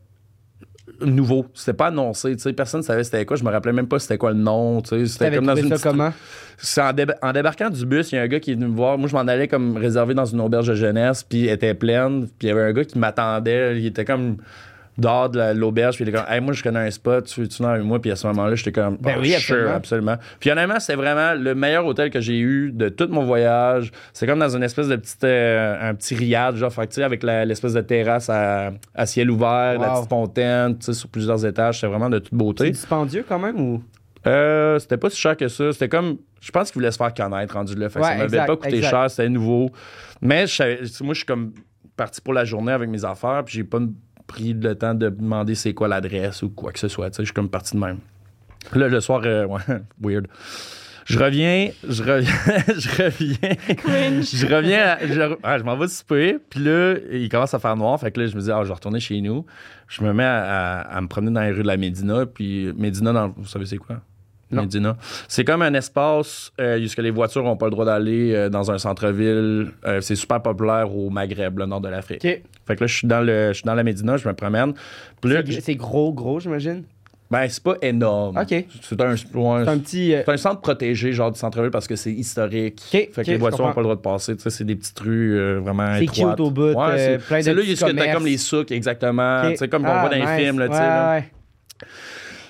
C: nouveau, c'était pas annoncé, tu sais, personne savait c'était quoi, je me rappelais même pas c'était quoi le nom, tu sais, c'était
A: T'avais
C: comme dans
A: trouvé
C: une
A: ça
C: petite-
A: comment?
C: c'est en, déba- en débarquant du bus, il y a un gars qui est venu me voir. Moi, je m'en allais comme réservé dans une auberge de jeunesse, puis elle était pleine. Puis il y avait un gars qui m'attendait. Il était comme dehors de la- l'auberge, puis il était comme, hey, moi, je connais un spot, tu tu viens avec moi. Puis à ce moment-là, j'étais comme,
A: Ben
C: Ah,
A: oui,
C: sure,
A: absolument.
C: absolument. Puis honnêtement, c'est vraiment le meilleur hôtel que j'ai eu de tout mon voyage. C'est comme dans une espèce de petite, euh, un petit riad, genre, fait que, tu sais, avec la- l'espèce de terrasse à, à ciel ouvert, la
A: Wow.
C: petite fontaine, tu sais, sur plusieurs étages. C'est vraiment de toute beauté.
A: C'est dispendieux quand même ou?
C: Euh, c'était pas si cher que ça. C'était comme. Je pense qu'ils voulaient se faire connaître rendu là. Fait que
A: Ouais,
C: ça m'avait
A: exact,
C: pas coûté
A: exact.
C: cher, c'était nouveau. Mais je savais- moi, je suis comme parti pour la journée avec mes affaires, puis j'ai pas m- pris le temps de demander c'est quoi l'adresse ou quoi que ce soit. Tu sais, je suis comme parti de même. Là, le soir, euh, ouais, weird. Je reviens, je reviens, je reviens.
B: Cringe.
C: Je reviens, à- je, re- ah, je m'en vais souper, puis là, il commence à faire noir, fait que là, je me dis, ah, je vais retourner chez nous. Je me mets à, à- à me promener dans les rues de la Médina, puis Médina, dans, vous savez c'est quoi?
A: Non.
C: Médina. C'est comme un espace euh, où ce que les voitures n'ont pas le droit d'aller euh, dans un centre-ville. Euh, c'est super populaire au Maghreb, le nord de l'Afrique.
A: Ok.
C: Fait que là, je suis dans, le, je suis dans la Médina, je me promène. Puis là,
A: C'est c'est gros, gros, j'imagine.
C: ben, c'est pas énorme.
A: Ok.
C: C'est un, ouais,
A: C'est un petit. euh,
C: c'est un centre protégé, genre du centre-ville, parce que c'est historique.
A: Ok,
C: Fait que
A: ok,
C: les
A: je
C: voitures n'ont
A: comprends.
C: pas le droit de passer. tu sais, C'est des petites rues euh, vraiment
A: C'est
C: étroites.
A: cute au bout, euh,
C: c'est-
A: plein de
C: C'est là où
A: petits
C: est-ce que t'as
A: commerces.
C: comme les souks, exactement.
A: ok.
C: Tu sais, comme on
A: Ah,
C: voit dans
A: nice.
C: les films. Là, tu sais,
A: Ouais,
C: là.
A: ouais.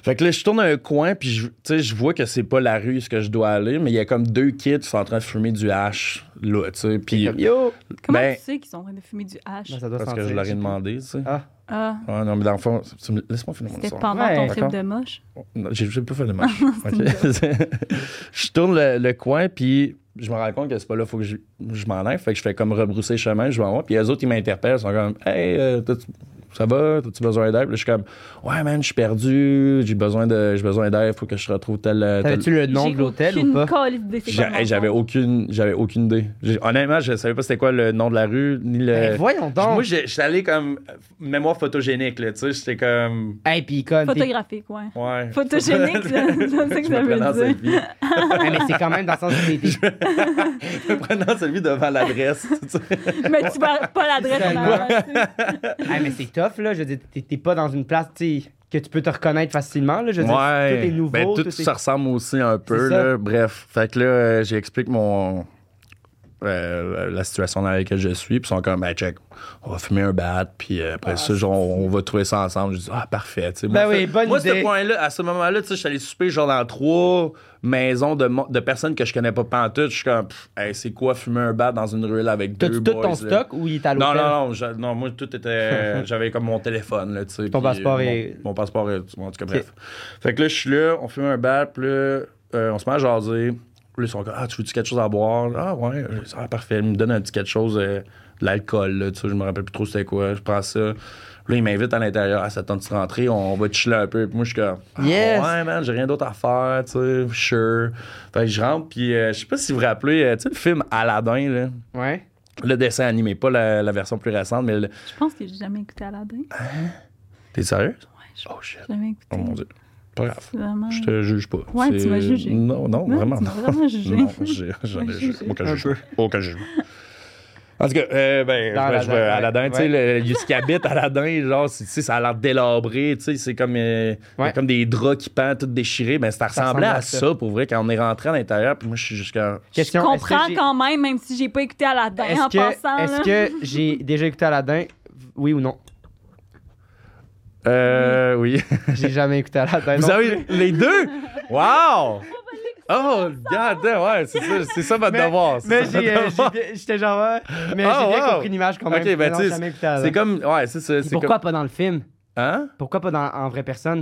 C: Fait que là, je tourne un coin, puis je, tu sais, je vois que c'est pas la rue où est-ce que je dois aller, mais il y a comme deux kids qui sont en train de fumer du hash. Là, tu sais, puis...
A: Yo!
B: Comment
C: Ben-
B: tu sais qu'ils sont en train de fumer du hash?
A: Non, ça doit
C: Parce que
A: sentir,
C: je leur ai
A: sais
C: demandé, tu sais.
A: pas. Ah,
B: Ah,
C: Ah, non, mais dans le fond, tu me- laisse-moi finir mon
B: c'était
C: histoire.
B: pendant
A: Ouais.
B: ton trip
C: D'accord.
B: de moche.
C: Non, J'ai j'ai pas fait de match. je tourne le, le coin, puis je me rends compte que c'est pas là, faut que je, je m'en aille. Fait que je fais comme rebrousser chemin, je vais en voir. Puis les autres, ils m'interpellent, ils sont comme Hey, euh, t'as-tu- ça va, t'as-tu besoin d'aide? Puis là, je suis comme Ouais, man, je suis perdu, j'ai besoin de- j'ai besoin d'aide, faut que je retrouve tel. tel-
A: T'avais-tu le nom
B: J'ai
A: de l'hôtel
B: aucune
A: ou pas?
B: calisse d'idée, c'est
C: J'a-
B: quoi
C: hey,
B: mon
C: J'avais
B: nom.
C: aucune, j'avais aucune idée. J'ai- Honnêtement, je savais pas c'était quoi le nom de la rue, ni le.
A: Ben, voyons
C: moi,
A: donc!
C: j'ai- j'étais allé comme euh, mémoire photogénique, là, tu sais, j'étais comme.
A: Hey, puis comme. t'es-
B: Photographique, ouais.
C: Ouais.
B: Photogénique, là, je sais que
C: Je
B: ça
C: me
B: veut
C: prenais en
B: dire.
C: selfie.
A: Ouais, mais c'est quand même dans le sens où t'es- t'es-
C: me prenant celui devant l'adresse. tu sais.
B: Mais tu vois pas l'adresse en
A: Finalement.
B: avant. tu sais.
A: Ah, mais c'est tough, là. Je veux dire, t'es- t'es pas dans une place, tu sais, que tu peux te reconnaître facilement, là. Je veux dire, tout est nouveau.
C: Ben, tout,
A: tout est-
C: ça ressemble aussi un peu.
A: C'est ça.
C: Là. Bref, fait que là, euh, j'explique mon. euh, la situation dans laquelle je suis, puis ils sont comme, ben, check, on va fumer un bat, puis euh, après ça, genre, on, on va trouver ça ensemble. Je dis, ah, parfait. tu sais.
A: Ah, Ben
C: moi,
A: oui,
C: ce-
A: bonne
C: moi,
A: idée.
C: ce point-là, à ce moment-là, tu sais, je suis allé souper, genre, dans trois maisons de, mon- de personnes que je connais pas pantoute. Je suis comme, Pff, hey, c'est quoi fumer un bat dans une ruelle avec deux
A: T'as-tu tout
C: boys,
A: ton
C: là?
A: stock ou il est à l'hôtel?
C: Non, non, non, je- non, moi, tout était. J'avais comme mon téléphone, là, tu sais.
A: Ton
C: puis,
A: passeport
C: euh, mon-
A: est-
C: Mon, passeport est. En tout cas, bref. Fait que là, je suis là, on fume un bat, puis là, euh, on se met à jaser. Puis Là, ils sont comme, ah, tu veux-tu quelque chose à boire? Ah, ouais, euh, ah, parfait. Ils me donnent un petit quelque chose, euh, de l'alcool, là, tu sais, je me rappelle plus trop c'était quoi. Je prends ça. Puis Là, ils m'invitent à l'intérieur. Ah, ça te tente de rentrer, on va te chiller un peu. Puis moi, je suis comme, ah,
A: Yes!
C: ouais, man, j'ai rien d'autre à faire, tu sais, sure. Fait que je rentre, puis euh, je sais pas si vous vous rappelez, euh, tu sais, le film Aladdin, là.
A: Ouais.
C: Le dessin animé, pas la, la version plus récente, mais. le-
B: Je pense que j'ai jamais écouté Aladdin. Ouais,
C: T'es sérieux?
B: je
C: Oh Ah, shit.
B: j'ai jamais écouté.
C: Oh mon dieu. Pas grave.
B: C'est vraiment-
C: Je te juge pas.
B: Ouais, tu
C: C'est-
B: m'as jugé.
C: Non, non,
B: Non,
C: vraiment.
B: tu m'as vraiment jugé.
C: Non, j'ai- j'en ai
B: jugé.
C: jugé. Aucun
A: Un
C: jugement. Aucun jugement. En tout cas, euh, ben,
A: Dans
C: je- je-
A: Aladdin, ouais.
C: Aladdin, tu sais, le- le- ce qui habite Aladdin, genre, c'est- tu sais, ça a l'air délabré, tu sais, c'est comme, euh, il y a
A: Ouais.
C: comme des draps qui pendent, tout déchirés. Ben, ça ressemblait
A: ressemble
C: à,
A: à
C: ça.
A: ça,
C: pour vrai, quand on est rentré à l'intérieur, puis moi, je suis jusqu'à.
B: Je
A: Question, est-ce que
B: comprends
A: j'ai-
B: quand même, même si j'ai pas écouté Aladdin
A: Est-ce
B: en
A: que,
B: passant. là.
A: est-ce que j'ai déjà écouté Aladdin? Oui ou non? Mm.
C: Euh, oui.
A: J'ai jamais écouté Aladdin.
C: Vous
A: non
C: avez
A: plus.
C: les deux? Wow! Oh, god damn, ouais, c'est ça, c'est ça votre
A: Mais-
C: devoir. c'est
A: Mais
C: ça votre
A: j'ai, euh,
C: devoir.
A: j'ai bien- j'étais genre. ouais, Mais
C: Ah,
A: j'ai bien
C: wow.
A: compris l'image quand même.
C: Ok, ben,
A: Non,
C: tu
A: j'ai
C: sais,
A: jamais écouté Aladdin.
C: C'est comme. Ouais, c'est ça.
A: Puis
C: c'est
A: Pourquoi pas dans le film?
C: comme- Hein?
A: Pourquoi pas dans, en vraie personne?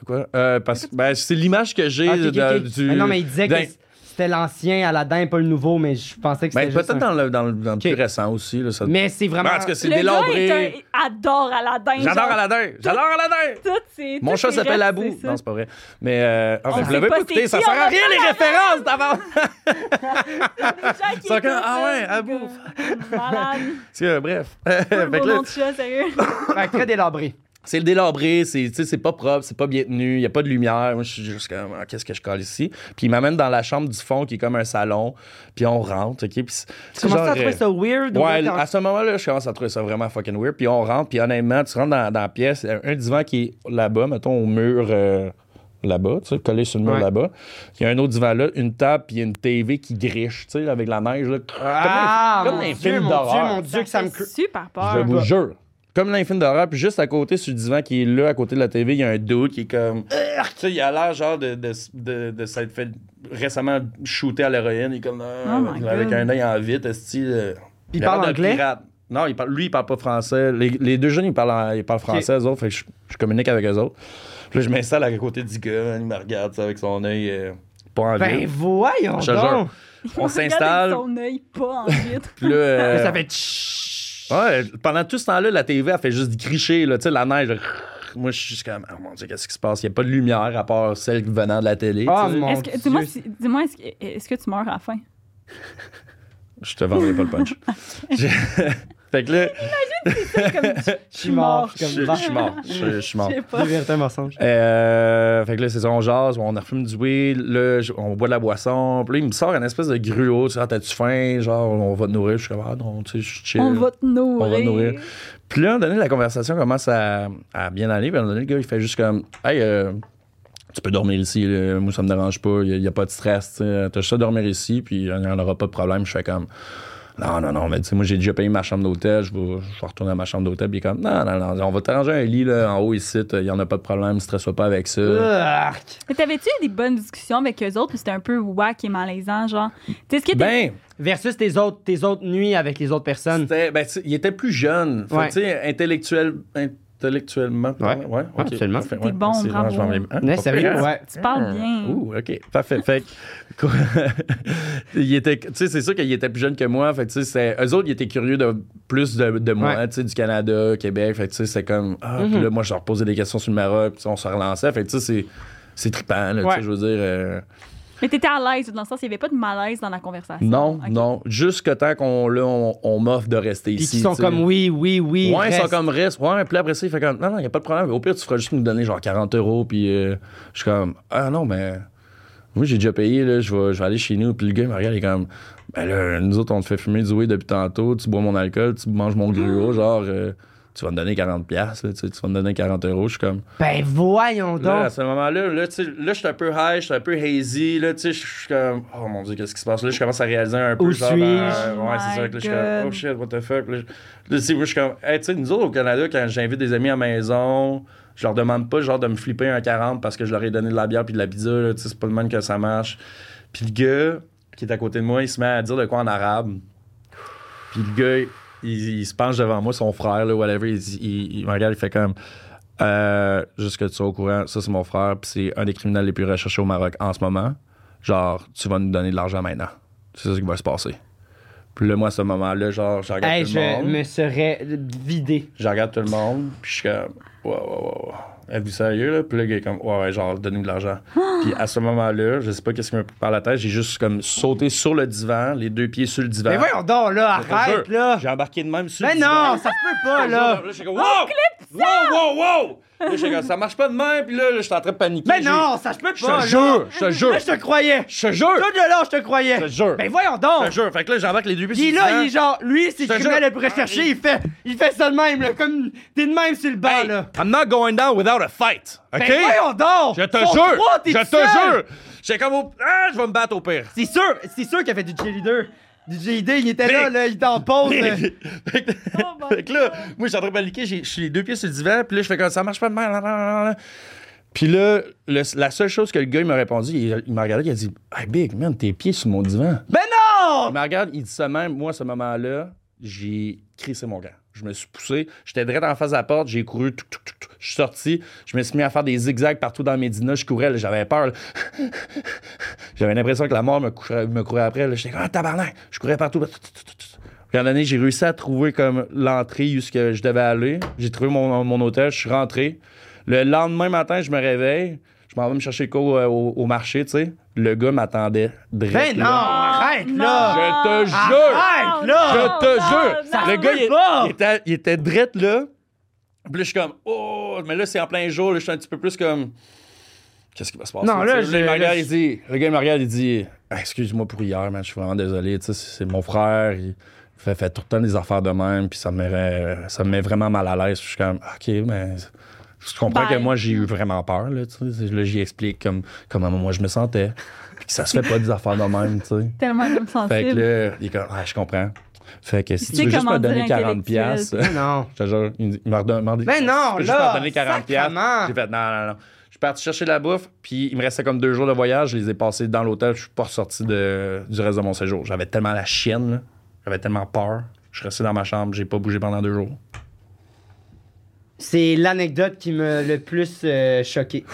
C: De quoi? Euh, parce que ben, c'est l'image que j'ai
A: Ah, ok, ok,
C: de-
A: ok.
C: du.
A: Mais non, mais il disait
C: d'un-
A: que c'était l'ancien Aladdin, pas le nouveau, mais je pensais que
C: Ben,
A: c'était. juste
C: peut-être
A: un-
C: dans le, dans le- dans le
A: Ok.
C: plus récent aussi. Là, ça...
A: Mais c'est vraiment.
C: Ben, en tout cas, c'est
B: le gars
C: délabré.
B: est un- adore Aladdin.
C: J'adore
B: genre,
C: Aladdin! J'adore Aladdin!
B: tout, c'est-
C: Mon
B: tout
C: chat
B: ses
C: s'appelle
B: restes,
C: Abou.
B: c'est ça.
C: Non, c'est pas vrai. Mais. Euh... ah, ben,
B: On
C: vous
B: sait
C: l'avez
B: pas
C: pas écouté,
B: c'est
C: ça
B: qui,
C: sert
B: on
C: à
B: a
C: rien
B: pas
C: les
B: la
C: références d'avant!
B: Jacques, il
C: C'est
B: est
C: quand-
B: comme
C: ah
B: ça,
C: ouais,
B: ce
C: Abou.
B: gars. Malade.
C: C'est, euh, bref. Fait
B: Pas le
C: que
B: beau
C: là,
B: nom de chat, sérieux.
A: Fait que très délabré.
C: C'est le délabré, c'est, tu sais, c'est pas propre, c'est pas bien tenu, il n'y a pas de lumière. Moi, je suis juste comme, Ah, qu'est-ce que je colle ici? Puis il m'amène dans la chambre du fond qui est comme un salon, puis on rentre, OK? Puis c'est-
A: Tu
C: c'est
A: commences
C: genre,
A: à trouver
C: euh,
A: ça weird?
C: Ouais,
A: ou-
C: à ce moment-là, je commence à trouver ça vraiment fucking weird. Puis on rentre, puis honnêtement, tu rentres dans, dans la pièce, il y a un divan qui est là-bas, mettons au mur euh, là-bas, tu sais, collé sur le mur
A: Ouais.
C: là-bas. Il y a un autre divan là, une table, puis il y a une TV qui griche, tu sais, avec la neige, là.
A: Ah,
C: comme
A: mon
C: dans les
A: Dieu,
C: films
A: mon
C: d'horreur.
A: Dieu, mon Dieu, que ça me.
B: fait
A: cr-
B: super
C: Je
B: peur.
C: vous jure. Comme l'infime d'horreur, puis juste à côté sur le divan qui est là, à côté de la TV, il y a un dude qui est comme. Urgh! Euh, Tu sais, il a l'air genre de, de, de, de s'être fait récemment shooter à l'héroïne. Il est comme. euh,
B: Oh my
C: avec
B: God.
C: un œil en vite, style. euh,
A: Il
C: a
A: parle
C: l'air d'un
A: anglais?
C: pirate. Non, il parle, lui, il parle pas français. Les, les deux jeunes, ils parlent, en- ils parlent français, eux autres. Fait que je, je communique avec eux autres. Puis là, je m'installe à côté du gars. hein, Il me regarde, ça, avec son œil. euh, pas en
A: Ben
C: vite.
A: voyons
C: Je te
A: donc!
C: On
B: Regarde avec
C: s'installe.
B: Son œil pas en vitre.
C: Puis là. euh, Ah,
A: Ça fait tch-
C: Ouais, pendant tout ce temps-là, la TV, elle fait juste gricher, là, tu sais, la neige. là. Moi, je suis juste comme, oh mon Dieu, qu'est-ce qui se passe? Il n'y a pas de lumière à part celle venant de la télé.
A: Ah,
C: tu sais.
A: mon-
B: Est-ce que-
A: Dieu.
B: Dis-moi, si- dis-moi, est-ce que- est-ce que tu meurs à la fin?
C: Je te vendrai pas le punch. Je- fait que là,
B: Comme
A: Je suis mort.
C: je,
A: comme-
C: je suis mort. Je, je suis mort.
B: Je sais pas.
A: Deux vérités, un mensonge.
C: Euh, fait que là, c'est ça, on jase, on refume du weed, là, je- on boit de la boisson. Puis là, il me sort une espèce de gruau, tu sais, Ah, t'as-tu faim? Genre, on va te nourrir. Je suis comme, ah non, tu sais, je suis chill.
B: On va te nourrir.
C: On va nourrir. Puis là, à un moment donné, la conversation commence à, à bien aller. Puis à un moment donné, le gars, il fait juste comme Hey, euh, tu peux dormir ici. là. Moi, ça me dérange pas. Il n'y a, pas de stress. tu sais. T'as juste à dormir ici. Puis il n'y en aura pas de problème. Je fais comme Non, non, non. Mais tu sais, moi, j'ai déjà payé ma chambre d'hôtel. Je vais, je vais retourner à ma chambre d'hôtel. Puis il est comme Non, non, non. On va t'arranger un lit là, en haut ici. Il n'y en a pas de problème. Stresse pas avec ça.
A: Euh, Arc.
B: Mais t'avais-tu eu des bonnes discussions avec eux autres ou c'était un peu wack et malaisant, genre? Tu sais, ce qui était-
C: Ben,
A: Versus tes autres, tes autres nuits avec les autres personnes.
C: c'était- ben, tu sais, il était plus jeune. Fait que,
A: Ouais.
C: Tu sais, intellectuel. Intellectuellement. parlant, Ouais, ok.
A: absolument.
C: Parfait,
B: T'es bon,
C: Merci.
B: bravo.
C: Je m'en vais- hein,
A: Ouais,
C: pas
A: sérieux?
C: pire.
A: Ouais.
B: tu parles bien.
C: euh, Ouh, OK. Parfait. Fait que- il était, tu sais, c'est sûr qu'il était plus jeune que moi. Fait que, tu sais, c'est- eux autres, ils étaient curieux de plus de, de moi,
A: Ouais. Mhm.
C: tu sais, du Canada, Québec. Fait que, tu sais, c'est comme, ah, puis là, moi, je leur posais des questions sur le Maroc, puis on se relançait. Fait que, tu sais, c'est, c'est trippant, là, tu sais,
A: Ouais.
C: je veux dire. euh,
B: Mais t'étais à l'aise, dans le sens, il n'y avait pas de malaise dans la conversation.
C: non,
B: Ok.
C: non. Jusque tant qu'on, là, on, on m'offre de rester
A: Puis
C: ici.
A: qui sont
C: tu sais.
A: comme oui, oui, oui.
C: Ouais, ils sont
A: reste.
C: comme reste. Ouais, puis là, après ça, il fait comme non, non, il n'y a pas de problème. Au pire, tu feras juste nous donner genre 40 euros. Puis euh, je suis comme ah non, mais moi, j'ai déjà payé. Là, je, vais, je vais aller chez nous. Puis le gars, il me regarde, il est comme ben là, nous autres, on te fait fumer du weed depuis tantôt. Tu bois mon alcool, tu manges mon gruau. Genre, euh, tu vas me donner 40$. piastres, Là, tu, sais, tu vas me donner 40 euros. Je suis comme
A: Ben voyons
C: Là, à
A: donc.
C: ce moment-là, là, tu sais, là, je suis un peu high, je suis un peu hazy, là, tu sais, je suis comme, oh mon dieu, qu'est-ce qui se passe? Là, je commence à réaliser un peu,
A: Où
C: genre,
A: suis-je?
C: dans- ouais,
B: Oh
C: c'est ça, que là, je suis
B: my
C: comme,
B: God.
C: oh shit, what the fuck? Là, je- là, tu sais, moi, je suis comme, hey, tu sais, nous autres, au Canada, quand j'invite des amis à la maison, je leur demande pas, genre, de me flipper un 40 parce que je leur ai donné de la bière puis de la pizza, là, tu sais, c'est pas le même que ça marche. Puis le gars, qui est à côté de moi, il se met à dire de quoi en arabe. Puis le gars, il, il se penche devant moi, son frère, là, whatever, il, dit- il, il me regarde, il fait comme. Euh, juste que tu sois au courant, ça c'est mon frère, puis c'est un des criminels les plus recherchés au Maroc en ce moment. Genre, tu vas nous donner de l'argent maintenant. C'est ça qui va se passer. Puis là, moi, à ce moment-là, genre, je regarde
A: Hey,
C: tout
A: je
C: le monde.
A: me serais vidé.
C: Je regarde tout le monde, puis je suis comme, wow, wow, wow, wow. Êtes-vous sérieux, là? Puis là, le gars est comme, ouais, ouais, genre, donne-nous de l'argent. puis à ce moment-là, je sais pas qu'est-ce qui me par la tête, j'ai juste comme sauté sur le divan, les deux pieds sur le divan.
A: Mais voyons donc, là,
C: Je te jure,
A: arrête, là.
C: J'ai embarqué de même sur
A: Mais
C: le divan.
A: non, ça se peut pas, là.
C: Là, j'étais comme, wow! Wow, wow, wow! Là, j'étais comme, ça marche pas de même, puis là, là, j'étais en train de paniquer.
A: Mais
C: J'ai-
A: Ben non, ça se peut pas,
C: Je te
A: là.
C: jure, je te jure,
A: Là, je te croyais.
C: je te jure,
A: Tout de là, je te croyais.
C: Je te jure.
A: Mais voyons
C: je
A: donc.
C: te jure. Fait que là, j'embarque les deux pieds
A: Il est
C: sur le
A: là,
C: divan.
A: il est genre, lui, c'est
C: Je te
A: criminel
C: jure.
A: le recherché, il fait, il fait ça de même, là, comme t'es de même sur le banc,
C: Hey,
A: là.
C: I'm not going down without a fight, OK?
A: Mais voyons donc!
C: Je te
A: Sont
C: jure!
A: trois, t'es
C: je
A: tout seul.
C: te jure! J'ai comme au. Ah, je vais me battre au pire.
A: C'est sûr, c'est sûr qu'il a fait du cheerleader. Du cheerleader, il était là,
C: Mais-
A: là, il était en pause. euh,
C: hein. fait que
B: Oh my
C: fait que là, moi, je suis en train de paniquer, j'ai- je suis les deux pieds sur le divan, puis là, je fais comme ça marche pas de mal. nan, nan, nan. Puis là, le- la seule chose que le gars, il m'a répondu, il, il m'a regardé, il a dit Hey, Big, man, tes pieds sur mon divan.
A: Ben non!
C: Il me regarde, il dit ça même. Moi, à ce moment-là, j'ai crissé mon gant. Je me suis poussé. J'étais direct en face de la porte. J'ai couru. touc, touc, touc, touc. Je suis sorti. Je me suis mis à faire des zigzags partout dans Médina. Je courais. là, J'avais peur. là. J'avais l'impression que la mort me courait, me courait après. là. J'étais comme, ah, tabarnak. Je courais partout. Touc, touc, touc, touc. Puis, à un moment donné, j'ai réussi à trouver comme l'entrée où ce que je devais aller. J'ai trouvé mon, mon hôtel. Je suis rentré. Le lendemain matin, je me réveille. Je m'en vais me chercher quoi euh, au, au marché, tu sais. Le gars m'attendait. direct
A: Ben non,
C: là.
A: arrête,
B: Ah, non. Ah,
A: là!
C: Je te jure!
A: Arrête, là!
C: Je te jure!
B: Ça
C: le
A: se
C: gars,
A: peut
C: il,
A: pas.
C: il était, il était drette là. Puis là, je suis comme, oh, mais là, c'est en plein jour. là, je suis un petit peu plus comme, qu'est-ce qui va se passer?
A: Non, là,
C: Tu sais,
A: je-
C: il me regarde,
A: là,
C: il dit, le gars, il me regarde, il dit, Ah, excuse-moi pour hier, man, je suis vraiment désolé. Tu sais, c'est c'est mon frère. Il fait, fait tout le temps des affaires de même. Puis ça me, met, ça me met vraiment mal à l'aise. Puis Je suis comme, ah, OK, mais. Je comprends
B: Bye.
C: que moi, j'ai eu vraiment peur. Là, tu sais. là j'y explique comme, comment moi je me sentais. Puis que ça se fait pas des affaires de même. Tu sais.
B: Tellement comme
C: Fait que
B: sensible.
C: là, il est comme, ouais, je comprends. Fait que
B: Tu
C: si tu,
B: sais
C: veux juste
B: comment
C: me donner
B: dire
C: 40 piastres,
B: intellectuel.
A: Ben non.
C: je te jure, il me dit- il m'a redonné- m'a redonné-
A: Mais non,
C: tu peux
A: là,
C: juste me donner 40 piastres.
A: sacrement.
C: J'ai fait, non, non, non. Je suis parti chercher de la bouffe, puis il me restait comme deux jours de voyage. Je les ai passés dans l'hôtel. Je suis pas ressorti de, du reste de mon séjour. J'avais tellement la chienne, là. j'avais tellement peur. Je suis resté dans ma chambre, j'ai pas bougé pendant deux jours.
A: C'est l'anecdote qui me le plus euh, choqué.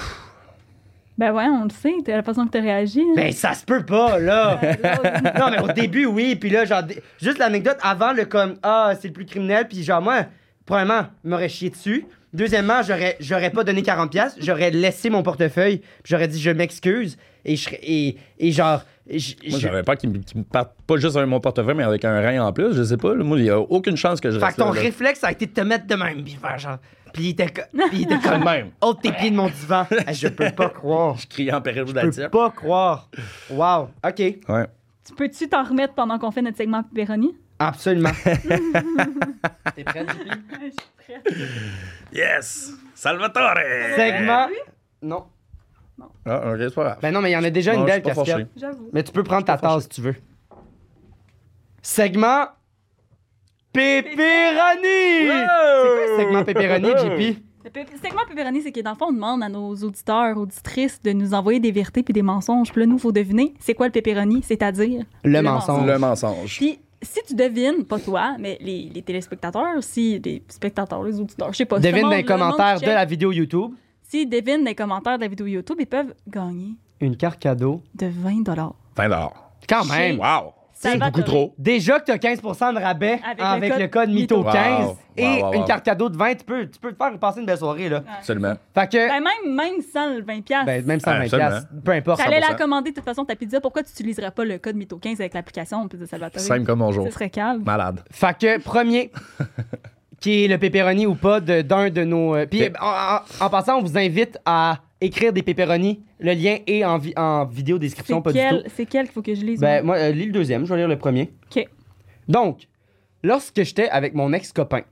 B: Ben ouais, on le sait, t'as la façon que t'as réagi. hein.
A: Ben ça se peut pas, là!
B: L'autre.
A: non, mais au début, oui. Puis là, genre, dé- juste l'anecdote avant, le comme, ah, c'est le plus criminel. Puis genre, moi, premièrement, il m'aurait chié dessus. Deuxièmement, j'aurais, j'aurais pas donné 40$. piastres. J'aurais laissé mon portefeuille. puis J'aurais dit, je m'excuse. Et, je serais- et, et genre, je-
C: Moi,
A: je-
C: j'avais peur qu'il me, qu'il me parte pas juste avec mon portefeuille, mais avec un rein en plus. Je sais pas. là. Moi, il y a aucune chance que je
A: Fait
C: reste
A: que ton
C: là, là.
A: réflexe, ça a été de te mettre de même. Puis faire genre, puis il était, co- puis il était
C: De
A: comme,
C: même.
A: ôte tes pieds de mon divan. Ah, je peux pas croire.
C: Je criais en période
A: Je peux
C: d'attir.
A: pas croire. Wow. OK.
C: Ouais.
B: Tu peux-tu t'en remettre pendant qu'on fait notre segment Véronique?
A: Absolument. T'es prêt, JP?
C: Yes! Salvatore!
B: Ben
A: Segment. Non.
C: Ah, ok, c'est pas grave.
A: Ben non, mais il y en a déjà
C: Non,
A: une
C: je suis
A: belle
C: pas
A: casquette.
C: fâché.
B: J'avoue.
A: Mais tu peux prendre ta tasse si tu veux. Segment Pépéroni! C'est quoi le segment Pépéroni, JP?
B: Le pe- le segment Pepperoni, c'est que dans le fond, on demande à nos auditeurs, auditrices de nous envoyer des vérités puis des mensonges. Puis là, nous, faut deviner c'est quoi le pepperoni, c'est-à-dire.
A: Le
B: mensonge.
A: mensonge.
C: Le mensonge.
B: Puis si tu devines, pas toi, mais les, les téléspectateurs, si les spectateurs, les auditeurs, je sais pas. ce
A: Devine
B: monde-
A: dans les
B: le monde
A: commentaires
B: qui
A: de
B: check,
A: la vidéo YouTube.
B: S'ils devinent dans les commentaires de la vidéo YouTube, ils peuvent gagner
A: Une carte cadeau.
B: de 20
C: 20 dollars.
A: Quand
B: Chez-
A: même!
C: Wow!
B: Ça
C: C'est
B: va,
C: beaucoup
B: Tommy.
C: trop.
A: Déjà que tu as 15% de rabais
B: Avec
A: avec,
B: le
A: le,
B: code
A: code, mytho
B: Mytho.
A: 15
C: Wow.
A: et
C: Wow, wow,
A: une
C: wow.
A: carte cadeau de 20, tu peux, tu peux te faire passer une belle soirée. là.
C: Absolument.
A: Fait que,
B: Ben, même, même sans le 20$. piastres.
A: ben, même 120$, piastres, peu importe.
B: T'allais la
C: 100%.
B: commander de toute façon ta pizza. Pourquoi tu n'utiliserais pas le code Mytho15 avec l'application puis de Salvatore?
C: Simple comme bonjour.
B: Ce serait calme.
C: Malade.
A: Fait que, premier, qui est le pepperoni ou pas de- d'un de, nos. euh, Puis
C: Ok.
A: en, en- en passant, on vous invite à écrire des pepperonis. Le lien est en, vi- en vidéo description,
B: C'est
A: pas du
B: quel,
A: tout.
B: c'est quel qu'il faut que je lise?
A: Ben,
B: moi?
A: moi, euh, lis le deuxième, je vais lire le premier.
B: OK.
A: Donc, lorsque j'étais avec mon ex-copain,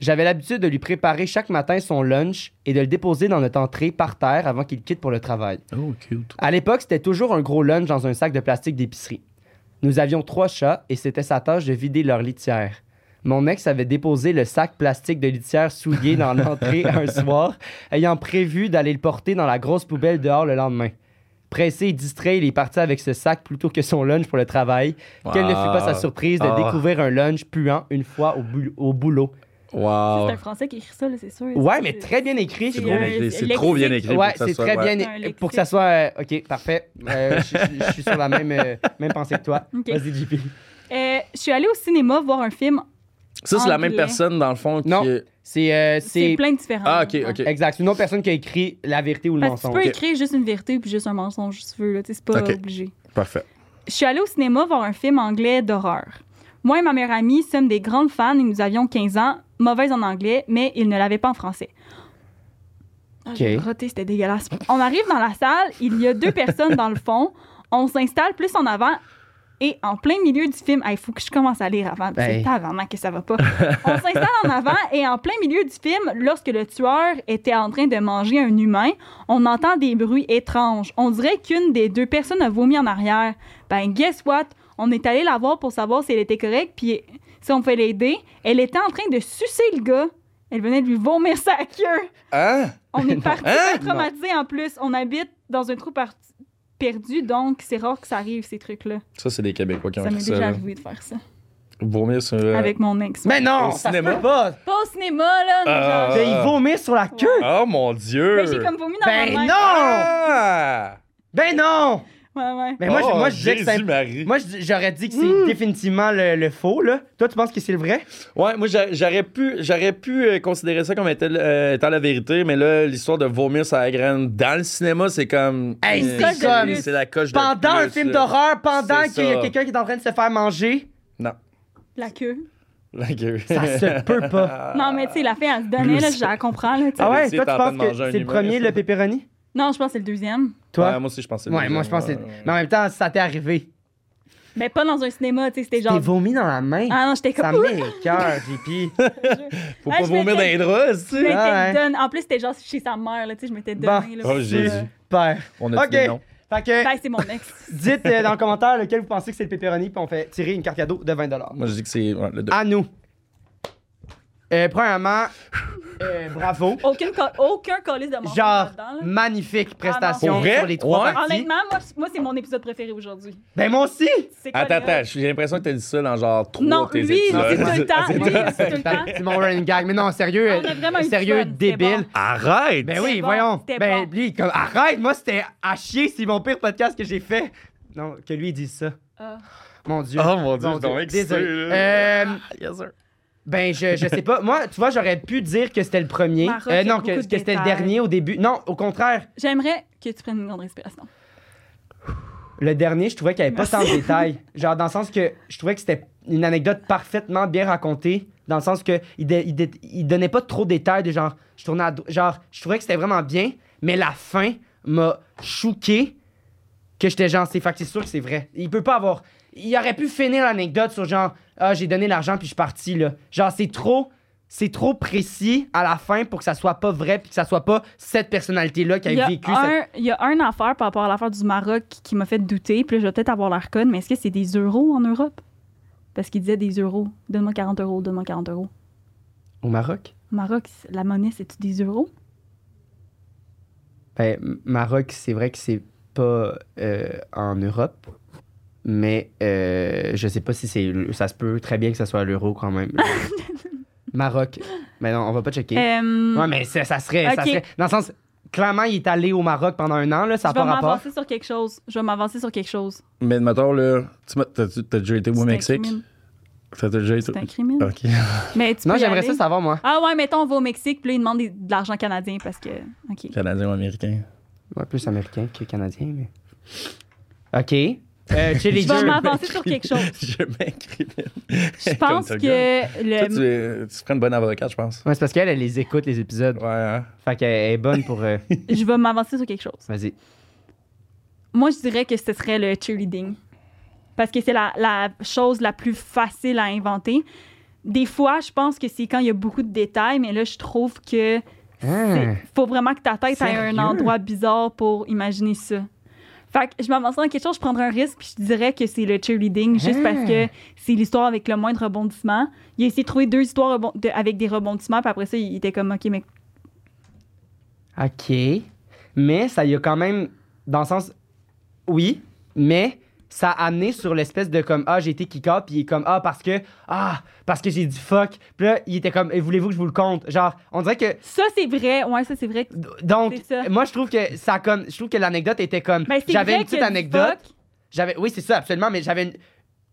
A: j'avais l'habitude de lui préparer chaque matin son lunch et de le déposer dans notre entrée par terre avant qu'il quitte pour le travail.
C: Oh, cute.
A: À l'époque, c'était toujours un gros lunch dans un sac de plastique d'épicerie. Nous avions trois chats et c'était sa tâche de vider leur litière. Mon ex avait déposé le sac plastique de litière souillé dans l'entrée un soir, ayant prévu d'aller le porter dans la grosse poubelle dehors le lendemain. Pressé et distrait, il est parti avec ce sac plutôt que son lunch pour le travail. Quelle ne fut pas sa surprise de
C: Ah.
A: découvrir un lunch puant une fois au, bou- au boulot.
C: Wow.
B: C'est un Français qui écrit ça, là, c'est sûr.
A: Ouais,
B: C'est-
A: mais très bien écrit.
B: C'est
A: je
B: trop
A: trouve.
B: bien écrit.
C: C'est trop bien écrit. pour
A: Ouais,
C: que ça
A: c'est
C: soit-
A: très
C: ouais.
A: bien.
B: Un lexique.
A: Pour que ça soit. euh, ok, parfait. Euh, je- je je suis sur la même, euh, même pensée que toi.
B: Ok.
A: Vas-y, JP.
B: Euh, je suis allée au cinéma voir un film.
C: Ça, c'est la même
B: anglais.
C: personne, dans le fond, qui
A: Non.
C: est.
A: C'est. euh,
B: C'est
A: c'est
B: plein de différents.
C: Ah, ok,
B: Ouais.
C: ok.
A: exact. C'est une autre personne qui a écrit la vérité ou le
B: Parce que Ah, tu
A: mensonge.
B: peux
C: Ok.
B: écrire juste une vérité puis juste un mensonge si tu veux. là, tu sais, C'est pas
C: Ok.
B: obligé.
C: Parfait.
B: Je suis allée au cinéma voir un film anglais d'horreur. Moi et ma meilleure amie sommes des grandes fans et nous avions 15 ans, mauvaise en anglais, mais ils ne l'avaient pas en français. Ah, j'ai
A: Ok.
B: roté, c'était dégueulasse. On arrive dans la salle, il y a deux personnes dans le fond, on s'installe plus en avant et en plein milieu du film, Ah, il faut que je commence à lire avant,
A: Ben.
B: c'est tabarnak que ça va pas. On s'installe en avant et en plein milieu du film, lorsque le tueur était en train de manger un humain, on entend des bruits étranges. On dirait qu'une des deux personnes a vomi en arrière. Ben, guess what? On est allé la voir pour savoir si elle était correcte, puis si on pouvait l'aider. Elle était en train de sucer le gars. Elle venait de lui vomir sa queue.
C: Hein?
B: On est parti
C: Hein?
B: traumatisé en plus. On habite dans un trou par- perdu, donc c'est rare que ça arrive, ces trucs-là.
C: Ça, c'est des Québécois qui ont
B: Ça m'est
C: fait ça.
B: déjà
C: là.
B: arrivé de faire ça.
C: Vomir sur. euh,
B: Avec mon ex.
A: Mais non!
C: Au
A: ça
C: cinéma.
A: se peut pas!
B: Pas au cinéma, là!
C: Ah.
B: genre.
A: Fait, Il vomit sur la queue!
C: Oh mon dieu!
B: Ben, j'ai comme vomi dans
A: Ben
B: ma main.
A: non!
C: Ah!
A: Ben non!
B: Ouais, ouais.
A: Mais moi, je-
C: Oh,
A: moi, je disais que c'est-
C: Jésus-Marie.
A: Moi, je- j'aurais dit que c'est définitivement le, le faux, là. Toi, tu penses que c'est le vrai?
C: Ouais, moi j'a- j'aurais pu, j'aurais pu euh, considérer ça comme étant, euh, étant la vérité, mais là, l'histoire de vomir sur la graine dans le cinéma, c'est comme.
A: Hey,
C: Euh,
B: c'est
C: c'est
B: comme-
C: c'est la coche de
A: Pendant
C: plus,
A: un film
C: là.
A: d'horreur, pendant
C: C'est
A: qu'il y a
C: ça.
A: quelqu'un qui est en train de se faire manger,
C: Non.
B: La queue.
C: La gueule.
A: ça se peut pas.
C: Euh.
B: Non, mais tu sais, la fille, elle se donnait, là, je la comprends, là, tu sais.
A: Ah ouais,
C: si
A: toi,
C: t'es
A: tu
C: en train
A: penses
C: de
A: que
C: manger un
A: c'est le
C: humain,
A: premier,
C: ça.
A: le pepperoni?
B: Non, je pense que c'est le deuxième.
A: Toi?
C: Ouais, moi aussi, je pensais.
A: Ouais, moi, je pense que c'est.
C: euh,
A: Mais en même temps, ça t'est arrivé.
B: Mais pas dans un cinéma, tu sais, c'était
A: T'es
B: genre.
A: vomi dans la main.
B: Ah non, j'étais
A: Ça me
B: comme. Ouh!
A: met les cœurs, JP.
C: Faut
B: Ah,
C: pas
B: je m'étais-
C: vomir dans les draps,
B: Je
C: tu sais.
B: m'étais
A: Ah ouais.
B: donne- En plus, c'était genre chez sa mère, là, tu sais, je m'étais
A: Bah.
B: donné. là,
C: Oh,
B: pour
C: Jésus.
B: ça.
A: Père.
C: On a
A: Ok.
C: dit non.
A: Fait que,
B: Ben, c'est mon ex.
A: dites euh, dans le commentaire lequel vous pensez que c'est le pepperoni, puis on fait tirer une carte cadeau de 20
C: Moi, je dis que c'est ouais, le deux.
A: À nous. Euh, premièrement, euh, bravo.
B: Aucune co- aucun colis de mort
A: Genre,
B: là-dedans. là.
A: magnifique
B: Ah non.
A: prestation
C: Pour vrai?
A: sur les trois
C: Ouais.
A: parties.
B: Honnêtement, moi, c- moi c'est mon épisode préféré aujourd'hui.
A: Ben moi aussi!
B: C'est quoi,
C: Attends,
B: là?
C: attends, j'ai l'impression que t'as dit ça dans genre trois
B: Non,
C: de tes
B: lui, c'est tout
C: épisodes.
B: le temps.
A: ah, C'est-
B: Lui, c'est tout le temps.
A: C'est mon running gag. Mais non, sérieux, euh,
B: On a vraiment eu du
A: sérieux,
B: fun, c'était
A: débile.
B: bon.
C: Arrête!
A: Ben
B: C'était
A: oui,
B: bon,
A: voyons.
B: c'était
A: Ben
B: bon.
A: lui, comme, arrête, moi c'était à chier, c'est mon pire podcast que j'ai fait. Non, que lui il dise ça.
B: Ah.
A: Mon Dieu.
C: Oh, mon Dieu, je suis donc excité,
A: Désolé.
C: là.
A: Euh,
C: Yes, sir.
A: ben je, je sais pas. Moi, tu vois, j'aurais pu dire que c'était le premier.
B: Maroc,
A: Euh,
B: il y a
A: non, que,
B: beaucoup de
A: que c'était le
B: détails.
A: dernier au début. Non, au contraire,
B: J'aimerais que tu prennes une grande respiration.
A: le dernier, je trouvais qu'il n'y avait pas tant de détails. Genre dans le sens que je trouvais que c'était une anecdote parfaitement bien racontée. Dans le sens que il, dé- il dé- il donnait pas trop de détails de genre je tournais à dro- genre je trouvais que c'était vraiment bien, mais la fin m'a choqué que j'étais genre c'est fait que c'est sûr que c'est vrai. Il peut pas avoir il aurait pu finir l'anecdote sur genre ah j'ai donné l'argent puis je suis parti là. Genre c'est trop c'est trop précis à la fin pour que ça soit pas vrai puis que ça soit pas cette personnalité là qui
B: Il y,
A: a
B: a
A: vécu cette...
B: un, il y a un affaire par rapport à l'affaire du Maroc qui, qui m'a fait douter. Puis là, je vais peut-être avoir l'air conne, mais est-ce que c'est des euros en Europe? Parce qu'il disait des euros. Donne-moi 40 euros, donne-moi 40 euros.
A: au Maroc.
B: Au Maroc, c'est- la monnaie, c'est-tu des euros?
A: Ben, M- Maroc, c'est vrai que c'est pas euh, en Europe, mais euh, je sais pas si c'est. Ça se peut très bien que ça soit à l'euro quand même. Maroc. Mais non, on va pas checker.
B: Euh,
A: Ouais, mais ça, ça serait, ça
B: Ok.
A: serait- Dans le sens, clairement, il est allé au Maroc pendant un an, là, ça
B: je
A: n'a
B: vais
A: pas rapport.
B: m'avancer sur quelque chose. Je vais m'avancer sur quelque chose.
C: Mais mettons, là, tu m'as- t'as t'as déjà été
B: C'est
C: au
B: un
C: Mexique?
B: crimine.
C: T'as déjà été.
B: C'est un crimine.
C: Ok.
B: Mais tu
A: Non,
B: peux y
A: j'aimerais
B: aller.
A: ça savoir, moi.
B: Ah ouais, mettons, on va au Mexique, puis là, ils demandent des- de l'argent canadien parce que. OK.
C: Canadien ou américain?
A: Ouais, plus américain que canadien, mais. Ok. Euh, chez les
B: Je vais
A: deux.
B: m'avancer sur quelque chose.
C: Je m'incrimine.
B: Je pense que
C: Toi,
B: le.
A: euh,
C: tu, tu ferais une bonne avocate, je pense.
A: Ouais, c'est parce qu'elle, elle les écoute, les épisodes.
C: Ouais, hein?
A: Fait qu'elle est bonne pour. euh,
B: Je vais m'avancer sur quelque chose.
A: Vas-y.
B: Moi, je dirais que ce serait le cheerleading. Parce que c'est la, la chose la plus facile à inventer. Des fois, je pense que c'est quand il y a beaucoup de détails, mais là, je trouve que
A: Ah.
B: faut vraiment que ta tête aille à un
A: Sérieux?
B: endroit bizarre pour imaginer ça. Fait que je m'avancerais dans quelque chose, je prendrais un risque, puis je dirais que c'est le cheerleading, juste
A: Ah.
B: parce que c'est l'histoire avec le moins de rebondissements. Il a essayé de trouver deux histoires rebond- de- avec des rebondissements, puis après ça, il était comme, OK, mais
A: OK. Mais ça y a quand même, dans le sens, oui, mais ça a amené sur l'espèce de comme, ah, j'ai été kick-out, puis il est comme, ah, parce que, ah, parce que j'ai dit fuck. Puis là, il était comme, Eh, voulez-vous que je vous le compte? Genre, on dirait que.
B: ça, c'est vrai. Ouais, ça, c'est vrai. que-
A: Donc,
B: C'est ça.
A: moi, je trouve que ça a comme, je trouve que l'anecdote était comme,
B: Ben, c'est
A: j'avais
B: vrai
A: une petite
B: que
A: anecdote.
B: fuck,
A: J'avais, oui, c'est ça, absolument, mais j'avais une.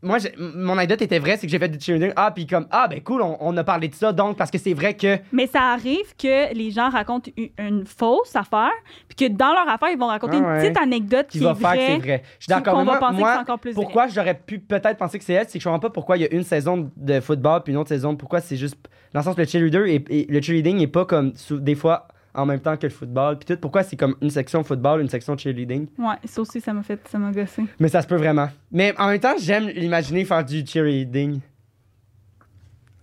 A: moi, j'ai- m- mon anecdote était vraie, c'est que j'ai fait du cheerleading. Ah, puis comme, ah, ben cool, on, on a parlé de ça, donc, parce que c'est vrai que.
B: Mais ça arrive que les gens racontent u- une fausse affaire, puis que dans leur affaire, ils vont raconter
A: Ah
B: une
A: ouais.
B: petite anecdote qui,
A: Qui va
B: est
A: faire que c'est
B: vraie.
A: vrai. Je suis
B: qui-
A: d'accord
B: qu'on
A: mais
B: va
A: moi-
B: penser que
A: moi,
B: c'est encore plus
A: Pourquoi j'aurais pu peut-être penser que c'est elle, c'est que je comprends pas pourquoi il y a une saison de football puis une autre saison, pourquoi c'est juste. Dans le sens, le cheerleader est- est- le cheerleading n'est pas comme sou- des fois en même temps que le football puis tout. Pourquoi c'est comme une section football, une section cheerleading
B: Ouais, ça aussi, ça m'a fait, ça m'a gossé.
A: Mais ça se peut vraiment. Mais en même temps, j'aime l'imaginer faire du cheerleading.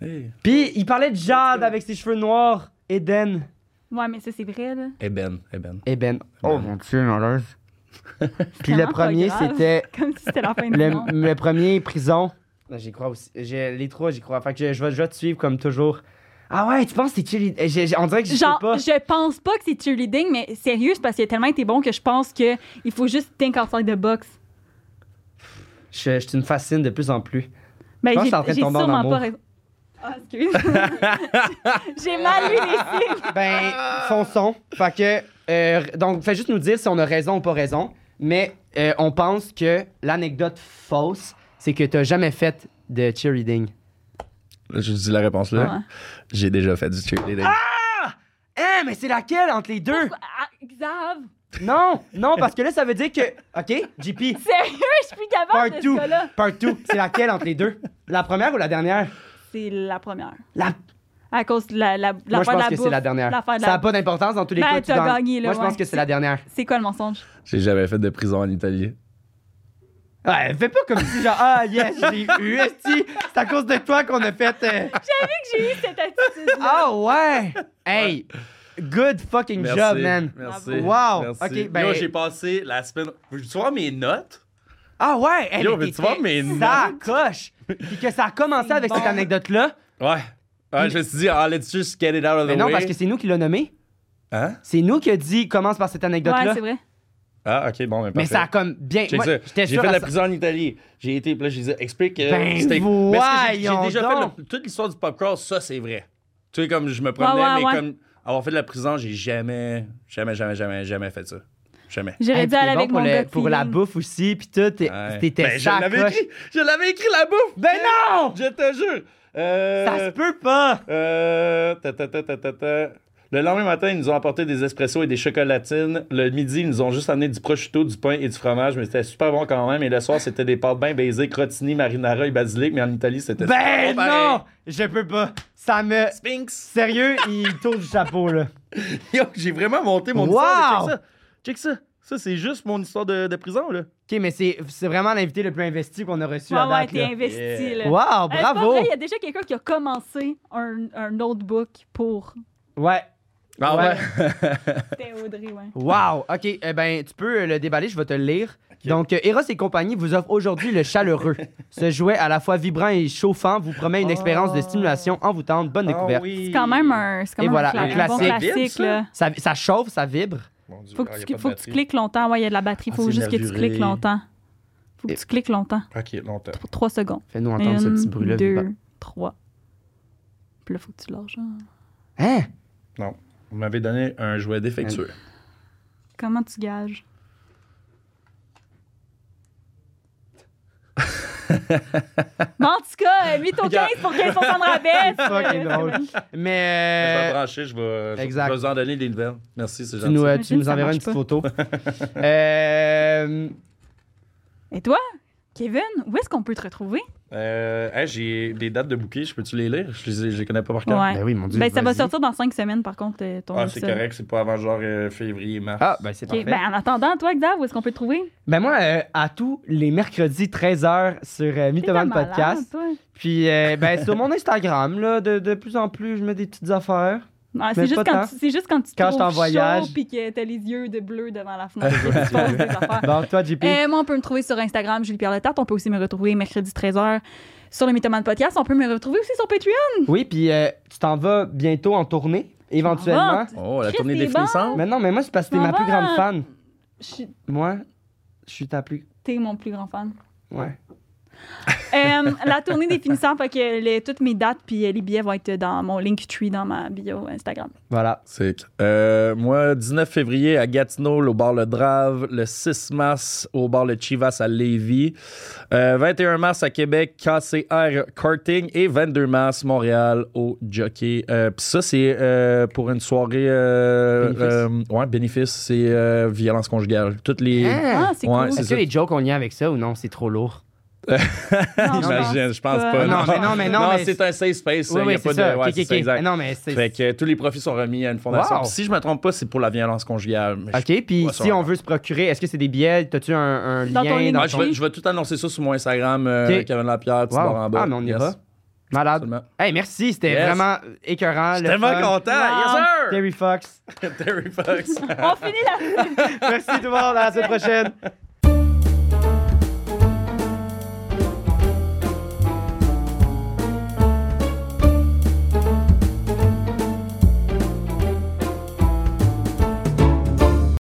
C: Hey.
A: Puis il parlait de Jade avec ses cheveux noirs, Eden.
B: Ouais, mais ça, c'est vrai, là.
C: Eh ben, eh ben.
A: Eben. Oh mon dieu, malheureuse. Puis le
B: vraiment pas
A: premier,
B: grave.
A: c'était
B: Comme si c'était la fin du monde.
A: le, le premier prison. Là, Ben, J'y crois aussi. J'ai- Les trois, j'y crois. Fait que je, je vais, je vais te suivre comme toujours. Ah ouais, tu penses que c'est chili. j'ai- j'ai- On dirait que je sais
B: Genre,
A: pas.
B: je pense pas que c'est cheerleading, mais sérieux, c'est parce qu'il a tellement été bon que je pense que il faut juste think outside the box.
A: Je, je- tu me fascines de plus en plus.
B: Ben,
A: Je pense que
B: j'ai
A: t'es en train de
B: j'ai
A: tomber en
B: sûrement
A: amour.
B: pas raison. Ah, excuse. j'ai mal lu les signes.
A: Ben,
B: Ah.
A: fonçons. Fait que. euh, donc, fais juste nous dire si on a raison ou pas raison. Mais euh, on pense que l'anecdote fausse, c'est que t'as jamais fait de cheerleading.
C: Je dis la réponse là.
B: Ouais.
C: J'ai déjà fait du cheerleading.
A: Ah! Hein, mais c'est laquelle entre les deux?
B: Ah, Xav,
A: Non, non, parce que là, ça veut dire que. OK, JP,
B: sérieux, je suis plus capable de
A: Partout.
B: ce gars-là.
A: partout. C'est laquelle entre les deux? La première ou la dernière?
B: C'est la première.
A: La...
B: À cause de la, la,
A: Moi,
B: l'affaire
A: je pense que
B: de la
A: c'est la
B: bouffe,
A: dernière.
B: l'affaire de
A: Ça
B: la-
A: n'a pas d'importance dans tous les
B: Ben,
A: cas. tu
B: t'as
A: gagnes.
B: gagné, là,
A: Moi, je pense
B: ouais.
A: que c'est la dernière.
B: C'est quoi le mensonge?
C: J'ai jamais fait de prison en Italie.
A: Ouais, fais pas comme si, genre, ah, yes, j'ai eu, esti, c'est à cause de toi qu'on a fait. euh,
B: J'avais que j'ai eu cette attitude.
A: Ah ouais! Hey, good fucking job, man.
C: Merci.
A: Wow.
C: Merci.
A: Ok, ben-
C: Yo, j'ai passé la semaine. Tu vois mes notes?
A: Ah ouais! Hey,
C: Yo,
A: mais
C: mais tu vois,
A: t'étais-
C: mais non.
A: Ça coche! Puis que ça a commencé avec cette anecdote-là.
C: Ouais. Ouais, je me suis dit, ah, let's just get it out of the
A: Mais non,
C: way.
A: parce que c'est nous qui l'a nommé.
C: Hein?
A: C'est nous qui a dit commence par cette anecdote-là.
B: Ouais, c'est vrai.
C: Ah, ok, bon, mais parfait.
A: mais ça a comme bien.
C: Check
A: Moi,
C: ça.
A: J'étais
C: J'ai
A: sûr.
C: fait
A: à
C: la
A: ça-
C: prison en Italie. J'ai été, puis là, je disais, explique. euh,
A: Ben,
C: c'était- Mais ce que j'ai-
A: voyons
C: J'ai déjà
A: donc.
C: fait le- toute l'histoire du pop cross, ça, c'est vrai. Tu sais, comme je me promenais,
B: ouais,
C: mais
B: ouais.
C: comme avoir fait de la prison, j'ai jamais, jamais, jamais, jamais, jamais fait ça. Jamais.
B: J'aurais
A: Hey,
B: dû
A: puis
B: aller
A: t'es bon
B: avec
A: pour
B: mon
A: le-
B: gars de
A: Pour la
B: feeling.
A: bouffe aussi, puis tout. t'es-
C: Ouais.
A: T'étais
C: Ben, je l'avais
A: sacoche.
C: écrit. Je l'avais écrit, la bouffe.
A: Ben non!
C: Je te jure. Euh,
A: Ça se peut pas!
C: Euh, ta, ta, ta, ta, ta, ta. Le lendemain matin, ils nous ont apporté des espressos et des chocolatines. Le midi, ils nous ont juste amené du prosciutto, du pain et du fromage, mais c'était super bon quand même. Et le soir, c'était des pâtes bien baisées, crottini, marinara et basilic, mais en Italie, c'était
A: Ben
C: super bon pareil.
A: non! Je peux pas. Ça me.
C: Sphinx!
A: Sérieux, il tourne du chapeau, là.
C: Yo, j'ai vraiment monté mon
A: Wow!
C: histoire. Check ça. Check ça. Ça, c'est juste mon histoire de, de prison, là.
A: Ok, mais c'est c'est vraiment l'invité le plus investi qu'on a reçu à
B: Ouais, ouais,
A: date.
B: t'es
A: là.
B: investi,
C: Yeah.
B: là.
A: Wow,
B: Euh, c'est pas
A: bravo!
B: vrai, Il y a déjà quelqu'un qui a commencé un, un notebook pour.
A: Ouais.
C: Ah
A: ouais?
B: C'était Audrey, ouais.
A: Wow! OK, eh ben, tu peux euh, le déballer, je vais te le lire. Donc, euh, Eros et compagnie vous offre aujourd'hui le chaleureux. Ce jouet à la fois vibrant et chauffant vous promet une
C: Oh.
A: expérience de stimulation envoûtante.
C: Ah
A: Bonne découverte.
B: C'est quand même un, c'est quand
A: Et
B: même
A: voilà,
B: un,
A: un
B: cla- un bon
A: classique.
B: classique.
C: Vite, ça.
B: là.
A: Ça, ça chauffe, ça vibre.
B: Faut que, tu, faut que tu cliques longtemps. Ouais, il y a de la batterie.
C: Ah,
B: Faut
C: c'est
B: juste que tu
C: nervuré.
B: cliques longtemps. Faut que tu cliques longtemps.
C: Ok, longtemps.
B: Pour 3 secondes.
A: Fais-nous entendre ce petit
B: Une,
A: bruit-là. vibrant.
B: deux, trois. Puis là, faut que tu lâches. hein.
A: Hein?
C: Non. Vous m'avez donné un jouet défectueux.
B: Euh, Comment tu gages? Mais en tout cas, euh, 8 au 15 pour 15 de rabais.
A: Fucking drôle.
C: Je vais
A: Mais.
C: brancher, je vais, je-
A: exact.
C: je vais vous en donner des nouvelles. Merci, c'est
A: Tu
C: gentil.
A: nous, euh,
B: Imagine,
A: tu nous
B: ça
A: enverras une
B: marche
A: petite photo. euh,
B: Et toi, Kevin, où est-ce qu'on peut te retrouver?
C: Euh, hey, j'ai des dates de bouquets, je peux-tu les lire? Je les, je les connais pas par cœur.
B: Ouais.
A: Ben oui, mon Dieu.
B: Ben, ça va
A: vas-y.
B: sortir dans 5 semaines, par contre, euh, ton
C: Ah,
B: livre,
C: c'est
B: ça.
C: correct, c'est pas avant genre euh, février, mars.
A: Ah, ben c'est parfait.
B: Ok, Ben, en attendant, toi, Xav, où est-ce qu'on peut te trouver?
A: Ben moi, euh, à tous les mercredis 13h sur euh,
B: T'es un
A: Mythoman
B: malade,
A: Podcast.
B: toi.
A: Puis euh, ben, sur mon Instagram, là, de, de plus en plus, je mets des petites affaires.
B: Ah,
A: Mais
B: c'est juste,
A: pas
B: quand
A: tant.
B: tu- c'est juste quand tu te
A: Quand je
B: trouves
A: t'en voyage.
B: chaud puis que t'as les yeux de bleu devant la fenêtre. c'est que tu poses des affaires.
A: Bon, toi, JP.
B: Euh, moi, on peut me trouver sur Instagram, Julie Pierre Letat. On peut aussi me retrouver mercredi 13h sur le Mythoman Podcast. On peut me retrouver aussi sur Patreon.
A: Oui, puis euh, tu t'en vas bientôt en tournée,
B: Ah,
A: éventuellement.
C: Oh,
B: Chris, t'es bon.
A: Mais non, mais moi, c'est parce que t'es
B: M'en
A: ma plus
B: va.
A: grande fan.
B: Je suis-
A: Moi, je suis ta plus...
B: T'es mon plus grand fan.
A: Ouais.
B: Euh, la tournée des finissants, fait que les- toutes mes dates puis euh, les billets vont être dans mon Linktree, dans ma bio Instagram.
A: Voilà.
C: C'est euh, moi, 19 février à Gatineau, au bar Le Drave. Le 6 mars, au bar Le Chivas à Lévis. Euh, 21 mars à Québec, KCR Karting. Et 22 mars, Montréal, au Jockey. Euh, Puis ça, c'est euh, pour une soirée. euh,
A: Bénéfice. Hein?
C: euh, ouais, bénéfice, c'est euh, violence conjugale. Toutes les.
A: Hmm.
B: Ah, c'est
C: Ouais,
B: cool.
C: c'est
A: Est-ce que
C: ça.
A: les jokes ont lien avec ça ou non? C'est trop lourd.
B: Non, je
C: J'imagine, je pense
B: pas.
C: pas.
A: Non, mais non, mais non, mais-
C: c'est un safe space.
A: Oui,
C: il y
A: oui,
C: a pas
A: c'est
C: de-
A: ça.
C: ouais,
A: Ok,
C: c'est
A: ok,
C: ça,
A: ok.
C: exact.
A: Non, mais c'est.
C: Fait que euh, tous les profits sont remis à une fondation.
A: Wow.
C: Puis Si je me trompe pas, c'est pour la violence conjugale. mais Ben, je
A: OK, puis
C: Ouais, ça
A: si
C: va.
A: on veut se procurer, est-ce que c'est des billets? T'as-tu un, un
B: Dans ton
A: lien?
B: email.
C: Ah, je, vais, je vais tout annoncer ça sur mon Instagram, euh,
A: Ok.
C: Kevin Lapierre, petit
A: Wow.
C: bord en bas.
A: Ah, mais on y
C: Yes.
A: va. Malade.
C: Absolument.
A: Hey, merci, c'était
C: Yes.
A: vraiment écœurant. Ah, le
C: Tellement
A: fun.
C: content!
B: Wow.
C: Yes,
A: Terry Fox.
C: sir! Terry Fox.
B: On finit la
A: merci tout le monde, à la semaine prochaine.